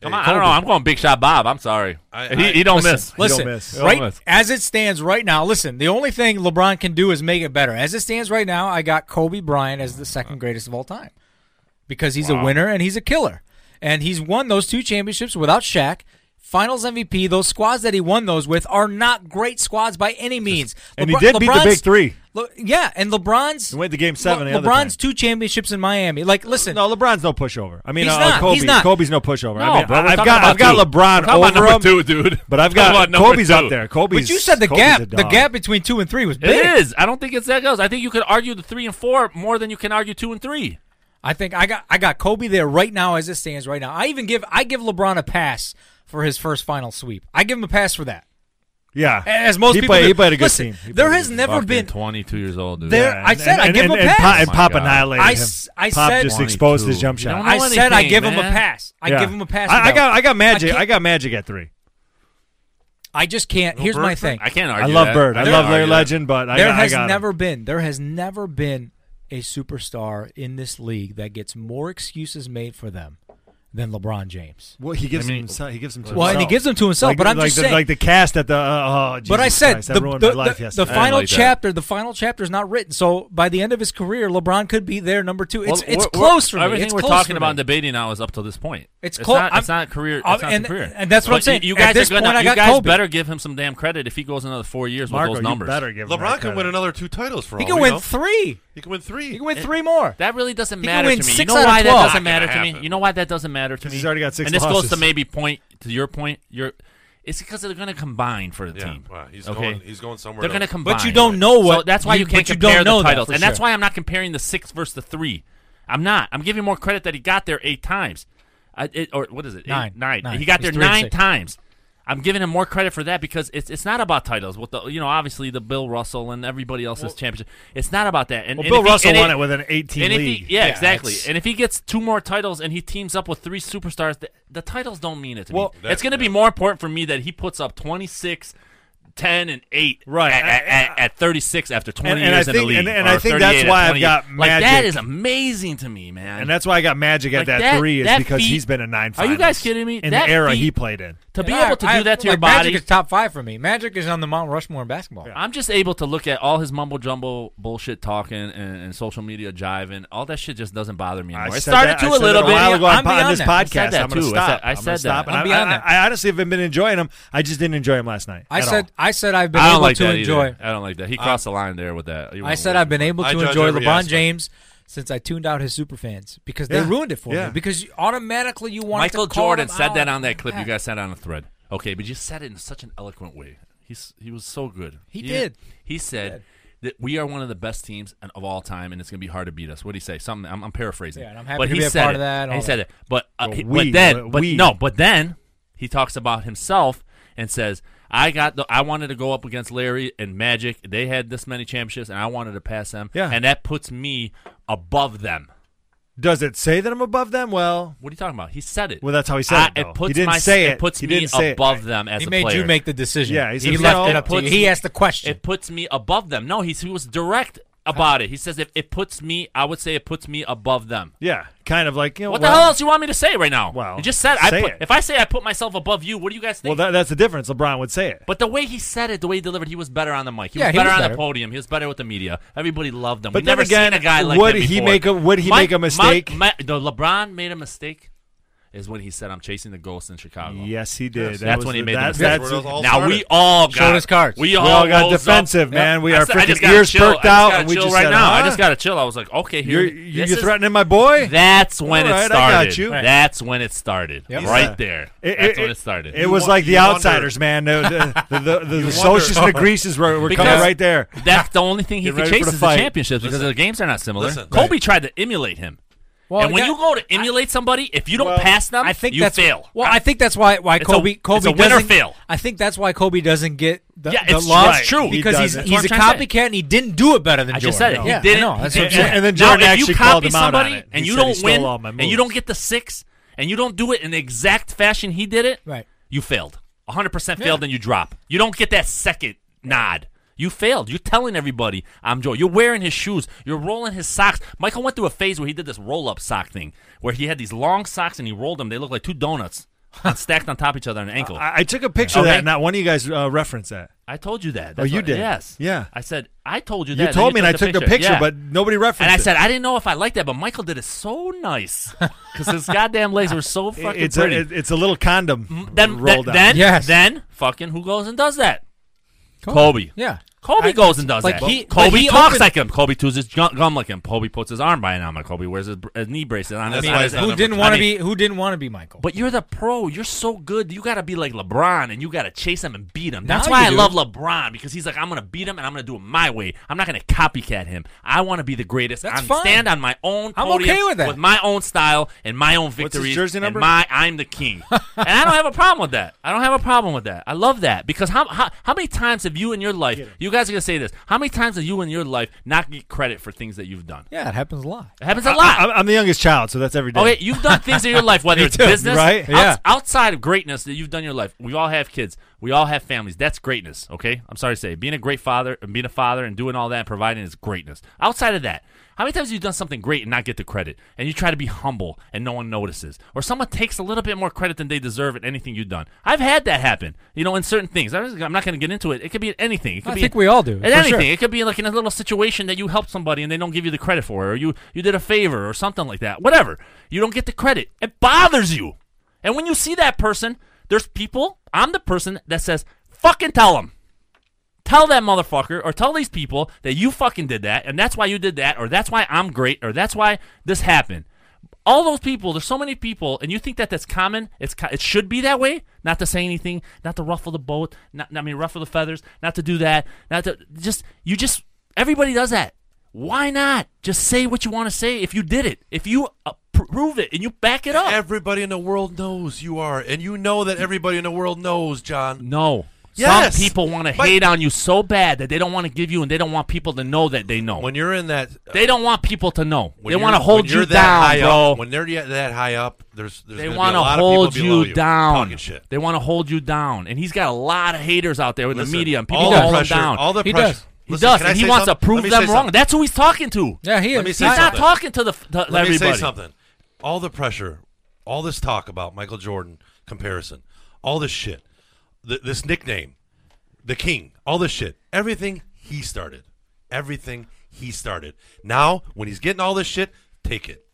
Speaker 3: Come
Speaker 4: Hey,
Speaker 3: on, I don't know.
Speaker 4: Kobe.
Speaker 3: I'm going Big Shot Bob. I'm sorry.
Speaker 4: I-
Speaker 3: he,
Speaker 4: I-
Speaker 3: he don't
Speaker 2: Listen,
Speaker 3: miss.
Speaker 2: Listen,
Speaker 5: miss.
Speaker 3: Don't
Speaker 2: right
Speaker 3: miss.
Speaker 2: as it stands right now. Listen, the only thing LeBron can do is make it better. As it stands right now, I got Kobe Bryant as the second greatest of all time because he's a winner and he's a killer, and he's won those two championships without Shaq. Finals MVP. Those squads that he won those with are not great squads by any means.
Speaker 5: And he did beat the big three.
Speaker 2: Le- yeah, and LeBron's
Speaker 5: He went to game seven the other
Speaker 2: LeBron's two championships in Miami. Like, listen,
Speaker 5: No, LeBron's no pushover. I mean,
Speaker 2: He's
Speaker 5: uh,
Speaker 2: not.
Speaker 5: Kobe.
Speaker 2: He's not.
Speaker 5: Kobe's no pushover.
Speaker 3: No,
Speaker 5: I mean,
Speaker 3: bro, we're
Speaker 5: I've
Speaker 3: talking
Speaker 5: got
Speaker 3: about
Speaker 5: I've got
Speaker 3: two.
Speaker 5: LeBron
Speaker 3: How about
Speaker 5: over
Speaker 3: number
Speaker 5: him,
Speaker 3: two, dude?
Speaker 5: but I've
Speaker 3: How about
Speaker 5: got
Speaker 3: number
Speaker 5: Kobe's
Speaker 3: two?
Speaker 5: up there. Kobe's.
Speaker 2: but you said the
Speaker 5: Kobe's a
Speaker 2: gap. The
Speaker 5: dog.
Speaker 2: gap between two and three was big.
Speaker 3: It is. I don't think it's that goes. I think you could argue the three and four more than you can argue two and three.
Speaker 2: I think I got I got Kobe there right now as it stands right now. I even give I give LeBron a pass for his first final sweep. I give him a pass for that.
Speaker 5: Yeah,
Speaker 2: As most
Speaker 5: he
Speaker 2: people
Speaker 5: played,
Speaker 2: do.
Speaker 5: he played a good
Speaker 2: Listen,
Speaker 5: team. He
Speaker 2: There
Speaker 5: played a
Speaker 2: has never been
Speaker 3: 22 years old, dude.
Speaker 2: there.
Speaker 5: good-
Speaker 2: I said I
Speaker 5: and-
Speaker 2: give
Speaker 5: and-
Speaker 2: him a
Speaker 5: and
Speaker 2: pass.
Speaker 5: Pop, and Pop
Speaker 3: Oh my God.
Speaker 5: annihilated
Speaker 2: I
Speaker 5: him.
Speaker 2: s- I
Speaker 5: Pop
Speaker 2: said-
Speaker 5: just exposed his
Speaker 3: 22.
Speaker 5: jump
Speaker 3: You don't
Speaker 5: shot.
Speaker 3: know
Speaker 2: I said I
Speaker 3: anything,
Speaker 2: give him a
Speaker 3: man.
Speaker 2: pass. I
Speaker 5: Yeah.
Speaker 2: give him a pass. for
Speaker 5: I, I
Speaker 2: that.
Speaker 5: got I got magic.
Speaker 2: I
Speaker 5: I,
Speaker 2: can't-
Speaker 5: got magic at three.
Speaker 2: I just can't. Here's my thing.
Speaker 3: I can't
Speaker 5: I
Speaker 3: argue.
Speaker 5: love
Speaker 3: that.
Speaker 5: Bird. I
Speaker 3: can't
Speaker 5: love Larry
Speaker 3: argue that.
Speaker 5: Legend, but I
Speaker 2: there
Speaker 5: got, I
Speaker 2: has
Speaker 5: got him.
Speaker 2: never been there has never been a superstar in this league that gets more excuses made for them than LeBron James.
Speaker 5: Well, he gives
Speaker 3: I mean-
Speaker 5: him. He gives him. To
Speaker 2: Well, and he
Speaker 5: himself.
Speaker 2: gives them to himself,
Speaker 5: Like-
Speaker 2: but I'm
Speaker 5: like
Speaker 2: just
Speaker 5: the,
Speaker 2: saying.
Speaker 5: like the cast at the. Uh, oh, Jesus
Speaker 2: but I said
Speaker 5: Christ,
Speaker 2: the,
Speaker 5: that ruined
Speaker 2: the,
Speaker 5: my life
Speaker 2: the, the
Speaker 5: yesterday.
Speaker 2: final
Speaker 3: like that.
Speaker 2: chapter, the final chapter is not written. So by the end of his career, LeBron could be there number two. It's
Speaker 3: Well,
Speaker 2: it's
Speaker 3: we're-
Speaker 2: close for me.
Speaker 3: Everything
Speaker 2: It's
Speaker 3: we're
Speaker 2: close
Speaker 3: talking
Speaker 2: for
Speaker 3: about
Speaker 2: me.
Speaker 3: and debating now is up to this point.
Speaker 2: It's
Speaker 3: it's
Speaker 2: clo-
Speaker 3: not,
Speaker 2: I'm-
Speaker 3: it's not career. It's
Speaker 2: I'm-
Speaker 3: not
Speaker 2: and-
Speaker 3: career.
Speaker 2: and that's what
Speaker 3: But
Speaker 2: I'm saying.
Speaker 3: You, you
Speaker 2: At
Speaker 3: guys
Speaker 2: this
Speaker 3: are gonna,
Speaker 2: point, I got
Speaker 3: you guys
Speaker 2: Kobe.
Speaker 3: better give him some damn credit if he goes another four years
Speaker 5: Marco,
Speaker 3: with those
Speaker 5: you
Speaker 3: numbers.
Speaker 5: better give him
Speaker 4: LeBron
Speaker 5: that
Speaker 4: can win
Speaker 5: credit.
Speaker 4: another two titles for
Speaker 2: He
Speaker 3: Oh,
Speaker 4: all
Speaker 2: can
Speaker 4: we
Speaker 2: win
Speaker 4: know.
Speaker 2: three.
Speaker 4: He can win three.
Speaker 2: He can win three more.
Speaker 3: That really doesn't
Speaker 2: can
Speaker 3: matter
Speaker 2: win
Speaker 3: to me. You
Speaker 2: six
Speaker 3: know
Speaker 2: out of
Speaker 3: why that
Speaker 2: 12.
Speaker 3: doesn't
Speaker 2: Not
Speaker 3: matter
Speaker 4: gonna
Speaker 3: to me?
Speaker 4: happen.
Speaker 3: You know why that doesn't matter to me?
Speaker 5: he's already got six
Speaker 3: And this goes to
Speaker 5: losses.
Speaker 3: maybe point to your point. Your it's because they're going to combine for the
Speaker 4: yeah,
Speaker 3: team.
Speaker 4: wow, he's
Speaker 3: okay?
Speaker 4: going. He's going somewhere.
Speaker 3: They're going to
Speaker 4: else.
Speaker 3: combine.
Speaker 2: you don't know what-
Speaker 3: So that's why
Speaker 2: you-
Speaker 3: you, can't
Speaker 2: but you
Speaker 3: compare
Speaker 2: don't know
Speaker 3: the
Speaker 2: that
Speaker 3: titles,
Speaker 2: for
Speaker 3: and that's
Speaker 2: sure.
Speaker 3: why I'm not comparing the six versus the three. I'm not. I'm giving more credit that he got there eight times, I, it, or what is it? Eight-
Speaker 2: Nine. Nine.
Speaker 3: He got
Speaker 2: He's
Speaker 3: there
Speaker 2: three and
Speaker 3: nine
Speaker 2: six.
Speaker 3: times. I'm giving him more credit for that because it's it's not about titles. With the you know obviously the Bill Russell and everybody else's championship, it's not about that. And,
Speaker 5: Well,
Speaker 3: and
Speaker 5: Bill
Speaker 3: if he-
Speaker 5: Russell
Speaker 3: and
Speaker 5: won it with an 18
Speaker 3: and if
Speaker 5: lead.
Speaker 3: He, yeah,
Speaker 2: Yeah,
Speaker 3: exactly.
Speaker 2: it's-
Speaker 3: And if he gets two more titles and he teams up with three superstars, the, the titles don't mean it to
Speaker 5: Well,
Speaker 3: me.
Speaker 4: that-
Speaker 3: it's going to be more important for me that he puts up 26, 10, and 8
Speaker 5: Right.
Speaker 3: at, at, at- at 36 after 20
Speaker 5: And- and I
Speaker 3: years in
Speaker 5: think-
Speaker 3: the league.
Speaker 5: and- and
Speaker 3: or
Speaker 5: I think
Speaker 3: 38
Speaker 5: that's
Speaker 3: at
Speaker 5: why I've
Speaker 3: 20.
Speaker 5: got
Speaker 3: Like, that
Speaker 5: Magic.
Speaker 3: is amazing to me, man.
Speaker 5: And that's why I got Magic at
Speaker 3: Like
Speaker 5: that,
Speaker 3: that-
Speaker 5: three is
Speaker 3: that
Speaker 5: because
Speaker 3: feat-
Speaker 5: he's been a nine.
Speaker 3: Are you
Speaker 5: Finals
Speaker 3: guys kidding me?
Speaker 5: In
Speaker 3: That
Speaker 5: the era
Speaker 3: feat-
Speaker 5: he played in,
Speaker 3: to be
Speaker 2: And I-
Speaker 3: able to
Speaker 2: I-
Speaker 3: do that to your
Speaker 2: like,
Speaker 3: body.
Speaker 2: Magic is top five for me. Magic is on the Mount Rushmore in basketball.
Speaker 3: I'm just able to look at all his mumble jumble bullshit talking and, and social media jiving. All that shit just doesn't bother me anymore.
Speaker 5: I
Speaker 3: it
Speaker 5: said
Speaker 3: started
Speaker 5: that-
Speaker 3: to
Speaker 5: I
Speaker 3: a
Speaker 5: said that
Speaker 3: little
Speaker 5: a
Speaker 3: bit.
Speaker 5: while ago on
Speaker 2: I'm
Speaker 5: po- on
Speaker 2: beyond
Speaker 5: this
Speaker 2: that. I
Speaker 5: podcast.
Speaker 3: said that
Speaker 5: I'm going
Speaker 3: too.
Speaker 5: to
Speaker 3: I
Speaker 5: stop.
Speaker 3: said- I
Speaker 5: I'm
Speaker 3: said
Speaker 5: gonna
Speaker 3: that.
Speaker 5: stop. And
Speaker 2: I'm
Speaker 5: I-
Speaker 2: beyond
Speaker 5: I,
Speaker 2: that.
Speaker 5: I honestly haven't been enjoying him. I just didn't enjoy him last night.
Speaker 2: I
Speaker 5: at
Speaker 2: said
Speaker 5: all.
Speaker 2: I said I've been
Speaker 3: I
Speaker 2: able
Speaker 3: don't like
Speaker 2: to
Speaker 3: that
Speaker 2: enjoy.
Speaker 3: either. I don't like that. He crossed the line there with that. You
Speaker 2: I
Speaker 3: were
Speaker 2: said
Speaker 3: working
Speaker 2: I've been
Speaker 3: for it.
Speaker 2: able
Speaker 4: I
Speaker 2: to
Speaker 4: judge
Speaker 2: enjoy
Speaker 4: every
Speaker 2: LeBron
Speaker 4: aspect.
Speaker 2: James since I tuned out his super fans because they
Speaker 5: Yeah.
Speaker 2: ruined it for
Speaker 5: Yeah.
Speaker 2: me. Because you, automatically you wanted
Speaker 3: Michael
Speaker 2: to call
Speaker 3: Jordan
Speaker 2: them
Speaker 3: said
Speaker 2: out.
Speaker 3: that on that clip you
Speaker 2: Yeah.
Speaker 3: guys said on a thread. Okay, but you said it in such an eloquent way. He's he was so good.
Speaker 2: He did.
Speaker 3: He said that we are one of the best teams and- of all time, and it's going to be hard to beat us. What did he say? Something I'm, I'm paraphrasing.
Speaker 2: Yeah, and I'm happy
Speaker 3: but
Speaker 2: to
Speaker 3: he
Speaker 2: be a
Speaker 3: said
Speaker 2: part
Speaker 3: it,
Speaker 2: of that,
Speaker 3: and
Speaker 2: all
Speaker 3: he said it, but uh,
Speaker 5: Well,
Speaker 3: he-
Speaker 5: we,
Speaker 3: but then
Speaker 5: but
Speaker 3: but
Speaker 5: we.
Speaker 3: no, but then he talks about himself and says. I got the. I wanted to go up against Larry and Magic. They had this many championships, and I wanted to pass them.
Speaker 5: Yeah.
Speaker 3: and that puts me above them.
Speaker 5: Does it say that I'm above them? Well,
Speaker 3: What are you talking about? He said it.
Speaker 5: Well, that's how he said
Speaker 3: I-
Speaker 5: it, though.
Speaker 3: puts
Speaker 5: He didn't
Speaker 3: my,
Speaker 5: say it.
Speaker 3: puts
Speaker 5: He
Speaker 3: me
Speaker 5: didn't say it.
Speaker 3: above them as
Speaker 2: He
Speaker 3: a
Speaker 2: made
Speaker 3: player.
Speaker 2: you make the decision.
Speaker 5: Yeah, he
Speaker 2: he,
Speaker 5: said,
Speaker 2: left
Speaker 5: "No,
Speaker 2: it up to
Speaker 3: puts
Speaker 2: you. He
Speaker 3: me-
Speaker 2: asked the question.
Speaker 3: It puts me above them. No, he's, he was direct about it. He says if it puts me, I would say it puts me above them.
Speaker 5: yeah, kind of like you know
Speaker 3: What
Speaker 5: well,
Speaker 3: the hell else you want me to say right now?
Speaker 5: Well,
Speaker 3: you just said I.
Speaker 5: say
Speaker 3: Put,
Speaker 5: it.
Speaker 3: if I say I put myself above you, what do you guys
Speaker 5: Well,
Speaker 3: think?
Speaker 5: that, that's the difference. LeBron would say it,
Speaker 3: but the way he said it, the way he delivered, he was better on the mic. He
Speaker 2: Yeah,
Speaker 3: was
Speaker 2: he
Speaker 3: better
Speaker 2: was
Speaker 3: on
Speaker 2: better.
Speaker 3: the podium. He was better with the media. Everybody loved him.
Speaker 5: But
Speaker 3: We've
Speaker 5: then
Speaker 3: never
Speaker 5: again,
Speaker 3: seen a guy like
Speaker 5: would
Speaker 3: him
Speaker 5: he
Speaker 3: before.
Speaker 5: make a- would he
Speaker 3: Mike-
Speaker 5: make a
Speaker 3: Mike-
Speaker 5: mistake?
Speaker 3: Ma- the LeBron made a mistake. Is when he said, "I'm chasing the ghost in Chicago."
Speaker 5: yes, he did.
Speaker 3: Yes.
Speaker 5: That
Speaker 3: That's
Speaker 5: was
Speaker 3: when he
Speaker 5: the-
Speaker 3: made the
Speaker 5: that's-
Speaker 3: mistake.
Speaker 5: that's-
Speaker 4: Where those all
Speaker 3: now we
Speaker 4: started.
Speaker 3: all got
Speaker 2: Showed us cards.
Speaker 3: We
Speaker 5: we
Speaker 3: all,
Speaker 5: all got
Speaker 3: rose up.
Speaker 5: defensive, man. We
Speaker 3: I
Speaker 5: are
Speaker 3: said- I just
Speaker 5: freaking
Speaker 3: gotta
Speaker 5: ears
Speaker 3: chill.
Speaker 5: perked
Speaker 3: I just
Speaker 5: out,
Speaker 3: gotta
Speaker 5: and we
Speaker 3: chill
Speaker 5: just
Speaker 3: right
Speaker 5: said,
Speaker 3: now. I
Speaker 5: huh?
Speaker 3: just got to chill. I was like, okay, here.
Speaker 5: You're,
Speaker 3: this
Speaker 5: you-
Speaker 3: is-
Speaker 5: you're threatening my boy.
Speaker 3: That's when it
Speaker 5: All right, I
Speaker 3: started.
Speaker 5: got you. Right.
Speaker 3: That's when it started.
Speaker 2: Yep.
Speaker 3: Right
Speaker 5: Yeah.
Speaker 3: there.
Speaker 5: It-
Speaker 3: That's
Speaker 5: it-
Speaker 3: when it started.
Speaker 5: It was
Speaker 4: wa-
Speaker 5: like the
Speaker 4: you wonder-
Speaker 5: outsiders, man. The, the, the, the, the,
Speaker 4: wonder-
Speaker 5: socialists and the Greases were, were coming
Speaker 3: Because-
Speaker 5: right there.
Speaker 3: That's the only thing he
Speaker 5: Get
Speaker 3: could
Speaker 5: ready for
Speaker 3: chase
Speaker 5: the
Speaker 3: is the
Speaker 5: fight.
Speaker 3: championships because the games are not similar.
Speaker 4: Listen.
Speaker 3: Kobe tried to emulate him.
Speaker 2: Well,
Speaker 3: and when
Speaker 2: that-
Speaker 3: you go to emulate somebody, if you don't
Speaker 5: Well,
Speaker 3: pass them,
Speaker 2: I think
Speaker 3: you
Speaker 2: that's
Speaker 3: fail.
Speaker 2: Well, I think that's why why
Speaker 3: It's a-
Speaker 2: Kobe
Speaker 3: it's
Speaker 2: Kobe
Speaker 3: a win or
Speaker 2: doesn't-
Speaker 3: fail.
Speaker 2: I think that's why Kobe doesn't get the,
Speaker 3: Yeah,
Speaker 2: the
Speaker 3: it's
Speaker 2: love
Speaker 3: true. Right. He
Speaker 2: because he's
Speaker 5: doesn't.
Speaker 2: he's a
Speaker 3: That's what I'm trying to say.
Speaker 2: copycat and he didn't do it better than
Speaker 3: I just said
Speaker 2: Jordan.
Speaker 3: it. He
Speaker 2: Yeah, I
Speaker 3: didn't.
Speaker 2: know,
Speaker 3: he
Speaker 2: that's what I'm
Speaker 3: didn't.
Speaker 2: saying.
Speaker 5: And then
Speaker 3: Now,
Speaker 5: Jordan
Speaker 3: if
Speaker 5: actually
Speaker 3: you
Speaker 5: called
Speaker 3: copy
Speaker 5: him out on
Speaker 3: somebody
Speaker 5: it. He
Speaker 3: and you
Speaker 5: said he
Speaker 3: don't
Speaker 5: stole
Speaker 3: win,
Speaker 5: all my
Speaker 3: and you
Speaker 5: moves.
Speaker 3: don't get the six, and you don't do it in the exact fashion he did it,
Speaker 2: Right.
Speaker 3: you failed. 100% failed and you drop. You don't get that second nod. You failed. You're telling everybody, I'm Joe. You're wearing his shoes. You're rolling his socks. Michael went through a phase where he did this roll up sock thing where he had these long socks and he rolled them. They looked like two donuts stacked on top of each other on an ankle.
Speaker 5: I, I took a picture of
Speaker 3: Okay.
Speaker 5: that, and not one of you guys uh, referenced that.
Speaker 3: I told you that.
Speaker 5: Oh,
Speaker 3: That's
Speaker 5: you
Speaker 3: what-
Speaker 5: did.
Speaker 3: Yes.
Speaker 5: Yeah.
Speaker 3: I said I told you that.
Speaker 5: You
Speaker 3: then
Speaker 5: told me, and I
Speaker 3: the
Speaker 5: took the picture,
Speaker 3: Yeah.
Speaker 5: but nobody referenced
Speaker 3: And I
Speaker 5: it.
Speaker 3: said I didn't know if I liked that, but Michael did it so nice because his goddamn legs were so
Speaker 5: I-
Speaker 3: fucking
Speaker 5: it's a,
Speaker 3: pretty.
Speaker 5: it- it's a little condom
Speaker 3: then,
Speaker 5: rolled
Speaker 3: then,
Speaker 5: out.
Speaker 3: then,
Speaker 2: Yes.
Speaker 3: then, fucking who goes and does that? Kobe.
Speaker 2: Yeah.
Speaker 3: Kobe goes and does
Speaker 2: like
Speaker 3: that.
Speaker 2: he-
Speaker 3: Kobe
Speaker 2: but he
Speaker 3: talks
Speaker 2: opened-
Speaker 3: like him. Kobe toots his gum, gum like him. Kobe puts his arm behind him. Kobe wears his, br- his knee braces on.
Speaker 4: That's
Speaker 3: his,
Speaker 4: why
Speaker 3: on
Speaker 4: he's
Speaker 3: his-
Speaker 4: not
Speaker 2: Who
Speaker 4: number
Speaker 2: didn't
Speaker 4: two.
Speaker 2: want
Speaker 3: I
Speaker 2: to
Speaker 3: mean-
Speaker 2: be who didn't want to be Michael?
Speaker 3: But you're the pro. You're so good. You got to be like LeBron, and you got to chase him and beat him.
Speaker 2: Now
Speaker 3: That's why
Speaker 2: you
Speaker 3: I
Speaker 2: do.
Speaker 3: love LeBron because he's like, I'm gonna beat him, and I'm gonna do it my way. I'm not gonna copycat him. I want to be the greatest.
Speaker 2: That's
Speaker 3: I'm
Speaker 2: fine.
Speaker 3: stand on my own.
Speaker 2: I'm
Speaker 3: podium
Speaker 2: okay with that.
Speaker 3: my own style and my own victories.
Speaker 5: his jersey number?
Speaker 3: And my, I'm the king, and I don't have a problem with that. I don't have a problem with that. I love that because how how, how many times have you in your life? You guys are gonna say this. How many times have you in your life not get credit for things that you've done?
Speaker 2: yeah, it happens a lot.
Speaker 3: It happens a lot.
Speaker 5: I, I'm- I'm the youngest child, so that's every day.
Speaker 3: Okay, you've done things in your life, whether
Speaker 5: Me
Speaker 3: it's
Speaker 5: too,
Speaker 3: business,
Speaker 5: right?
Speaker 3: outs-
Speaker 2: Yeah.
Speaker 3: outside of greatness that you've done in your life. We all have kids. We all have families. That's greatness. Okay, I'm sorry to say, being a great father and being a father and doing all that and providing is greatness. Outside of that, how many times have you done something great and not get the credit, and you try to be humble and no one notices, or someone takes a little bit more credit than they deserve at anything you've done? I've had that happen. You know, in certain things. I'm just- I'm not going to get into it. It could be in anything. It could
Speaker 2: I
Speaker 3: be
Speaker 2: think we all do,
Speaker 3: in
Speaker 2: for
Speaker 3: anything.
Speaker 2: sure.
Speaker 3: It could be like in a little situation that you helped somebody and they don't give you the credit for it, or you, you did a favor or something like that. Whatever. You don't get the credit. It bothers you. And when you see that person, there's people, I'm the person that says, fucking tell them. Tell that motherfucker or tell these people that you fucking did that and that's why you did that or that's why I'm great or that's why this happened. All those people, there's so many people, and you think that that's common. It's co- it should be that way. Not to say anything, not to ruffle the boat, not I mean ruffle the feathers, not to do that, not to just you just everybody does that. Why not just say what you want to say if you did it, if you uh, pr- prove it and you back it up?
Speaker 4: Everybody in the world knows you are, and you know that everybody in the world knows, John.
Speaker 3: No.
Speaker 4: Yes.
Speaker 3: Some people want to
Speaker 4: But-
Speaker 3: hate on you so bad that they don't want to give you and they don't want people to know that they know.
Speaker 4: When you're in that, uh,
Speaker 3: they don't want people to know.
Speaker 4: when
Speaker 3: They
Speaker 4: you're-
Speaker 3: want to hold
Speaker 4: when you're
Speaker 3: you
Speaker 4: that
Speaker 3: down,
Speaker 4: high
Speaker 3: bro.
Speaker 4: Up, when they're yet that high up, there's, there's
Speaker 3: they
Speaker 4: want
Speaker 3: want
Speaker 4: to
Speaker 3: to hold
Speaker 4: below
Speaker 3: you, down.
Speaker 4: Talking shit.
Speaker 3: They want to hold you down, and he's got a lot of haters out there in
Speaker 4: Listen,
Speaker 3: the media, and people
Speaker 4: all the
Speaker 3: hold
Speaker 4: pressure,
Speaker 3: him down.
Speaker 4: All the
Speaker 2: He
Speaker 4: pressure.
Speaker 2: does.
Speaker 3: he
Speaker 4: Listen,
Speaker 3: does,
Speaker 4: can I
Speaker 3: and he
Speaker 4: say
Speaker 3: wants
Speaker 4: something?
Speaker 3: to prove
Speaker 4: Let me
Speaker 3: them
Speaker 4: say
Speaker 3: wrong.
Speaker 4: something.
Speaker 3: That's who he's talking to.
Speaker 2: Yeah, he
Speaker 4: Let me
Speaker 2: is.
Speaker 4: say
Speaker 3: he's not
Speaker 4: something.
Speaker 3: talking to the f- to
Speaker 4: Let
Speaker 3: everybody.
Speaker 4: me say something. All the pressure, all this talk about Michael Jordan comparison, all this shit, th- this nickname, the King, all this shit, everything he started, everything he started. Now, when he's getting all this shit, take it,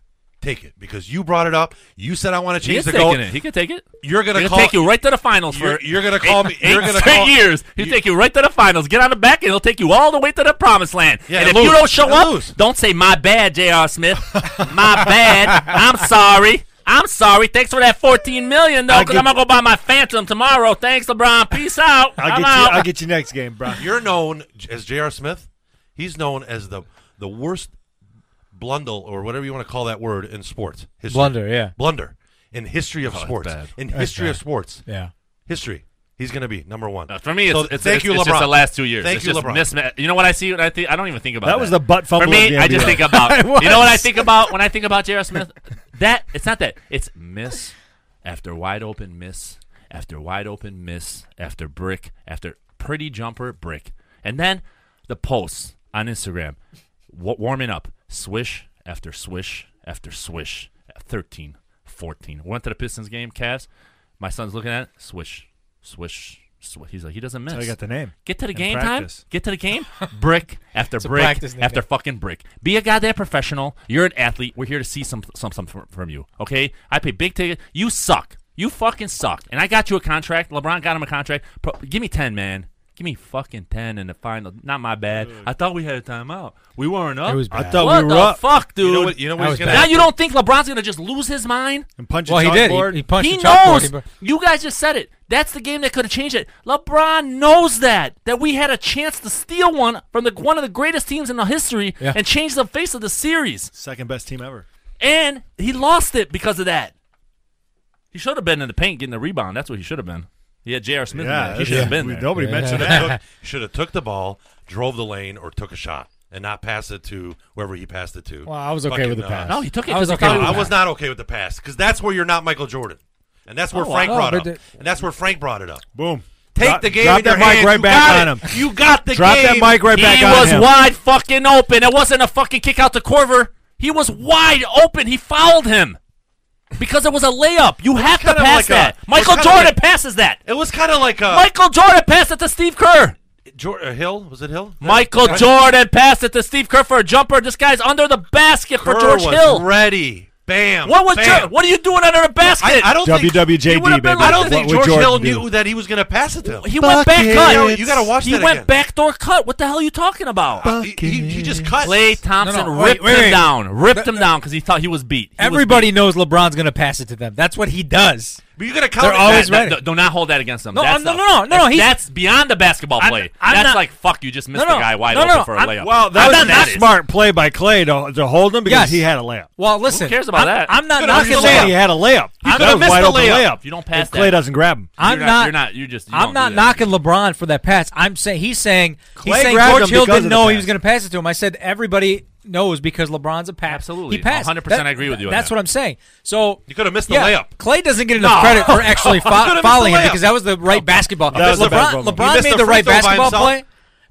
Speaker 4: take it, because you brought it up. You said I want to
Speaker 3: He is
Speaker 4: change the
Speaker 3: taking
Speaker 4: goal.
Speaker 3: it. He can take it.
Speaker 4: You're gonna
Speaker 3: He can
Speaker 4: call-
Speaker 3: take you right to the finals. for
Speaker 4: You're- you're gonna call me-
Speaker 3: eight
Speaker 4: you're gonna
Speaker 3: straight
Speaker 4: call-
Speaker 3: years. He'll
Speaker 4: you-
Speaker 3: take you right to the finals. Get on the back, and he'll take you all the way to the promised land.
Speaker 4: Yeah,
Speaker 3: and if
Speaker 4: and
Speaker 3: you
Speaker 4: lose.
Speaker 3: don't show
Speaker 4: And
Speaker 3: up,
Speaker 4: lose.
Speaker 3: don't say my bad, J.R. Smith. my bad. I'm sorry. I'm sorry. Thanks for that 14 million though,
Speaker 5: I'll
Speaker 3: because
Speaker 5: get-
Speaker 3: I'm gonna go buy my Phantom tomorrow. Thanks, LeBron. Peace out.
Speaker 5: I'll
Speaker 3: am
Speaker 5: get you.
Speaker 3: out.
Speaker 5: I'll get you next game, bro.
Speaker 4: You're known as J.R. Smith. He's known as the the worst blundle or whatever you want to call that word in sports. History.
Speaker 2: Blunder, yeah.
Speaker 4: Blunder in history of sports.
Speaker 3: bad.
Speaker 4: In history of sports.
Speaker 2: Yeah.
Speaker 4: History. He's going to be number one.
Speaker 3: Uh, For me, it's,
Speaker 4: So
Speaker 3: it's,
Speaker 4: thank
Speaker 3: it's-
Speaker 4: you,
Speaker 3: it's
Speaker 4: LeBron.
Speaker 3: just the last two years.
Speaker 4: Thank
Speaker 3: It's
Speaker 4: you,
Speaker 3: just
Speaker 4: LeBron.
Speaker 3: misma- You know what I see? What I think I don't even think about that.
Speaker 5: That was the butt fumble
Speaker 3: For me,
Speaker 5: of the
Speaker 3: I just
Speaker 5: NBA.
Speaker 3: think about.
Speaker 5: It was.
Speaker 3: you know what I think about when I think about J.R. Smith? That it's not that. It's miss after wide open miss after wide open miss after brick after pretty jumper brick, and then the posts on Instagram wa- warming up swish after swish after swish. 13, 14. Went to the Pistons game, Cavs. My son's looking at it. Swish, swish, swish. He's like, he doesn't miss.
Speaker 5: I got the name.
Speaker 3: Get to the
Speaker 5: And
Speaker 3: game
Speaker 5: practice.
Speaker 3: time. Get to the game. Brick after
Speaker 2: a
Speaker 3: brick
Speaker 2: practice nickname.
Speaker 3: after fucking brick. Be a goddamn professional. You're an athlete. We're here to see some some some from, from you. Okay, I pay big ticket. You suck. You fucking suck. And I got you a contract. LeBron got him a contract. Pro- give me ten, man. Give me fucking ten in the final. Not my bad. I thought we had a timeout. We weren't up.
Speaker 2: It was
Speaker 5: I
Speaker 2: bad.
Speaker 5: thought
Speaker 3: what
Speaker 5: we were
Speaker 3: the
Speaker 5: up.
Speaker 3: fuck, dude?
Speaker 4: You know what, you know
Speaker 2: That
Speaker 4: what he's
Speaker 2: was
Speaker 4: going
Speaker 3: now
Speaker 2: bad.
Speaker 4: to
Speaker 3: you don't think LeBron's gonna just lose his mind?
Speaker 5: And punch a
Speaker 2: Well, he did.
Speaker 5: chalkboard.
Speaker 2: He, he punched
Speaker 3: he
Speaker 2: the chalkboard.
Speaker 3: knows.
Speaker 2: He bur-
Speaker 3: You guys just said it. That's the game that could have changed it. LeBron knows that that we had a chance to steal one from the one of the greatest teams in the history
Speaker 2: Yeah.
Speaker 3: and change the face of the series.
Speaker 5: Second best team ever.
Speaker 3: And he lost it because of that. He should have been in the paint getting the rebound. That's what he should have been. He had J.R. Smith. in there. He
Speaker 5: that's-
Speaker 3: should have been
Speaker 5: we-
Speaker 3: there.
Speaker 5: Nobody mentioned that.
Speaker 4: took, should have took the ball, drove the lane, or took a shot and not passed it to wherever he passed it to.
Speaker 2: Well, I was okay
Speaker 4: Fucking,
Speaker 2: with the
Speaker 4: uh,
Speaker 2: pass.
Speaker 3: No, Oh, he took it
Speaker 2: I was
Speaker 3: 'cause
Speaker 2: okay.
Speaker 3: he
Speaker 4: No,
Speaker 2: with
Speaker 4: I
Speaker 2: the
Speaker 4: was
Speaker 2: pass.
Speaker 4: not okay with the pass because that's where you're not Michael Jordan, and that's where
Speaker 3: Oh,
Speaker 4: Frank
Speaker 3: I-
Speaker 4: brought
Speaker 2: no,
Speaker 4: up,
Speaker 2: but
Speaker 4: and that's where Frank brought it up.
Speaker 5: Boom.
Speaker 4: Take
Speaker 5: Drop-
Speaker 4: the game
Speaker 5: Drop
Speaker 4: in your
Speaker 5: that mic
Speaker 4: hands.
Speaker 5: right
Speaker 4: you
Speaker 5: back
Speaker 4: got
Speaker 5: on
Speaker 4: it.
Speaker 5: him.
Speaker 4: You got the
Speaker 5: Drop
Speaker 4: game.
Speaker 5: that mic right back
Speaker 3: he
Speaker 5: on
Speaker 3: was
Speaker 5: him.
Speaker 3: wide fucking open. It wasn't a fucking kick out to Corver. He was wide open. He fouled him because it was a layup. You have to
Speaker 4: kinda
Speaker 3: pass
Speaker 4: like a-
Speaker 3: that.
Speaker 4: it's
Speaker 3: Michael
Speaker 4: kinda
Speaker 3: Jordan
Speaker 4: like-
Speaker 3: passes that.
Speaker 4: It was kind of like uh,
Speaker 3: Michael Jordan passed it to Steve Kerr.
Speaker 4: Jor- uh, Hill. Was it Hill?
Speaker 3: Michael Jordan passed it to Steve Kerr for a jumper. This guy's under the basket for
Speaker 4: Kerr
Speaker 3: George
Speaker 4: was
Speaker 3: Hill.
Speaker 4: Ready. Bam.
Speaker 3: what was
Speaker 4: bam.
Speaker 3: Jer- What are you doing under the
Speaker 4: I,
Speaker 3: basket?
Speaker 4: I don't think.
Speaker 5: WWJD,
Speaker 3: he would've been
Speaker 5: baby.
Speaker 4: I don't
Speaker 5: E What
Speaker 4: think
Speaker 5: would
Speaker 4: George
Speaker 5: Jordan
Speaker 4: Hill
Speaker 5: do?
Speaker 4: knew that he was going to pass it to him.
Speaker 3: he went back
Speaker 4: You,
Speaker 3: cut.
Speaker 4: you got to watch
Speaker 3: He
Speaker 4: that
Speaker 3: went
Speaker 4: again.
Speaker 3: backdoor cut. What the hell are you talking about?
Speaker 4: Uh, he, he- he just cut.
Speaker 3: Clay Thompson
Speaker 2: No, no, wait,
Speaker 3: ripped
Speaker 2: wait,
Speaker 3: him
Speaker 2: wait.
Speaker 3: down. Ripped him down because he thought he was beat. He was
Speaker 2: Everybody knows LeBron's going to pass it to them. That's what he does.
Speaker 4: But you're going to count.
Speaker 2: They're
Speaker 4: it.
Speaker 2: always right.
Speaker 4: That-
Speaker 3: No, do not hold that against him.
Speaker 2: No,
Speaker 3: that's
Speaker 2: I'm- no,
Speaker 3: not-
Speaker 2: no, no, no,
Speaker 3: that's-
Speaker 2: he's-
Speaker 3: that's beyond the basketball
Speaker 2: I'm-
Speaker 3: play.
Speaker 2: I'm
Speaker 3: that's
Speaker 2: not-
Speaker 3: like fuck. You just missed
Speaker 2: No,
Speaker 3: the
Speaker 2: no,
Speaker 3: guy wide
Speaker 2: no,
Speaker 3: open
Speaker 2: no,
Speaker 3: for a
Speaker 2: I'm-
Speaker 3: layup.
Speaker 5: Well, that
Speaker 3: I'm
Speaker 5: was
Speaker 3: not
Speaker 5: an
Speaker 3: mad at it.
Speaker 5: smart play by Clay to, to hold him because
Speaker 2: Yes.
Speaker 5: he had a layup.
Speaker 2: Well, listen.
Speaker 3: cares about
Speaker 2: I'm,
Speaker 3: that?
Speaker 2: I'm not
Speaker 4: Could've
Speaker 2: knocking
Speaker 4: missed
Speaker 5: I'm
Speaker 4: the
Speaker 5: saying
Speaker 4: layup.
Speaker 5: he
Speaker 2: that.
Speaker 5: had a layup.
Speaker 4: You
Speaker 5: That
Speaker 4: could've
Speaker 5: was
Speaker 4: missed
Speaker 5: wide
Speaker 4: the
Speaker 5: open
Speaker 4: layup.
Speaker 5: layup.
Speaker 3: You don't pass
Speaker 5: if Clay
Speaker 3: that.
Speaker 5: doesn't grab him.
Speaker 3: You're
Speaker 2: I'm not.
Speaker 3: You're not. You just. You
Speaker 2: I'm
Speaker 3: don't
Speaker 2: not
Speaker 3: do that.
Speaker 2: knocking LeBron for that pass. I'm saying he's saying
Speaker 5: Clay
Speaker 2: he's saying
Speaker 5: grabbed
Speaker 2: George
Speaker 5: him
Speaker 2: Hill
Speaker 5: because
Speaker 2: didn't
Speaker 5: of the
Speaker 2: know he
Speaker 5: pass.
Speaker 2: was going to pass it to him. I said everybody knows because LeBron's a pass.
Speaker 3: Absolutely.
Speaker 2: he passed.
Speaker 3: 100%
Speaker 2: That-
Speaker 3: I agree with you on
Speaker 2: That's
Speaker 3: that.
Speaker 2: what I'm saying. So
Speaker 4: You coulda missed the
Speaker 2: yeah,
Speaker 4: layup.
Speaker 2: Clay doesn't get enough credit for actually fou-
Speaker 4: missed the
Speaker 2: fouling him
Speaker 4: layup.
Speaker 2: because that was the right basketball.
Speaker 5: That was the bad
Speaker 2: LeBron,
Speaker 5: problem.
Speaker 4: He
Speaker 2: LeBron
Speaker 4: missed
Speaker 2: made
Speaker 4: the
Speaker 2: the
Speaker 4: free
Speaker 2: right
Speaker 4: throw by
Speaker 2: basketball
Speaker 4: himself.
Speaker 2: play,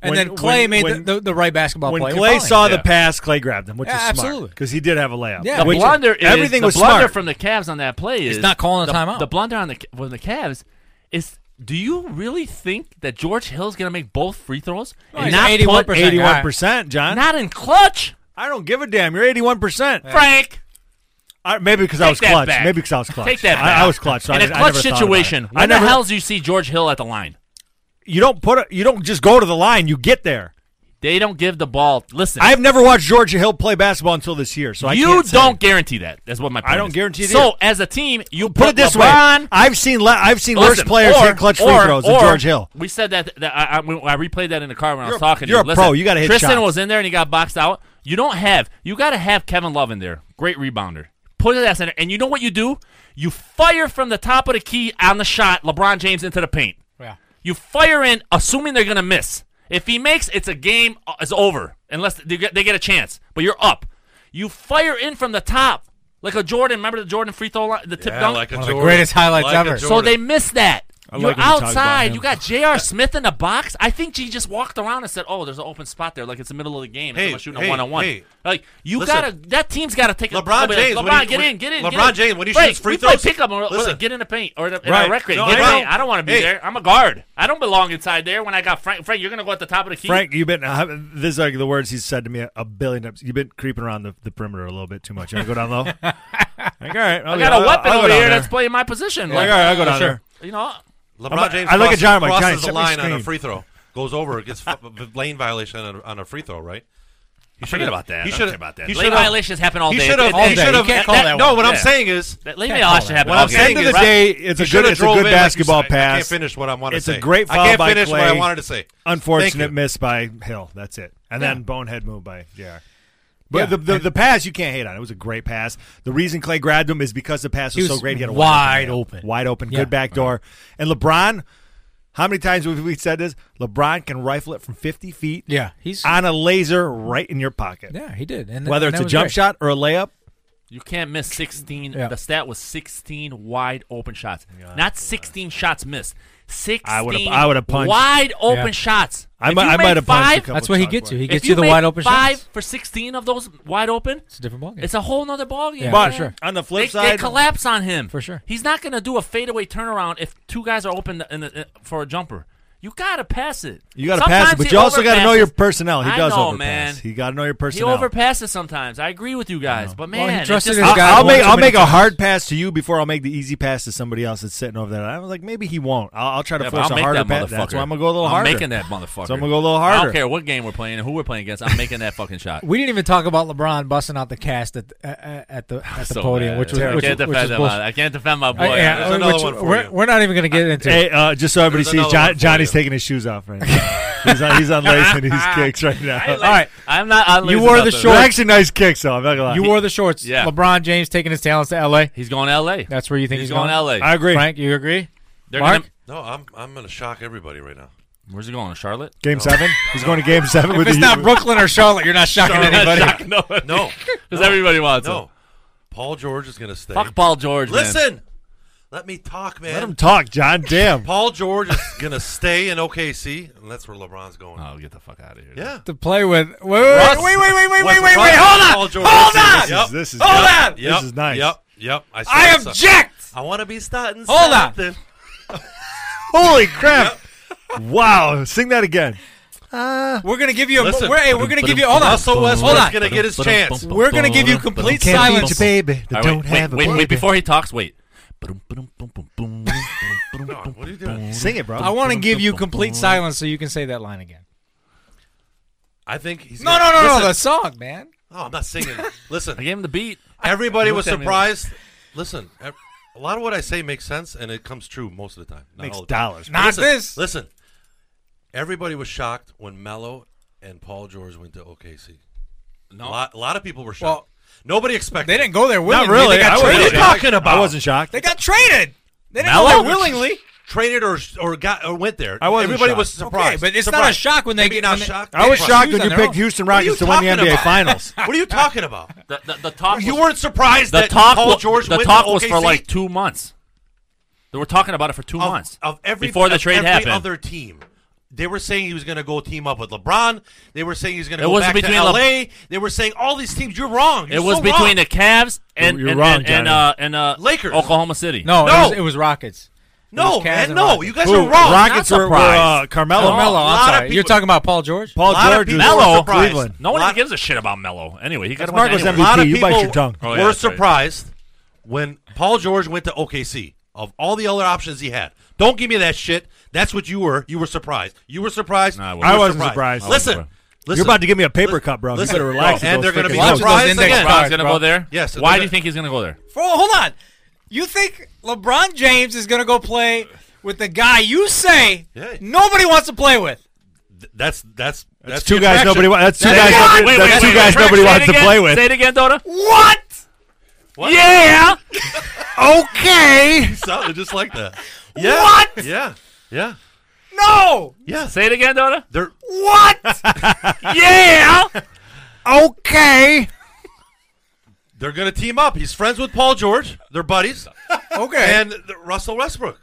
Speaker 2: and
Speaker 5: When-
Speaker 2: then Clay
Speaker 5: when-
Speaker 2: made
Speaker 5: when-
Speaker 2: the, the, the right basketball
Speaker 5: When
Speaker 2: play. and
Speaker 5: Clay
Speaker 2: fouling.
Speaker 5: saw the
Speaker 3: Yeah.
Speaker 5: pass, Clay grabbed him, which
Speaker 2: Yeah,
Speaker 5: is smart
Speaker 2: absolutely.
Speaker 5: because he did have a layup.
Speaker 2: Yeah.
Speaker 3: The
Speaker 5: Which-
Speaker 3: blunder is
Speaker 5: everything
Speaker 3: the
Speaker 5: was
Speaker 3: blunder
Speaker 5: smart.
Speaker 3: from the Cavs on that play is
Speaker 2: not calling a
Speaker 3: the,
Speaker 2: timeout.
Speaker 3: The blunder on the Ca- from the Cavs is. Do you really think that George Hill's going to make both free throws
Speaker 2: No,
Speaker 3: and
Speaker 2: he's
Speaker 3: not
Speaker 2: 81%.
Speaker 3: put-
Speaker 5: eighty-one percent, John.
Speaker 3: not in clutch,
Speaker 5: I don't give a damn. You're eighty-one percent.
Speaker 3: Frank?
Speaker 5: Maybe because I
Speaker 3: Take
Speaker 5: was
Speaker 3: that
Speaker 5: clutch.
Speaker 3: back.
Speaker 5: Maybe because I was clutch.
Speaker 3: Take that.
Speaker 5: I-
Speaker 3: Back.
Speaker 5: I, was clutch. So
Speaker 3: in
Speaker 5: I,
Speaker 3: a
Speaker 5: I
Speaker 3: clutch
Speaker 5: never thought about
Speaker 3: situation,
Speaker 5: it.
Speaker 3: when
Speaker 5: I never,
Speaker 3: the hell do you see George Hill at the line?
Speaker 5: you don't put a, you don't just go to the line. You get there.
Speaker 3: They don't give the ball. Listen,
Speaker 5: I've never watched Georgia Hill play basketball until this year, so I
Speaker 3: you
Speaker 5: can't say.
Speaker 3: don't guarantee that. That's what my point
Speaker 5: I don't
Speaker 3: is.
Speaker 5: guarantee it
Speaker 3: So
Speaker 5: either.
Speaker 3: as a team, you
Speaker 5: Put it this
Speaker 3: LeBron,
Speaker 5: way: I've seen le- I've seen
Speaker 3: Listen,
Speaker 5: worse players
Speaker 3: or-
Speaker 5: hit clutch
Speaker 3: or-
Speaker 5: free throws than
Speaker 3: or-
Speaker 5: George Hill.
Speaker 3: We said that, that I, I, I replayed that in the car when I
Speaker 5: You're a-
Speaker 3: was talking. to
Speaker 5: you're
Speaker 3: you.
Speaker 5: a
Speaker 3: Listen,
Speaker 5: pro. You gotta hit
Speaker 3: Tristan
Speaker 5: shots.
Speaker 3: was in there and he got boxed out. You don't have. You got to have Kevin Love in there. Great rebounder. Put it at center, and you know what you do? You fire from the top of the key on the shot. LeBron James into the paint.
Speaker 2: Yeah.
Speaker 3: You fire in, assuming they're gonna miss. If he makes, it's a game. uh, It's over unless they get, they get a chance. But you're up. You fire in from the top like a Jordan. Remember the Jordan free throw line, the tip
Speaker 4: Yeah,
Speaker 3: dunk.
Speaker 4: like a
Speaker 2: One of the
Speaker 4: Jordan.
Speaker 2: greatest highlights
Speaker 4: Like a
Speaker 2: ever.
Speaker 3: So
Speaker 4: Jordan.
Speaker 3: they missed that. You're
Speaker 5: like when you talk about
Speaker 3: outside.
Speaker 5: him.
Speaker 3: You got J.R. Smith in the box. I think G just walked around and said, "Oh, there's an open spot there. Like it's the middle of the game. and
Speaker 4: Hey,
Speaker 3: someone's shooting
Speaker 4: hey,
Speaker 3: a one-on-one.
Speaker 4: hey.
Speaker 3: Like you
Speaker 4: Listen.
Speaker 3: gotta. That team's gotta take a
Speaker 4: LeBron
Speaker 3: somebody
Speaker 4: James,
Speaker 3: Like,
Speaker 4: when
Speaker 3: LeBron,
Speaker 4: he-
Speaker 3: get
Speaker 4: when-
Speaker 3: in, get in.
Speaker 4: LeBron
Speaker 3: get in.
Speaker 4: James, when he
Speaker 3: Frank,
Speaker 4: shoots free
Speaker 3: we play
Speaker 4: throws-
Speaker 3: pickup or, or
Speaker 4: Listen.
Speaker 3: get in the paint or the, in
Speaker 5: Right.
Speaker 3: our rec range.
Speaker 4: No,
Speaker 3: Get
Speaker 4: I
Speaker 3: in.
Speaker 4: know.
Speaker 3: I don't want to be
Speaker 4: Hey.
Speaker 3: there. I'm a guard. I don't belong inside there. When I got Frank, Frank, you're gonna go at the top of the key.
Speaker 5: Frank, you've been uh, this is like the words he's said to me a, a billion times. You've been creeping around the, the perimeter a little bit too much. You want to go down low? like, all right, I'll
Speaker 3: I
Speaker 5: go-
Speaker 3: got
Speaker 5: I'll-
Speaker 3: a weapon
Speaker 5: I'll go
Speaker 3: over
Speaker 5: down
Speaker 3: here
Speaker 5: there.
Speaker 3: that's playing my position.
Speaker 5: Like,
Speaker 3: Like,
Speaker 5: all right, I'll go down
Speaker 2: Sure.
Speaker 5: there.
Speaker 3: you know.
Speaker 4: LeBron James
Speaker 5: I look
Speaker 4: crosses,
Speaker 5: at John, I'm like,
Speaker 4: crosses
Speaker 5: Johnny,
Speaker 4: the
Speaker 5: set me
Speaker 4: line on a
Speaker 5: screen.
Speaker 4: free throw, goes over, gets f- v- lane violation on a, on a free throw, right? He
Speaker 3: Forget about that.
Speaker 4: He
Speaker 3: I don't
Speaker 4: should
Speaker 3: care about that.
Speaker 4: He
Speaker 3: Lane
Speaker 4: should have.
Speaker 3: violations happen all
Speaker 4: He
Speaker 3: day.
Speaker 4: should have.
Speaker 3: All
Speaker 4: He
Speaker 3: day.
Speaker 4: should
Speaker 2: You
Speaker 4: have.
Speaker 2: can't call that
Speaker 4: No,
Speaker 2: one.
Speaker 4: what I'm
Speaker 3: Yeah.
Speaker 4: saying is,
Speaker 3: That lane
Speaker 2: Can't call
Speaker 3: violation
Speaker 2: that.
Speaker 3: happen
Speaker 4: what
Speaker 3: all
Speaker 4: I'm
Speaker 3: game.
Speaker 4: saying
Speaker 5: End of the
Speaker 4: is,
Speaker 5: day, it's
Speaker 4: he
Speaker 5: a good
Speaker 4: shoulda
Speaker 5: it's a
Speaker 4: drove
Speaker 5: good
Speaker 4: in, like you
Speaker 5: basketball
Speaker 4: said. I can't
Speaker 5: pass.
Speaker 4: finish what I want to
Speaker 5: It's
Speaker 4: say.
Speaker 5: a great foul
Speaker 4: I can't
Speaker 5: by
Speaker 4: finish what I
Speaker 5: Clay.
Speaker 4: wanted to say.
Speaker 5: Unfortunate
Speaker 4: Thank you.
Speaker 5: miss by Hill. That's it. And then bonehead move by JR. But
Speaker 2: Yeah.
Speaker 5: the, the the pass you can't hate on. It was a great pass. The reason Clay grabbed him is because the pass was,
Speaker 2: He was
Speaker 5: so great. He had a
Speaker 2: wide
Speaker 5: layup.
Speaker 2: open.
Speaker 5: wide open,
Speaker 2: Yeah.
Speaker 5: good back door. And LeBron, how many times have we said this? LeBron can rifle it from fifty feet.
Speaker 2: Yeah, he's-
Speaker 5: on a laser right in your pocket.
Speaker 2: Yeah, he did. And
Speaker 5: Whether
Speaker 2: and
Speaker 5: it's
Speaker 2: that
Speaker 5: a
Speaker 2: was
Speaker 5: jump
Speaker 2: great.
Speaker 5: shot or a layup,
Speaker 3: You can't miss 16.
Speaker 2: Yeah.
Speaker 3: The stat was 16 wide open shots, not 16 shots missed. 16
Speaker 5: would've- I would've punched.
Speaker 3: wide open
Speaker 2: Yeah.
Speaker 3: shots.
Speaker 5: I
Speaker 3: If
Speaker 5: might
Speaker 3: you
Speaker 5: I
Speaker 3: make
Speaker 5: might have punched a
Speaker 3: five-
Speaker 5: couple
Speaker 2: That's what he
Speaker 5: times.
Speaker 2: gets you. He
Speaker 3: if
Speaker 2: gets you the
Speaker 3: make
Speaker 2: wide open
Speaker 3: five
Speaker 2: shots.
Speaker 3: for 16 of those wide open.
Speaker 2: It's a different ballgame.
Speaker 3: It's a whole nother ballgame.
Speaker 2: Yeah.
Speaker 5: But
Speaker 3: man.
Speaker 2: sure.
Speaker 5: on the
Speaker 3: They,
Speaker 5: flip
Speaker 3: they
Speaker 5: side,
Speaker 3: collapse on him
Speaker 2: For sure.
Speaker 3: He's not going to do a fadeaway turnaround if two guys are open in the, in- for a jumper. You gotta pass it.
Speaker 5: You got to pass it,
Speaker 3: Sometimes
Speaker 5: but
Speaker 3: he
Speaker 5: you also got to know your
Speaker 3: overpasses.
Speaker 5: personnel. He
Speaker 3: I
Speaker 5: does
Speaker 3: know,
Speaker 5: overpass.
Speaker 3: man.
Speaker 5: He got to know your
Speaker 3: He
Speaker 5: personnel.
Speaker 3: overpasses sometimes. I agree with you guys, but man,
Speaker 2: Well, he
Speaker 3: it's
Speaker 2: trusted
Speaker 3: just-
Speaker 2: his
Speaker 5: I'll,
Speaker 2: guy
Speaker 5: I'll
Speaker 2: one
Speaker 5: make
Speaker 2: too
Speaker 5: I'll
Speaker 2: many
Speaker 5: make a
Speaker 2: times.
Speaker 5: hard pass to you before I'll make the easy pass to somebody else that's sitting over there. I was like, maybe he won't. I'll, I'll try to
Speaker 3: Yeah, but
Speaker 5: force
Speaker 3: I'll
Speaker 5: a
Speaker 3: make
Speaker 5: harder
Speaker 3: that
Speaker 5: pass.
Speaker 3: motherfucker.
Speaker 5: That's why I'm gonna go a little
Speaker 3: I'm
Speaker 5: harder.
Speaker 3: making that motherfucker.
Speaker 5: So I'm gonna go a little
Speaker 3: I
Speaker 5: harder.
Speaker 3: don't care what game we're playing and who we're playing against. I'm making that fucking shot.
Speaker 2: We didn't even talk about LeBron busting out the cast at the, uh, at the at the
Speaker 3: So
Speaker 2: podium,
Speaker 3: bad.
Speaker 2: which was
Speaker 3: I
Speaker 2: which,
Speaker 3: can't
Speaker 2: which
Speaker 3: defend
Speaker 2: was
Speaker 3: him. Oh,
Speaker 2: bullshit.
Speaker 3: I can't defend my boy.
Speaker 2: I- yeah,
Speaker 4: There's another
Speaker 2: which-
Speaker 4: one for
Speaker 2: we're,
Speaker 4: you.
Speaker 2: we're not even going to get into.
Speaker 5: Hey, uh, just so everybody
Speaker 4: There's
Speaker 5: sees,
Speaker 4: another one
Speaker 5: John,
Speaker 4: for
Speaker 5: Johnny's
Speaker 4: you.
Speaker 5: taking his shoes off right now. He's, on, he's unlacing his kicks right now.
Speaker 2: All right.
Speaker 3: I'm not. On
Speaker 2: You wore the
Speaker 5: They're
Speaker 2: shorts.
Speaker 5: actually nice kicks, though. I'm not gonna lie.
Speaker 2: You wore the shorts.
Speaker 3: Yeah.
Speaker 2: LeBron James taking his talents to L.A.
Speaker 3: He's going to L.A.
Speaker 2: That's where you think
Speaker 3: he's
Speaker 2: he's,
Speaker 3: going to L.A.
Speaker 5: I agree.
Speaker 2: Frank, you agree?
Speaker 3: They're
Speaker 2: Mark?
Speaker 3: gonna-
Speaker 4: No, I'm I'm gonna shock everybody right now.
Speaker 3: where's he going? Charlotte.
Speaker 5: Game seven. He's going to game seven with
Speaker 2: If it's
Speaker 5: the
Speaker 2: not Brooklyn or Charlotte, you're not shocking anybody.
Speaker 3: no, because
Speaker 4: No,
Speaker 3: everybody wants him.
Speaker 4: no. Paul George is gonna stay.
Speaker 3: Fuck Paul George. man.
Speaker 4: Listen, let me talk, man.
Speaker 5: Let him talk, John. Damn.
Speaker 4: Paul George is gonna stay in OKC, and that's where LeBron's going.
Speaker 3: Oh, get the fuck out of here.
Speaker 4: yeah.
Speaker 2: To play with. Wait, wait, wait, wait, wait, wait, wait, wait, wait. Hold on. Hold on.
Speaker 5: Yep. This is-
Speaker 2: Hold
Speaker 5: yep.
Speaker 2: on.
Speaker 5: This is nice.
Speaker 4: Yep. Yep. I,
Speaker 2: I
Speaker 4: saw-
Speaker 2: object.
Speaker 4: I want to be starting.
Speaker 2: Hold on.
Speaker 4: something.
Speaker 5: Holy crap! wow. Sing that again.
Speaker 2: We're gonna give you a.
Speaker 4: Listen.
Speaker 2: we're, hey, we're gonna give you. Hold on.
Speaker 4: Russell
Speaker 2: Hold
Speaker 4: Westbrook's
Speaker 2: on.
Speaker 4: gonna get his chance.
Speaker 2: We're gonna give you complete
Speaker 3: All
Speaker 5: Can't
Speaker 2: silence.
Speaker 5: beat your baby. They
Speaker 3: right,
Speaker 5: don't
Speaker 3: wait,
Speaker 5: have
Speaker 3: wait,
Speaker 5: a
Speaker 3: wait,
Speaker 5: baby.
Speaker 3: before he talks. Wait.
Speaker 4: Come on, What are you doing?
Speaker 5: Sing it, bro.
Speaker 2: I want to give you complete silence so you can say that line again.
Speaker 4: I think he's
Speaker 2: No, no,
Speaker 4: gonna-
Speaker 2: no, no.
Speaker 4: Listen.
Speaker 2: The song, man.
Speaker 4: No, I'm not singing.
Speaker 3: I
Speaker 4: Listen,
Speaker 3: gave him the beat.
Speaker 4: everybody was
Speaker 3: Look at me.
Speaker 4: surprised. Listen, ev- a lot of what I say makes sense, and it comes true most of the time. Not
Speaker 5: Makes
Speaker 4: all the time.
Speaker 5: dollars.
Speaker 2: Not
Speaker 4: listen,
Speaker 2: this.
Speaker 4: Listen, everybody was shocked when Mello and Paul George went to OKC. A,
Speaker 3: No,
Speaker 4: lot, a lot of people were shocked.
Speaker 2: Well,
Speaker 4: Nobody expected.
Speaker 2: They didn't go there
Speaker 5: Not
Speaker 2: willingly.
Speaker 5: really.
Speaker 2: They got
Speaker 5: I
Speaker 2: traded.
Speaker 5: wasn't
Speaker 4: What are you
Speaker 5: shocked.
Speaker 4: talking about?
Speaker 5: I wasn't shocked.
Speaker 2: They got traded. They didn't
Speaker 4: Mallow
Speaker 2: go there
Speaker 4: was-
Speaker 2: willingly.
Speaker 4: traded or or got or went there.
Speaker 5: I wasn't
Speaker 4: Everybody
Speaker 5: shocked.
Speaker 4: was surprised.
Speaker 2: Okay, but it's
Speaker 4: surprised.
Speaker 2: not a shock when they
Speaker 4: Maybe
Speaker 2: get-
Speaker 4: not
Speaker 2: when they-
Speaker 4: shocked.
Speaker 5: I was
Speaker 4: Surprised.
Speaker 5: shocked
Speaker 2: Shoes
Speaker 5: when you
Speaker 2: on their
Speaker 5: picked
Speaker 2: own.
Speaker 5: Houston
Speaker 4: What are you
Speaker 5: Rockets to win
Speaker 4: talking
Speaker 5: the NBA
Speaker 4: about?
Speaker 5: Finals.
Speaker 4: What are you talking about?
Speaker 3: the, the, the talk.
Speaker 4: You
Speaker 3: was,
Speaker 4: weren't surprised
Speaker 3: The
Speaker 4: that
Speaker 3: talk.
Speaker 4: Paul
Speaker 3: wa-
Speaker 4: George
Speaker 3: the
Speaker 4: went
Speaker 3: talk
Speaker 4: to
Speaker 3: was for
Speaker 4: OKC?
Speaker 3: like two months. They were talking about it for two
Speaker 4: of,
Speaker 3: months
Speaker 4: of every
Speaker 3: before the
Speaker 4: of
Speaker 3: trade
Speaker 4: every
Speaker 3: happened.
Speaker 4: Other team. They were saying he was going to go team up with LeBron. They were saying he was going to
Speaker 3: It
Speaker 4: go
Speaker 3: was
Speaker 4: back to
Speaker 3: between Le-
Speaker 4: LA. they were saying all these teams. You're wrong. You're
Speaker 3: it was
Speaker 4: so
Speaker 3: between
Speaker 4: wrong.
Speaker 3: the Cavs and
Speaker 5: You're
Speaker 3: and,
Speaker 5: wrong,
Speaker 3: and, and,
Speaker 5: Johnny.
Speaker 3: uh, and uh,
Speaker 4: Lakers.
Speaker 3: Oklahoma City.
Speaker 2: No,
Speaker 4: No.
Speaker 2: It, was, it was Rockets. It
Speaker 4: no
Speaker 2: was Cavs
Speaker 4: man.
Speaker 2: and
Speaker 4: No,
Speaker 2: Rockets.
Speaker 4: you guys
Speaker 5: Who?
Speaker 4: are wrong.
Speaker 5: Rockets
Speaker 3: Not
Speaker 5: were, were uh,
Speaker 3: surprised.
Speaker 5: Carmelo.
Speaker 2: Carmelo,
Speaker 4: A
Speaker 2: I'm
Speaker 4: lot of
Speaker 2: sorry. You're
Speaker 4: people-
Speaker 2: talking about Paul George?
Speaker 4: A
Speaker 5: Paul
Speaker 4: lot of
Speaker 5: George was
Speaker 4: people were
Speaker 5: Mello.
Speaker 4: surprised.
Speaker 5: Cleveland.
Speaker 3: No one
Speaker 4: Lot-
Speaker 3: even gives a shit about Mello. Anyway, he got
Speaker 5: That's
Speaker 3: to win
Speaker 5: Marco's
Speaker 4: A
Speaker 3: anyway.
Speaker 5: MVP.
Speaker 4: lot of
Speaker 5: You bite
Speaker 4: people
Speaker 5: your tongue.
Speaker 3: Oh, yeah,
Speaker 4: were
Speaker 3: that's right.
Speaker 4: surprised when Paul George went to OKC. Of all the other options he had, don't give me that shit. That's what you were. You were surprised. You were surprised.
Speaker 3: Nah, I
Speaker 4: You
Speaker 3: wasn't.
Speaker 4: were
Speaker 5: I wasn't surprised. I wasn't
Speaker 4: Listen,
Speaker 3: surprised.
Speaker 4: listen.
Speaker 5: You're about to give me a paper
Speaker 4: Listen-
Speaker 5: cut, bro.
Speaker 4: listen,
Speaker 5: you better relax.
Speaker 4: bro. And they're
Speaker 5: going to
Speaker 4: gonna be
Speaker 2: Watch those
Speaker 4: surprised
Speaker 2: index
Speaker 4: again.
Speaker 2: cards,
Speaker 3: LeBron's going to
Speaker 2: bro.
Speaker 3: go there.
Speaker 4: Yes, they're
Speaker 3: Why do
Speaker 4: gonna-
Speaker 3: you think he's going to go there?
Speaker 2: For, hold on. You think LeBron James is going to go play with the guy you say
Speaker 4: Yeah.
Speaker 2: nobody wants to play with?
Speaker 4: Th- That's that's that's
Speaker 5: two
Speaker 4: the
Speaker 5: guys
Speaker 4: attraction.
Speaker 5: nobody wa- that's two
Speaker 4: That's
Speaker 5: guys
Speaker 4: the-
Speaker 5: nobody-
Speaker 4: Wait,
Speaker 5: that's
Speaker 4: wait,
Speaker 5: two
Speaker 4: wait,
Speaker 5: guys
Speaker 4: wait.
Speaker 5: nobody
Speaker 3: Say it
Speaker 5: wants to
Speaker 3: again.
Speaker 5: play with.
Speaker 3: Say it again, Dota.
Speaker 2: What?
Speaker 3: Yeah.
Speaker 5: Okay.
Speaker 4: sounded just like that. Yeah.
Speaker 2: What?
Speaker 4: Yeah. Yeah.
Speaker 2: No.
Speaker 4: Yeah.
Speaker 3: Say it again, Dota.
Speaker 4: They're
Speaker 2: What?
Speaker 3: Yeah.
Speaker 5: Okay.
Speaker 4: they're gonna team up. He's friends with Paul George. They're buddies.
Speaker 2: okay.
Speaker 4: and the- Russell Westbrook.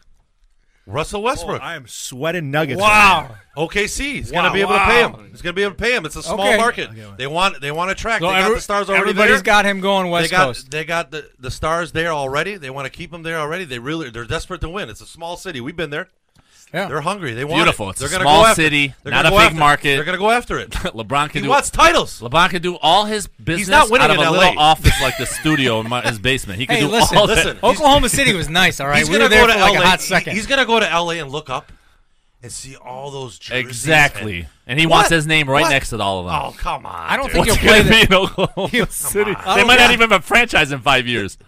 Speaker 4: Russell Westbrook.
Speaker 5: Oh, I am sweating nuggets.
Speaker 2: wow.
Speaker 4: OKC. He's
Speaker 5: Wow.
Speaker 4: gonna be able
Speaker 5: Wow.
Speaker 4: to pay him. He's gonna be able to pay him. It's a small
Speaker 2: Okay.
Speaker 4: market.
Speaker 5: Okay, wait.
Speaker 4: They want they want to attract.
Speaker 2: So
Speaker 4: they got
Speaker 2: Oh, every-
Speaker 4: the stars already
Speaker 2: everybody's
Speaker 4: there.
Speaker 2: got him going West
Speaker 4: they got
Speaker 2: Coast.
Speaker 4: they got the, the stars there already. They want to keep them there already. They really they're desperate to win. It's a small city. We've been there.
Speaker 2: Yeah.
Speaker 4: They're hungry. They want
Speaker 3: Beautiful.
Speaker 4: It.
Speaker 3: It's
Speaker 4: they're
Speaker 3: a
Speaker 4: gonna
Speaker 3: small
Speaker 4: go after it.
Speaker 3: city,
Speaker 4: They're
Speaker 3: not
Speaker 4: gonna
Speaker 3: a big
Speaker 4: go after it.
Speaker 3: market.
Speaker 4: They're gonna go after it.
Speaker 3: LeBron can
Speaker 4: He
Speaker 3: do.
Speaker 4: wants titles.
Speaker 3: LeBron can do all his business
Speaker 4: not winning
Speaker 3: out of
Speaker 4: in
Speaker 3: a
Speaker 4: LA.
Speaker 3: little office like the studio in my, his basement. He can
Speaker 2: Hey,
Speaker 3: do
Speaker 2: listen.
Speaker 3: all that.
Speaker 4: Listen. He's-
Speaker 2: Oklahoma City was nice, all right?
Speaker 4: He's
Speaker 2: we
Speaker 4: gonna
Speaker 2: were there
Speaker 4: go to
Speaker 2: for like
Speaker 4: LA.
Speaker 2: a hot
Speaker 4: He-
Speaker 2: second.
Speaker 4: He's gonna go to LA and look up and see all those jerseys.
Speaker 3: Exactly.
Speaker 4: and-
Speaker 3: And he wants
Speaker 4: What?
Speaker 3: his name right
Speaker 4: What?
Speaker 3: next to all of them.
Speaker 4: oh come on!
Speaker 2: I don't
Speaker 4: dude.
Speaker 2: think
Speaker 3: What's
Speaker 2: he'll
Speaker 3: he
Speaker 2: play
Speaker 3: going to be
Speaker 2: the
Speaker 3: in Oklahoma City?
Speaker 2: on.
Speaker 3: They might
Speaker 2: Yeah.
Speaker 3: not even have a franchise in five years.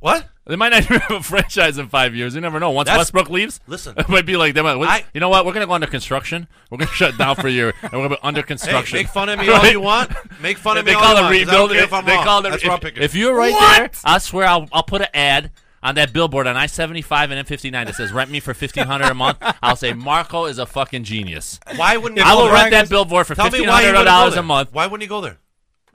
Speaker 4: what.
Speaker 3: They might not even have a franchise in five years. You never know. Once
Speaker 4: That's-
Speaker 3: Westbrook leaves,
Speaker 4: Listen.
Speaker 3: it might be like they might.
Speaker 4: I-
Speaker 3: you know what? We're going to go under construction. We're going to shut down for a year, and we're going to be under
Speaker 4: Hey,
Speaker 3: construction.
Speaker 4: make fun of me all you want. Make fun of me
Speaker 3: they
Speaker 4: all
Speaker 3: call
Speaker 4: you
Speaker 3: it
Speaker 4: want. 'cause I don't
Speaker 3: rebuilding.
Speaker 4: care if I'm
Speaker 3: they
Speaker 4: wrong.
Speaker 3: call it.
Speaker 4: That's
Speaker 3: if,
Speaker 4: what I'm picking.
Speaker 3: if you're right
Speaker 2: What?
Speaker 3: there, I swear I'll, I'll put an ad on that billboard on I-75 and M59 that says "Rent me for fifteen hundred a month." I'll say Marco is a fucking genius.
Speaker 4: why wouldn't you
Speaker 3: I
Speaker 4: go
Speaker 3: will
Speaker 4: there?
Speaker 3: rent that billboard for
Speaker 4: Tell me
Speaker 3: fifteen
Speaker 4: why you
Speaker 3: hundred
Speaker 4: wouldn't go
Speaker 3: dollars
Speaker 4: there.
Speaker 3: a month
Speaker 4: Why wouldn't you go there?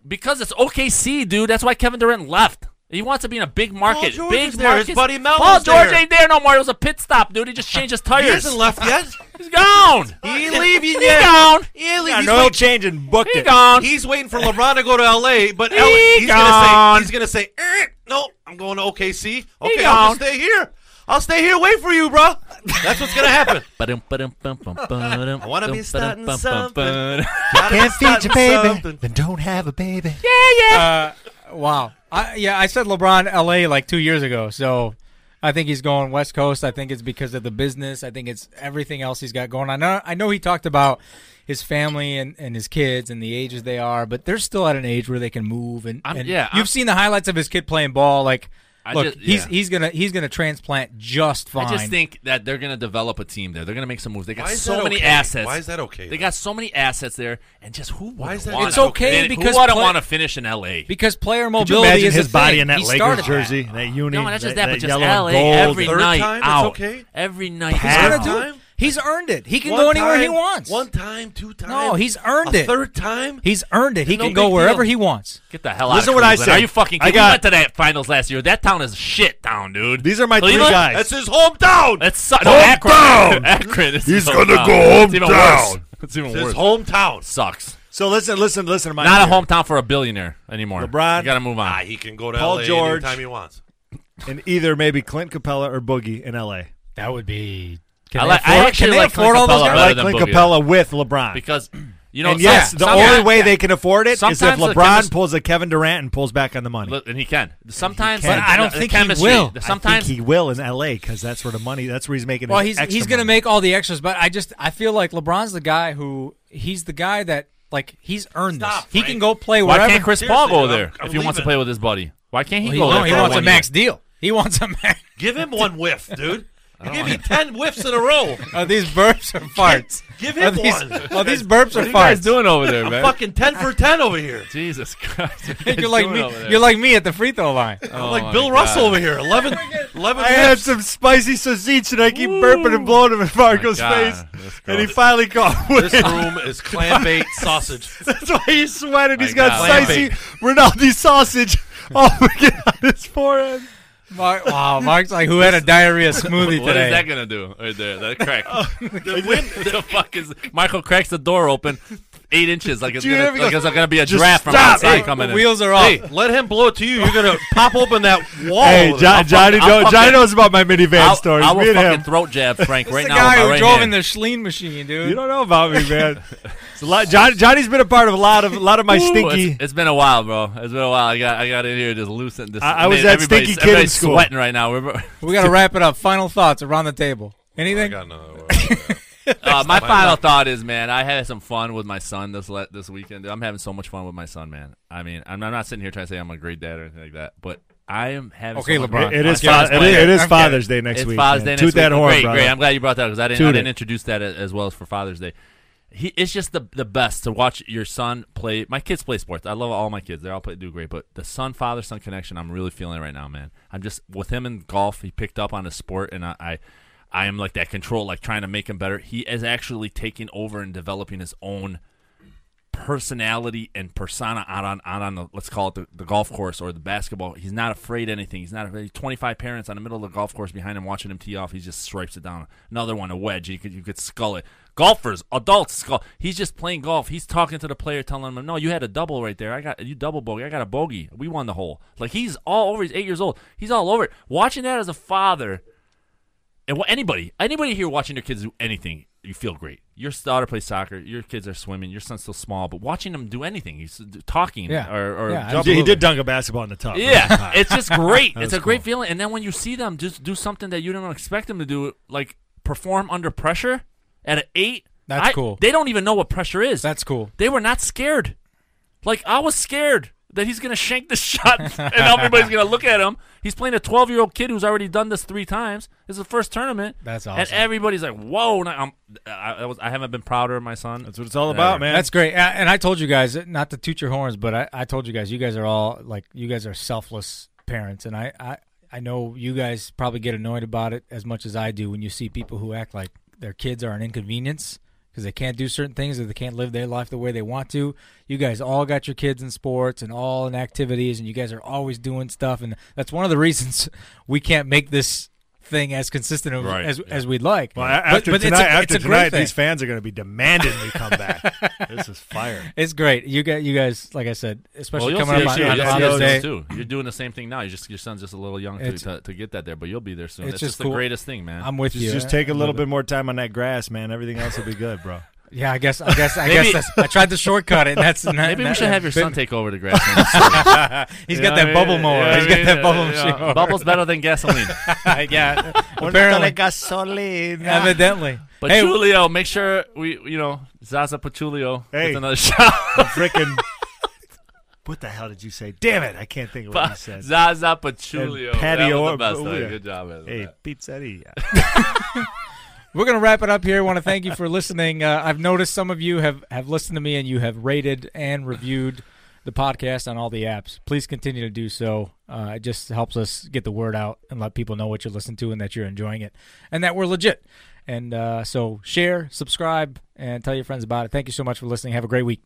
Speaker 3: because it's OKC, dude. That's why Kevin Durant left. He wants to be in a big market.
Speaker 4: George
Speaker 3: big
Speaker 4: is there.
Speaker 3: markets.
Speaker 4: His buddy Melo's
Speaker 3: Paul George
Speaker 4: there.
Speaker 3: ain't there no more. It was a pit stop, dude. He just changed his tires.
Speaker 4: He hasn't left yet.
Speaker 3: He's gone.
Speaker 4: He ain't leaving
Speaker 3: He
Speaker 4: yet.
Speaker 3: gone.
Speaker 4: He ain't leaving.
Speaker 5: Yeah,
Speaker 4: He's
Speaker 5: no
Speaker 4: waiting-
Speaker 5: change and booked
Speaker 3: He
Speaker 5: it.
Speaker 3: gone.
Speaker 4: He's waiting for LeBron to go to LA, but LA,
Speaker 3: He
Speaker 4: he's
Speaker 3: gone.
Speaker 4: gonna say he's gonna say, "Eh, no, I'm going to OKC. Okay, I'll just
Speaker 3: gone.
Speaker 4: stay here. I'll stay here, wait for you, bro. That's what's gonna happen.
Speaker 3: I
Speaker 4: wanna be starting something.
Speaker 5: Can't feed your baby.
Speaker 4: Something.
Speaker 5: Then don't have a baby.
Speaker 2: uh, wow. I, yeah, I said LeBron LA like two years ago, so I think he's going West Coast. I think it's because of the business. I think it's everything else he's got going on. Now, I know he talked about his family and, and his kids and the ages they are, but they're still at an age where they can move and,
Speaker 3: I'm-
Speaker 2: and
Speaker 3: yeah,
Speaker 2: you've
Speaker 3: I'm-
Speaker 2: seen the highlights of his kid playing ball like
Speaker 3: I
Speaker 4: Look,
Speaker 3: just,
Speaker 2: He's
Speaker 3: yeah.
Speaker 2: he's gonna he's gonna transplant just fine.
Speaker 3: I just think that they're going to develop a team there. They're going to make some moves. They got
Speaker 4: Why is
Speaker 3: so
Speaker 4: that
Speaker 3: many
Speaker 4: okay?
Speaker 3: assets.
Speaker 4: Why is that okay,
Speaker 3: They
Speaker 4: though?
Speaker 3: got so many assets there, and just who? Why
Speaker 4: is that
Speaker 3: Wanna,
Speaker 4: It's okay
Speaker 3: who
Speaker 2: because
Speaker 3: wouldn't
Speaker 2: play-
Speaker 3: want to finish in L.A.
Speaker 2: because player
Speaker 5: Could you
Speaker 2: mobility
Speaker 5: imagine
Speaker 2: is a
Speaker 5: his body
Speaker 2: thing.
Speaker 5: in that
Speaker 2: He
Speaker 5: Lakers
Speaker 2: started
Speaker 5: jersey, that, uni,
Speaker 3: no, not just that,
Speaker 5: that,
Speaker 3: but just
Speaker 5: yellow and
Speaker 3: L.A.
Speaker 5: gold.
Speaker 3: every
Speaker 4: Third
Speaker 3: night
Speaker 4: time, it's
Speaker 3: out.
Speaker 4: okay?
Speaker 3: Every night
Speaker 2: He's
Speaker 5: Half
Speaker 2: gonna
Speaker 3: out.
Speaker 2: do it.
Speaker 4: time?
Speaker 2: He's earned it. He can
Speaker 4: One
Speaker 2: go anywhere he
Speaker 4: time-
Speaker 2: wants.
Speaker 4: One time, two times.
Speaker 2: No, he's earned
Speaker 4: a
Speaker 2: it.
Speaker 4: Third time.
Speaker 2: He's earned it. He
Speaker 4: No
Speaker 2: can
Speaker 4: big
Speaker 2: go wherever
Speaker 4: deal.
Speaker 2: he wants.
Speaker 3: Get the hell out
Speaker 5: Listen
Speaker 3: of
Speaker 5: what I
Speaker 3: Cleveland.
Speaker 5: said.
Speaker 3: Are you fucking
Speaker 5: I
Speaker 3: kidding?
Speaker 5: got-
Speaker 3: we went to that finals last year. That town is shit town, dude.
Speaker 5: These are my three
Speaker 3: Cleveland?
Speaker 5: guys.
Speaker 4: That's his hometown.
Speaker 3: That's su- no, Akron. Akron is
Speaker 5: He's
Speaker 3: so
Speaker 5: gonna
Speaker 3: town.
Speaker 5: go
Speaker 3: It's even
Speaker 5: hometown.
Speaker 3: worse. It's even
Speaker 4: It's his
Speaker 3: worse.
Speaker 4: hometown.
Speaker 3: Sucks.
Speaker 5: So listen, listen, listen to my
Speaker 3: Not a
Speaker 5: ear.
Speaker 3: hometown for a billionaire anymore.
Speaker 5: LeBron-
Speaker 3: you got to move on.
Speaker 4: Ah, he can go to
Speaker 5: Paul
Speaker 4: LA
Speaker 5: George.
Speaker 4: anytime he wants.
Speaker 5: and either maybe Clint Capella or Boogie in L.A.
Speaker 2: That would be. Can
Speaker 3: I,
Speaker 2: they
Speaker 3: like, I
Speaker 2: afford-
Speaker 3: actually
Speaker 2: can they
Speaker 3: like
Speaker 2: afford
Speaker 3: Clint
Speaker 2: all those
Speaker 3: Capella
Speaker 5: I
Speaker 2: guys?
Speaker 3: better
Speaker 5: like
Speaker 3: than
Speaker 5: Clint
Speaker 3: Boogie.
Speaker 5: Capella with LeBron.
Speaker 3: because you know.
Speaker 5: and yes,
Speaker 3: some-
Speaker 5: the
Speaker 3: some-
Speaker 5: only way they can afford it is if
Speaker 3: Sometimes the
Speaker 5: LeBron
Speaker 3: chemist-
Speaker 5: pulls a Kevin Durant and pulls back on the money.
Speaker 3: Look, and he can. Sometimes,
Speaker 5: can.
Speaker 3: the-
Speaker 5: But I
Speaker 2: don't
Speaker 3: the
Speaker 2: think he
Speaker 3: chemistry-
Speaker 2: will.
Speaker 3: the-
Speaker 5: I think
Speaker 3: Sometimes
Speaker 5: he will in L.A. because that's where the money. That's where he's making.
Speaker 2: Well,
Speaker 5: his
Speaker 2: he's
Speaker 5: extra
Speaker 2: he's gonna
Speaker 5: money.
Speaker 2: make all the extras, but I just I feel like LeBron's the guy who he's the guy that like he's earned
Speaker 4: Stop,
Speaker 2: this. He
Speaker 4: Frank.
Speaker 2: can go play
Speaker 3: why
Speaker 2: wherever.
Speaker 3: can't Chris
Speaker 4: Seriously,
Speaker 3: Paul go
Speaker 4: I'm-
Speaker 3: there
Speaker 4: I'm
Speaker 3: if he wants to
Speaker 4: leaving.
Speaker 3: play with his buddy? Why can't he
Speaker 2: Well, he,
Speaker 3: go
Speaker 2: no,
Speaker 3: there?
Speaker 2: he
Speaker 3: for
Speaker 2: wants a
Speaker 3: one
Speaker 2: max
Speaker 3: year?
Speaker 2: deal. He wants a max.
Speaker 4: Give him one whiff, dude. You give him ten whiffs in a row.
Speaker 2: Are uh, these burps or farts?
Speaker 4: Give
Speaker 2: Are
Speaker 4: him
Speaker 2: these,
Speaker 4: one.
Speaker 2: Are these burps
Speaker 3: What
Speaker 2: or
Speaker 3: are you guys
Speaker 2: farts?
Speaker 3: doing over there, man?
Speaker 4: Fucking ten for ten over here.
Speaker 3: Jesus Christ! what are you guys
Speaker 2: You're like
Speaker 3: doing over there?
Speaker 2: me. You're like me at the free throw line.
Speaker 3: Oh, my
Speaker 4: like Bill
Speaker 3: God.
Speaker 4: Russell over here. 11, 11
Speaker 5: I had
Speaker 4: whiffs.
Speaker 5: some spicy sausage and I keep burping and blowing him in Marco's
Speaker 3: God,
Speaker 5: face,
Speaker 3: that's
Speaker 5: and he
Speaker 3: gross.
Speaker 5: finally caught.
Speaker 4: This room is clam bait sausage.
Speaker 5: That's why he's sweating. He's
Speaker 3: My
Speaker 5: got
Speaker 3: God.
Speaker 5: spicy Ronaldo sausage all freaking on his forehead.
Speaker 2: Mark, wow, Mark's like who had a diarrhea smoothie
Speaker 3: What is that
Speaker 2: today?
Speaker 3: gonna do right there? That crack.
Speaker 5: Oh,
Speaker 3: the, wind, the fuck is Michael cracks the door open eight inches like it's
Speaker 5: Dude,
Speaker 3: gonna,
Speaker 5: everything
Speaker 3: like
Speaker 5: goes,
Speaker 3: it's gonna be a
Speaker 5: "Just
Speaker 3: draft from
Speaker 5: stop."
Speaker 3: outside
Speaker 5: Hey,
Speaker 3: coming in.
Speaker 2: Wheels are off.
Speaker 4: Hey, let him blow it to you. You're gonna pop open that wall.
Speaker 5: Hey,
Speaker 4: over there.
Speaker 5: John, Johnny,
Speaker 3: I'll
Speaker 5: know,
Speaker 3: fucking-
Speaker 5: Johnny knows about my minivan
Speaker 3: I'll,
Speaker 5: stories.
Speaker 3: I will
Speaker 5: Me and
Speaker 3: fucking
Speaker 5: him.
Speaker 3: throat jab Frank right
Speaker 2: the
Speaker 3: now.
Speaker 2: guy
Speaker 3: with my
Speaker 2: who
Speaker 3: right
Speaker 2: drove
Speaker 3: hand.
Speaker 2: in the Schleen machine, dude.
Speaker 5: You don't know about me, man. It's a lot, John, Johnny's been a part of a lot of a lot of my
Speaker 3: Ooh,
Speaker 5: stinky.
Speaker 3: it's- it's been a while, bro. It's been a while. I got I got in here just loosened. This,
Speaker 5: I- I was
Speaker 3: man,
Speaker 5: that
Speaker 3: everybody's-
Speaker 5: stinky kid in
Speaker 3: everybody's
Speaker 5: school.
Speaker 3: Sweating right now. We're-
Speaker 2: We got to wrap it up. Final thoughts around the table.
Speaker 4: I
Speaker 2: Anything?
Speaker 4: got another one.
Speaker 3: Uh, my
Speaker 4: Mike.
Speaker 3: final thought is, man, I had some fun with my son this le- this weekend. I'm having so much fun with my son, man. I mean, I'm, I'm not sitting here trying to say I'm a great dad or anything like that, but I am having
Speaker 2: Okay,
Speaker 3: so much
Speaker 2: LeBron.
Speaker 3: fun.
Speaker 5: it is,
Speaker 3: My son's
Speaker 5: fa- it
Speaker 3: playing.
Speaker 5: is, it is
Speaker 2: I'm
Speaker 5: Father's Day next
Speaker 3: it's
Speaker 5: week.
Speaker 3: Father's
Speaker 5: man.
Speaker 3: Day next
Speaker 5: Toot
Speaker 3: week. Oh,
Speaker 5: that horn,
Speaker 3: great,
Speaker 5: brother.
Speaker 3: great. I'm glad you brought that because I didn't,
Speaker 5: Toot
Speaker 3: I didn't
Speaker 5: it.
Speaker 3: introduce that a- as well as for Father's Day. He, it's just the the best to watch your son play. My kids play sports. I love all my kids. They all play do great, but the son father son connection I'm really feeling right now, man. I'm just with him in golf. He picked up on his sport, and I. I I am like that control, like trying to make him better. He is actually taking over and developing his own personality and persona out on out on the let's call it the, the golf course or the basketball. He's not afraid of anything. He's not afraid. Twenty five parents on the middle of the golf course behind him watching him tee off. He just stripes it down. Another one a wedge. You could you could skull it. Golfers, adults, skull. He's just playing golf. He's talking to the player, telling him, "No, you had a double right there. I got you double bogey. I got a bogey. We won the hole." Like he's all over. He's eight years old. He's all over it. Watching that as a father. And what anybody, anybody here watching their kids do anything, you feel great. Your daughter plays soccer. Your kids are swimming. Your son's still small, but watching them do anything, he's talking
Speaker 2: Yeah.
Speaker 3: or, or
Speaker 2: Yeah,
Speaker 3: jumping.
Speaker 5: He did- He did dunk a basketball in the tub.
Speaker 3: Yeah, it's just great. it's a
Speaker 5: was
Speaker 3: great
Speaker 5: cool.
Speaker 3: feeling. And then when you see them just do something that you don't expect them to do, like perform under pressure at an eight.
Speaker 2: That's
Speaker 3: I-
Speaker 2: cool.
Speaker 3: They don't even know what pressure is.
Speaker 2: That's cool.
Speaker 3: They were not scared. Like I was scared that he's gonna shank the shot and everybody's gonna look at him. He's playing a 12 year old kid who's already done this three times. This is the first tournament.
Speaker 2: That's
Speaker 3: And
Speaker 2: awesome.
Speaker 3: everybody's like, "Whoa!" And I, I'm, I, I was, I haven't been prouder of my son.
Speaker 5: That's what it's all about,
Speaker 3: Ever.
Speaker 5: man.
Speaker 2: That's great. A- And I told you guys not to toot your horns, but I, I told you guys you guys are all like you guys are selfless parents, and I, I I know you guys probably get annoyed about it as much as I do when you see people who act like their kids are an inconvenience because they can't do certain things or they can't live their life the way they want to. You guys all got your kids in sports and all in activities, and you guys are always doing stuff, and that's one of the reasons we can't make this thing as consistent as-
Speaker 3: Right,
Speaker 2: as,
Speaker 3: yeah.
Speaker 2: as we'd like.
Speaker 5: Well, a- after
Speaker 2: but it's a-
Speaker 5: tonight, after
Speaker 2: it's a great
Speaker 5: tonight,
Speaker 2: thing.
Speaker 5: these fans are going to be demanding we come back. this is fire.
Speaker 2: It's great. You got you guys, like I said, especially
Speaker 3: you'll
Speaker 2: coming
Speaker 3: see
Speaker 2: up
Speaker 3: it
Speaker 2: on, on
Speaker 3: soon.
Speaker 5: yeah,
Speaker 3: You'll
Speaker 2: Father's
Speaker 3: see it
Speaker 2: Day.
Speaker 3: soon, too. You're doing the same thing now. You just your son's just a little young to,
Speaker 2: It's-
Speaker 3: to, to get that there, but you'll be there soon.
Speaker 2: it's
Speaker 3: It's,
Speaker 2: just
Speaker 3: just
Speaker 2: cool.
Speaker 3: the greatest thing, man.
Speaker 2: I'm with you.
Speaker 5: Just, just take a little bit more time on that grass, man. Everything else will be good, bro.
Speaker 2: Yeah, I guess. I guess. I
Speaker 3: Maybe-
Speaker 2: guess. That's, I tried to shortcut it. And that's and that,
Speaker 3: Maybe we
Speaker 2: that-
Speaker 3: should have your son take over the grass. man.
Speaker 2: He's
Speaker 3: You
Speaker 2: got
Speaker 3: know
Speaker 2: that
Speaker 3: what I
Speaker 2: bubble
Speaker 3: mean?
Speaker 2: mower.
Speaker 3: Yeah,
Speaker 2: He's
Speaker 3: I
Speaker 2: got
Speaker 3: mean,
Speaker 2: that bubble
Speaker 3: yeah,
Speaker 2: machine.
Speaker 3: yeah. Bubble's better than gasoline.
Speaker 2: yeah. Apparently,
Speaker 5: gasoline.
Speaker 2: evidently.
Speaker 3: But
Speaker 2: hey,
Speaker 3: Julio, make sure we, you know, Zaza Pachulio
Speaker 5: Hey.
Speaker 3: with another shot.
Speaker 5: Freaking What the hell did you say? Damn it! I can't think of what you said.
Speaker 3: Zaza Pachulia.
Speaker 5: And Patty
Speaker 3: That was
Speaker 5: Or-
Speaker 3: the best. though.
Speaker 5: Ooh, yeah.
Speaker 3: Good job. Ed.
Speaker 5: Hey, pizzeria.
Speaker 2: We're going to wrap it up here. I want to thank you for listening. Uh, I've noticed some of you have, have listened to me and you have rated and reviewed the podcast on all the apps. Please continue to do so. Uh, it just helps us get the word out and let people know what you listen to and that you're enjoying it and that we're legit. And uh, so share, subscribe, and tell your friends about it. Thank you so much for listening. Have a great week.